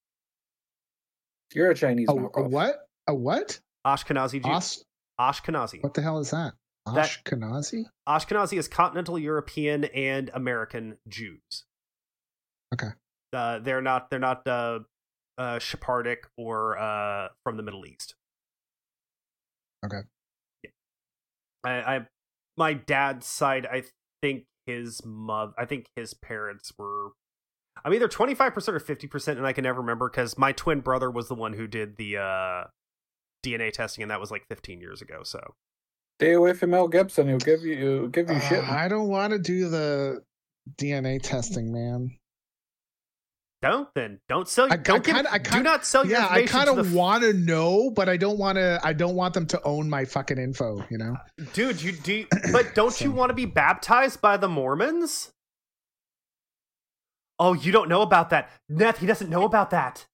[SPEAKER 4] You're a Chinese
[SPEAKER 3] A, a
[SPEAKER 4] knockoff.
[SPEAKER 3] what? A what?
[SPEAKER 1] Ashkenazi Jew.
[SPEAKER 3] Os-
[SPEAKER 1] Ashkenazi.
[SPEAKER 3] what the hell is that?
[SPEAKER 1] That-
[SPEAKER 3] Ashkenazi?
[SPEAKER 1] Ashkenazi is continental European and American Jews.
[SPEAKER 3] Okay.
[SPEAKER 1] Uh, they're not they're not uh, uh, Sephardic or uh, from the Middle East.
[SPEAKER 3] Okay.
[SPEAKER 1] Yeah. I, I my dad's side, I think his mother, I think his parents were. I'm either 25 percent or 50 percent, and I can never remember because my twin brother was the one who did the uh, DNA testing, and that was like 15 years ago. So
[SPEAKER 4] Stay away from Mel Gibson. He'll give you he'll give you
[SPEAKER 3] Uh,
[SPEAKER 2] Um,
[SPEAKER 4] shit.
[SPEAKER 3] I don't want to do the DNA testing, man.
[SPEAKER 1] don't then don't sell.
[SPEAKER 3] I- I
[SPEAKER 1] don't give,
[SPEAKER 3] kinda- I
[SPEAKER 1] do
[SPEAKER 3] kinda-
[SPEAKER 1] not
[SPEAKER 2] Oh,
[SPEAKER 1] sell your
[SPEAKER 3] yeah, I
[SPEAKER 1] information
[SPEAKER 3] kind
[SPEAKER 1] to
[SPEAKER 3] of
[SPEAKER 1] the-
[SPEAKER 3] want to know, but I don't want to. I don't want them to own my fucking info. You know?
[SPEAKER 1] dude. You do, but don't you
[SPEAKER 3] So-
[SPEAKER 1] want to be baptized by the Mormons? Oh, you don't know about that, Neth. He doesn't know about that.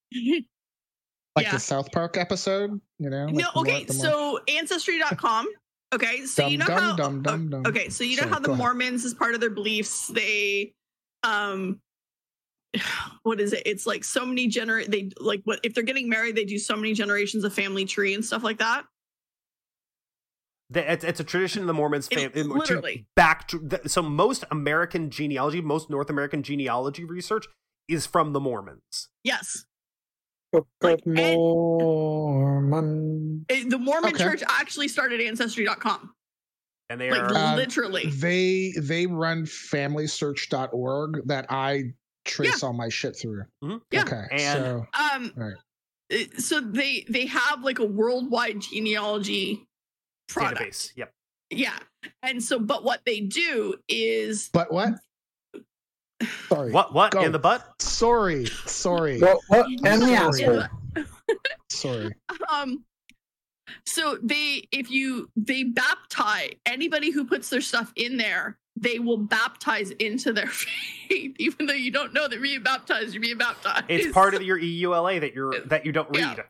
[SPEAKER 3] Like
[SPEAKER 2] Yeah.
[SPEAKER 3] the South Park episode. You know?
[SPEAKER 2] no,
[SPEAKER 3] like the more-
[SPEAKER 2] okay,
[SPEAKER 3] the more-
[SPEAKER 2] so ancestry.com. Okay, so you know
[SPEAKER 3] Dum, dum,
[SPEAKER 2] how
[SPEAKER 3] dum, dum, dum.
[SPEAKER 2] Okay, so you know
[SPEAKER 3] Sorry,
[SPEAKER 2] how
[SPEAKER 3] go
[SPEAKER 2] the
[SPEAKER 3] ahead.
[SPEAKER 2] Mormons as part of their beliefs, they um what is it? It's like so many gener they like what if they're getting married, they do so many generations of family tree and stuff like that.
[SPEAKER 1] The- It's, it's a tradition in the Mormons
[SPEAKER 2] It-
[SPEAKER 1] family.
[SPEAKER 2] literally.
[SPEAKER 1] back to the, so most American genealogy, most North American genealogy research is from the Mormons.
[SPEAKER 2] Yes.
[SPEAKER 4] Book
[SPEAKER 2] Like,
[SPEAKER 4] of
[SPEAKER 3] eh.
[SPEAKER 4] Mormon.
[SPEAKER 2] It- the Mormon
[SPEAKER 3] Okay.
[SPEAKER 2] Church actually started Ancestry.com.
[SPEAKER 1] and they
[SPEAKER 2] Like
[SPEAKER 1] are
[SPEAKER 3] Uh,
[SPEAKER 2] literally.
[SPEAKER 3] They they run familysearch.org that I trace all my shit through.
[SPEAKER 1] Mhm.
[SPEAKER 2] Mm-hmm. Yeah.
[SPEAKER 3] Okay.
[SPEAKER 1] And-
[SPEAKER 3] so
[SPEAKER 2] Um,
[SPEAKER 3] Right.
[SPEAKER 2] it- so they they have like a worldwide genealogy product.
[SPEAKER 1] database. Yep.
[SPEAKER 2] Yeah, and so but what they do is
[SPEAKER 3] but what? Sorry.
[SPEAKER 1] What? What
[SPEAKER 3] Go.
[SPEAKER 1] in the butt?
[SPEAKER 3] Sorry. Sorry.
[SPEAKER 4] Well, what? And the
[SPEAKER 3] sorry.
[SPEAKER 4] asshole.
[SPEAKER 3] Sorry.
[SPEAKER 2] um. So they if you they baptize anybody who puts their stuff in there, they will baptize into their faith, even though you don't know that being baptized, you're being baptized.
[SPEAKER 1] It's part of your E EULA that you're that you don't read.
[SPEAKER 2] Yeah.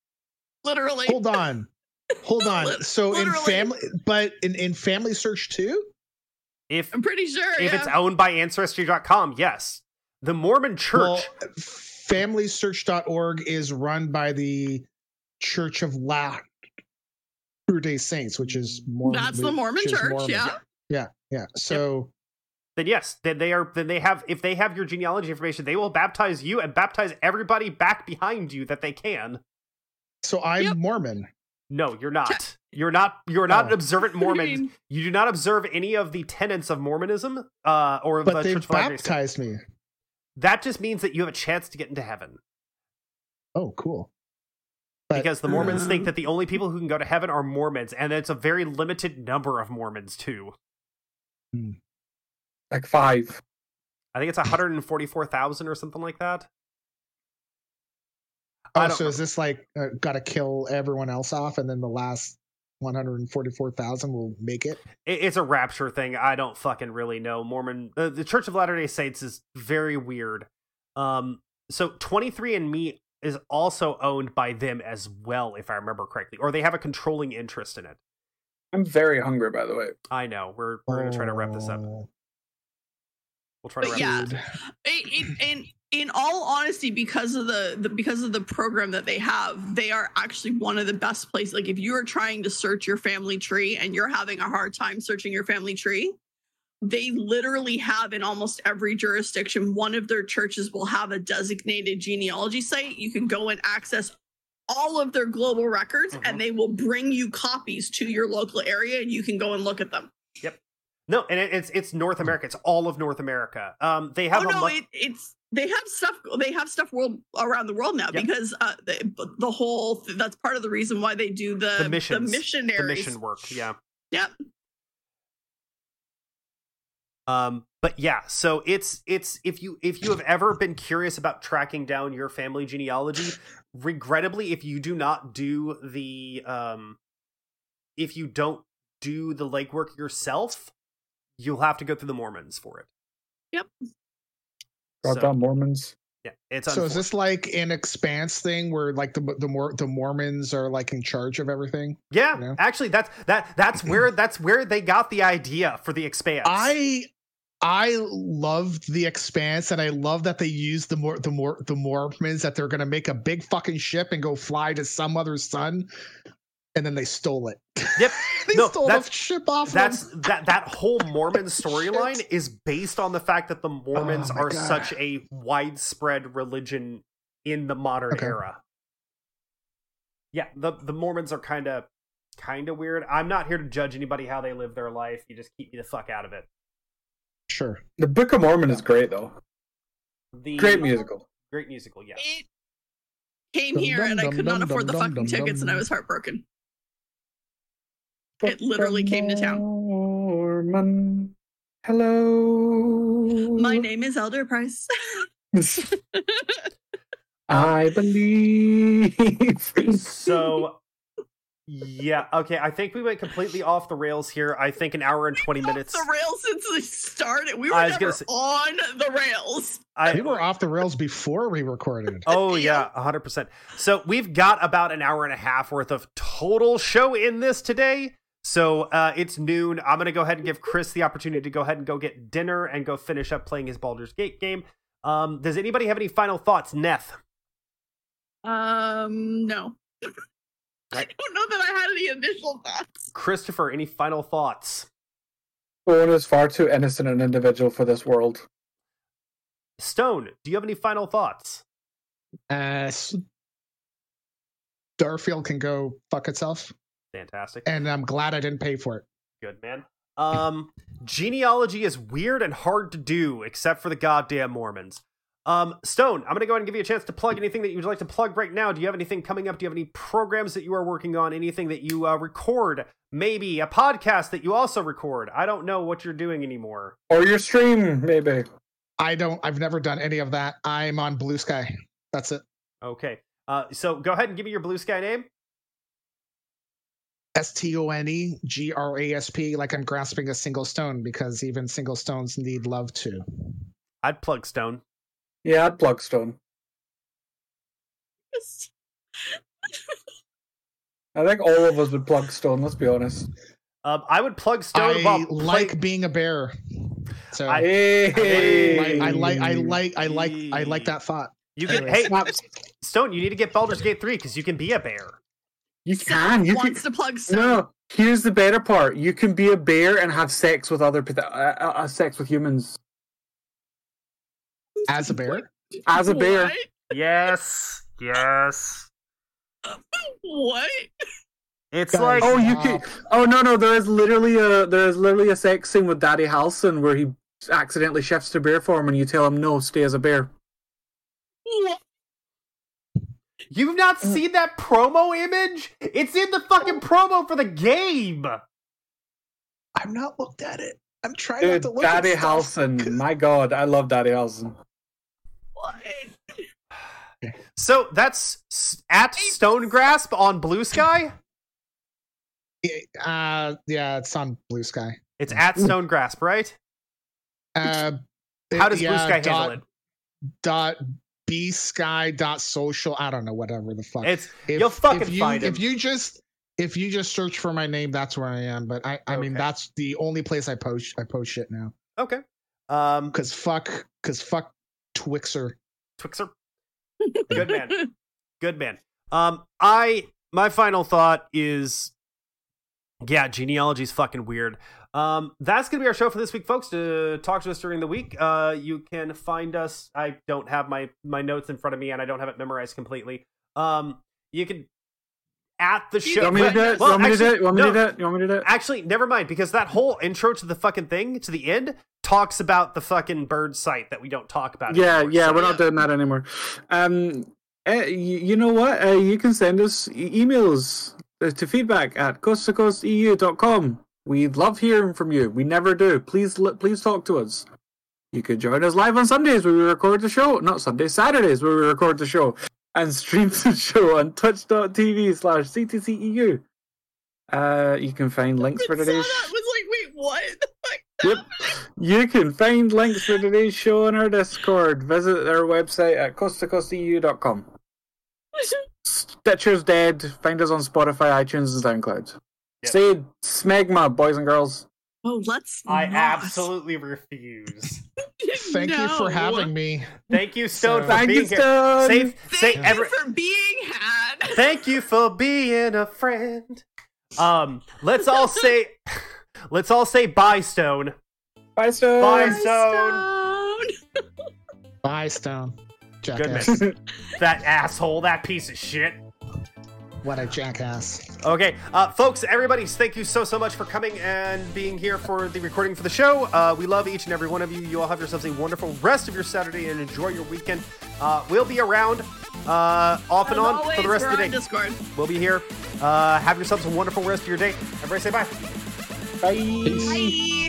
[SPEAKER 2] literally
[SPEAKER 3] Hold on. Hold on.
[SPEAKER 2] Lit-
[SPEAKER 3] So in
[SPEAKER 2] literally.
[SPEAKER 3] family but in, in family search too?
[SPEAKER 1] If
[SPEAKER 2] I'm pretty sure.
[SPEAKER 1] if
[SPEAKER 2] yeah.
[SPEAKER 1] it's owned by ancestry.com, yes. The Mormon Church.
[SPEAKER 3] Well, familysearch.org is run by the Church of La Latter Day Saints, which is Mormon.
[SPEAKER 2] That's the Mormon
[SPEAKER 3] which is
[SPEAKER 2] church,
[SPEAKER 3] Mormon.
[SPEAKER 2] yeah.
[SPEAKER 3] yeah. So
[SPEAKER 1] then yes, then they are then they have if they have your genealogy information, they will baptize you and baptize everybody back behind you that they can.
[SPEAKER 3] so I'm
[SPEAKER 2] Yep.
[SPEAKER 3] Mormon.
[SPEAKER 1] No, you're not. You're not you're not an
[SPEAKER 3] Oh.
[SPEAKER 1] observant
[SPEAKER 2] What do you
[SPEAKER 1] Mormon.
[SPEAKER 2] mean?
[SPEAKER 1] You do not observe any of the tenets of Mormonism uh, or of
[SPEAKER 3] But
[SPEAKER 1] the
[SPEAKER 3] they
[SPEAKER 1] Church of Latter-day Saints.
[SPEAKER 3] baptized me.
[SPEAKER 1] That just means that you have a chance to get into heaven
[SPEAKER 3] Oh, cool. But-
[SPEAKER 1] because the Mormons
[SPEAKER 2] Uh.
[SPEAKER 1] think that the only people who can go to heaven are Mormons, and it's a very limited number of Mormons too.
[SPEAKER 4] Like five.
[SPEAKER 1] I think it's 144,000 or something like that. I
[SPEAKER 3] Oh,
[SPEAKER 1] don't
[SPEAKER 3] so is this like uh, got to kill everyone else off, and then the last one hundred forty-four thousand will make it?
[SPEAKER 1] It, it's a rapture thing. I don't fucking really know. Mormon, uh, the Church of Latter Day Saints is very weird. Um, so 23andMe is also owned by them as well, if I remember correctly, or they have a controlling interest in it.
[SPEAKER 4] I'm very hungry, by the way.
[SPEAKER 1] I know we're we're gonna try to wrap this up.
[SPEAKER 3] Oh,
[SPEAKER 1] We'll try to wrap.
[SPEAKER 2] But yeah.
[SPEAKER 1] This.
[SPEAKER 3] dude.
[SPEAKER 2] It, it, and in all honesty, because of the, the because of the program that they have, they are actually one of the best places. Like if you are trying to search your family tree and you're having a hard time searching your family tree, they literally have in almost every jurisdiction one of their churches will have a designated genealogy site. You can go and access all of their global records,
[SPEAKER 1] Mhm.
[SPEAKER 2] and they will bring you copies to your local area, and you can go and look at them.
[SPEAKER 1] No, and it, it's it's North America. It's all of North America. Um, they have
[SPEAKER 2] Hmm. oh
[SPEAKER 1] a
[SPEAKER 2] no,
[SPEAKER 1] mu-
[SPEAKER 2] it, it's they have stuff. They have stuff world around the world now
[SPEAKER 1] Yep.
[SPEAKER 2] because uh, the, the whole th- that's part of the reason why they do the
[SPEAKER 1] The missions. The the
[SPEAKER 2] missionaries.
[SPEAKER 1] mission work. Yeah.
[SPEAKER 2] Yep.
[SPEAKER 1] Um, but yeah, so it's it's if you if you have ever been curious about tracking down your family genealogy, regrettably, if you do not do the um, if you don't do the legwork yourself, you'll have to go through the Mormons for it.
[SPEAKER 2] Yep.
[SPEAKER 1] So,
[SPEAKER 4] Goddamn Mormons.
[SPEAKER 1] yeah, it's
[SPEAKER 3] So is this like an expanse thing where like the the more the Mormons are like in charge of everything?
[SPEAKER 1] Yeah,
[SPEAKER 3] you know?
[SPEAKER 1] actually, that's that that's where that's where they got the idea for the expanse.
[SPEAKER 3] I I loved the expanse and I love that they use the more the more the Mormons that they're gonna make a big fucking ship and go fly to some other sun and then they stole it.
[SPEAKER 1] Yep.
[SPEAKER 3] they
[SPEAKER 1] No,
[SPEAKER 3] stole the
[SPEAKER 1] that's-
[SPEAKER 3] ship off
[SPEAKER 1] that's
[SPEAKER 3] them.
[SPEAKER 1] that that whole Mormon storyline is based on the fact that the Mormons
[SPEAKER 3] Oh my
[SPEAKER 1] are
[SPEAKER 3] God.
[SPEAKER 1] such a widespread religion in the modern
[SPEAKER 3] Okay.
[SPEAKER 1] era. Yeah, the the Mormons are kind of kind of weird. I'm not here to judge anybody how they live their life. You just keep me the fuck out of it.
[SPEAKER 3] sure.
[SPEAKER 4] The Book of Mormon is great, though.
[SPEAKER 1] The
[SPEAKER 4] Great musical.
[SPEAKER 1] Great musical, yeah.
[SPEAKER 2] It came
[SPEAKER 3] Dum,
[SPEAKER 2] here
[SPEAKER 3] dum,
[SPEAKER 2] and I
[SPEAKER 3] dum,
[SPEAKER 2] could not
[SPEAKER 3] dum,
[SPEAKER 2] afford the
[SPEAKER 3] dum,
[SPEAKER 2] fucking
[SPEAKER 3] dum,
[SPEAKER 2] tickets, and I
[SPEAKER 3] dum.
[SPEAKER 2] was heartbroken. It literally came to town.
[SPEAKER 4] Mormon. Hello.
[SPEAKER 2] My
[SPEAKER 3] Mm-hmm.
[SPEAKER 2] name is Elder Price.
[SPEAKER 4] I believe.
[SPEAKER 1] So yeah, okay. I think we went completely off the rails here. I think an hour and 20 minutes.
[SPEAKER 2] the rails since we started. We were
[SPEAKER 1] I was gonna
[SPEAKER 2] never
[SPEAKER 1] say-
[SPEAKER 2] on the rails.
[SPEAKER 1] I,
[SPEAKER 3] We were off the rails before we recorded.
[SPEAKER 1] Oh yeah, hundred percent. So we've got about an hour and a half worth of total show in this today. So uh, it's noon. I'm gonna go ahead and give Chris the opportunity to go ahead and go get dinner and go finish up playing his Baldur's Gate game. Um, does anybody have any final thoughts, Neth?
[SPEAKER 2] Um, no. I don't know that I had any initial thoughts.
[SPEAKER 1] Christopher, any final thoughts?
[SPEAKER 4] Owen is far too innocent an individual for this world.
[SPEAKER 1] Stone, do you have any final thoughts?
[SPEAKER 3] Ass. Darfield can go fuck itself,
[SPEAKER 1] Fantastic.
[SPEAKER 3] and I'm glad I didn't pay for it.
[SPEAKER 1] Good man. Um, genealogy is weird and hard to do, except for the goddamn Mormons. Um, Stone, I'm gonna go ahead and give you a chance to plug anything that you'd like to plug right now. Do you have anything coming up? Do you have any programs that you are working on? Anything that you uh, record? Maybe a podcast that you also record. I don't know what you're doing anymore.
[SPEAKER 4] Or your stream, maybe.
[SPEAKER 3] I don't. I've never done any of that. I'm on Blue Sky. That's it.
[SPEAKER 1] Okay. Uh, so go ahead and give me your blue sky name.
[SPEAKER 3] S T O N E G R A S P. Like I'm grasping a single stone because even single stones need love too.
[SPEAKER 1] I'd plug Stone.
[SPEAKER 4] Yeah, I'd plug Stone. I think all of us would plug Stone, let's be honest.
[SPEAKER 1] Um, I would plug Stone.
[SPEAKER 3] I
[SPEAKER 1] while play-
[SPEAKER 3] like being a bear. So I,
[SPEAKER 4] Hey!
[SPEAKER 3] I like. I like. I like. I like that thought.
[SPEAKER 1] you can.
[SPEAKER 3] Anyway,
[SPEAKER 1] Hey, Stone, you need to get Baldur's Gate three because you can be a bear.
[SPEAKER 4] You
[SPEAKER 2] Seth
[SPEAKER 4] can. You can.
[SPEAKER 2] wants to plug Seth.
[SPEAKER 4] No, here's the better part. You can be a bear and have sex with other people, uh, uh, sex with humans
[SPEAKER 3] As a bear,
[SPEAKER 4] as a bear.
[SPEAKER 1] Yes. Yes.
[SPEAKER 2] What? What?
[SPEAKER 1] It's
[SPEAKER 3] Guys.
[SPEAKER 1] like
[SPEAKER 4] Oh, you can. Oh no, no, there is literally a there is literally a sex scene with Daddy Halson where he accidentally shifts to bear form and you tell him no, stay as a bear.
[SPEAKER 2] What?
[SPEAKER 1] you've not seen that promo image? It's in the fucking promo for the game.
[SPEAKER 3] I'm not looked at it. I'm trying not
[SPEAKER 4] Dude,
[SPEAKER 3] to look at
[SPEAKER 4] Daddy
[SPEAKER 3] it.
[SPEAKER 4] Halson, my God, I love Daddy Halson.
[SPEAKER 2] What?
[SPEAKER 1] So that's s- at Stonegrasp on Blue Sky.
[SPEAKER 3] Uh, yeah, it's on Blue Sky.
[SPEAKER 1] It's at Stonegrasp, right?
[SPEAKER 3] Uh,
[SPEAKER 1] How does
[SPEAKER 3] yeah,
[SPEAKER 1] Blue Sky handle
[SPEAKER 3] dot,
[SPEAKER 1] it?
[SPEAKER 3] Dot b sky dot social. I don't know whatever the fuck.
[SPEAKER 1] It's you'll fucking
[SPEAKER 3] you,
[SPEAKER 1] find him.
[SPEAKER 3] If you just if you just search for my name, that's where I am. But I I mean
[SPEAKER 1] Okay.
[SPEAKER 3] that's the only place I post I post shit now.
[SPEAKER 1] okay. Um,
[SPEAKER 3] Cause fuck cause fuck Twixer.
[SPEAKER 1] Twixer, good man. good man um i my final thought is yeah genealogy is fucking weird um that's gonna be our show for this week folks to talk to us during the week uh you can find us i don't have my my notes in front of me and i don't have it memorized completely um you can at the
[SPEAKER 2] You
[SPEAKER 1] show
[SPEAKER 4] You want me to do it? You
[SPEAKER 1] Well,
[SPEAKER 4] want me to do
[SPEAKER 1] actually-
[SPEAKER 4] it? You want me to
[SPEAKER 1] no.
[SPEAKER 4] do it? You want me to do it?
[SPEAKER 1] Actually, never mind, because that whole intro to the fucking thing to the end talks about the fucking bird site that we don't talk about.
[SPEAKER 4] yeah
[SPEAKER 1] anymore,
[SPEAKER 4] yeah
[SPEAKER 1] so-
[SPEAKER 4] we're not doing that anymore um eh, y- you know what uh, you can send us e- emails uh, to feedback at E coast to coast eu.com we love hearing from you we never do please li- please talk to us you could join us live on sundays where we record the show not sundays saturdays where we record the show and stream the show on twitch.tv slash ctceu E uh, you can find links for
[SPEAKER 2] I saw
[SPEAKER 4] today's
[SPEAKER 2] that, was like, wait, what?
[SPEAKER 4] Yep. You can find links for today's show on our Discord. Visit our website at coasttocoasteu.com. Stitcher's dead. Find us on Spotify, iTunes, and SoundCloud.
[SPEAKER 1] Yep.
[SPEAKER 4] Say smegma, boys and girls.
[SPEAKER 2] Oh, let's.
[SPEAKER 1] I
[SPEAKER 2] not.
[SPEAKER 1] absolutely refuse.
[SPEAKER 3] Thank you for
[SPEAKER 2] No.
[SPEAKER 3] having me.
[SPEAKER 1] Thank you, Stone,
[SPEAKER 3] So-
[SPEAKER 1] for
[SPEAKER 4] Thank
[SPEAKER 1] being
[SPEAKER 4] you,
[SPEAKER 1] here.
[SPEAKER 4] Stone.
[SPEAKER 1] Safe,
[SPEAKER 2] Thank
[SPEAKER 1] say
[SPEAKER 2] you
[SPEAKER 1] every.
[SPEAKER 2] for being had.
[SPEAKER 1] Thank you for being a friend. Um, let's all say, let's all say bye, Stone.
[SPEAKER 4] Bye, Stone.
[SPEAKER 1] Bye,
[SPEAKER 2] Stone.
[SPEAKER 3] Bye, Stone.
[SPEAKER 1] Goodness,
[SPEAKER 3] Jackass.
[SPEAKER 1] that asshole, that piece of shit.
[SPEAKER 3] what a jackass.
[SPEAKER 1] Okay, uh, folks, everybody, thank you so so much for coming and being here for the recording for the show. Uh, we love each and every one of you. You all have yourselves a wonderful rest of your Saturday and enjoy your weekend. Uh, we'll be around uh, off
[SPEAKER 2] As
[SPEAKER 1] and on
[SPEAKER 2] always,
[SPEAKER 1] for the rest
[SPEAKER 2] we're
[SPEAKER 1] of the day.
[SPEAKER 2] on Discord.
[SPEAKER 1] We'll be here. Uh, have yourselves a wonderful rest of your day. Everybody, say bye.
[SPEAKER 4] Bye.
[SPEAKER 2] Bye.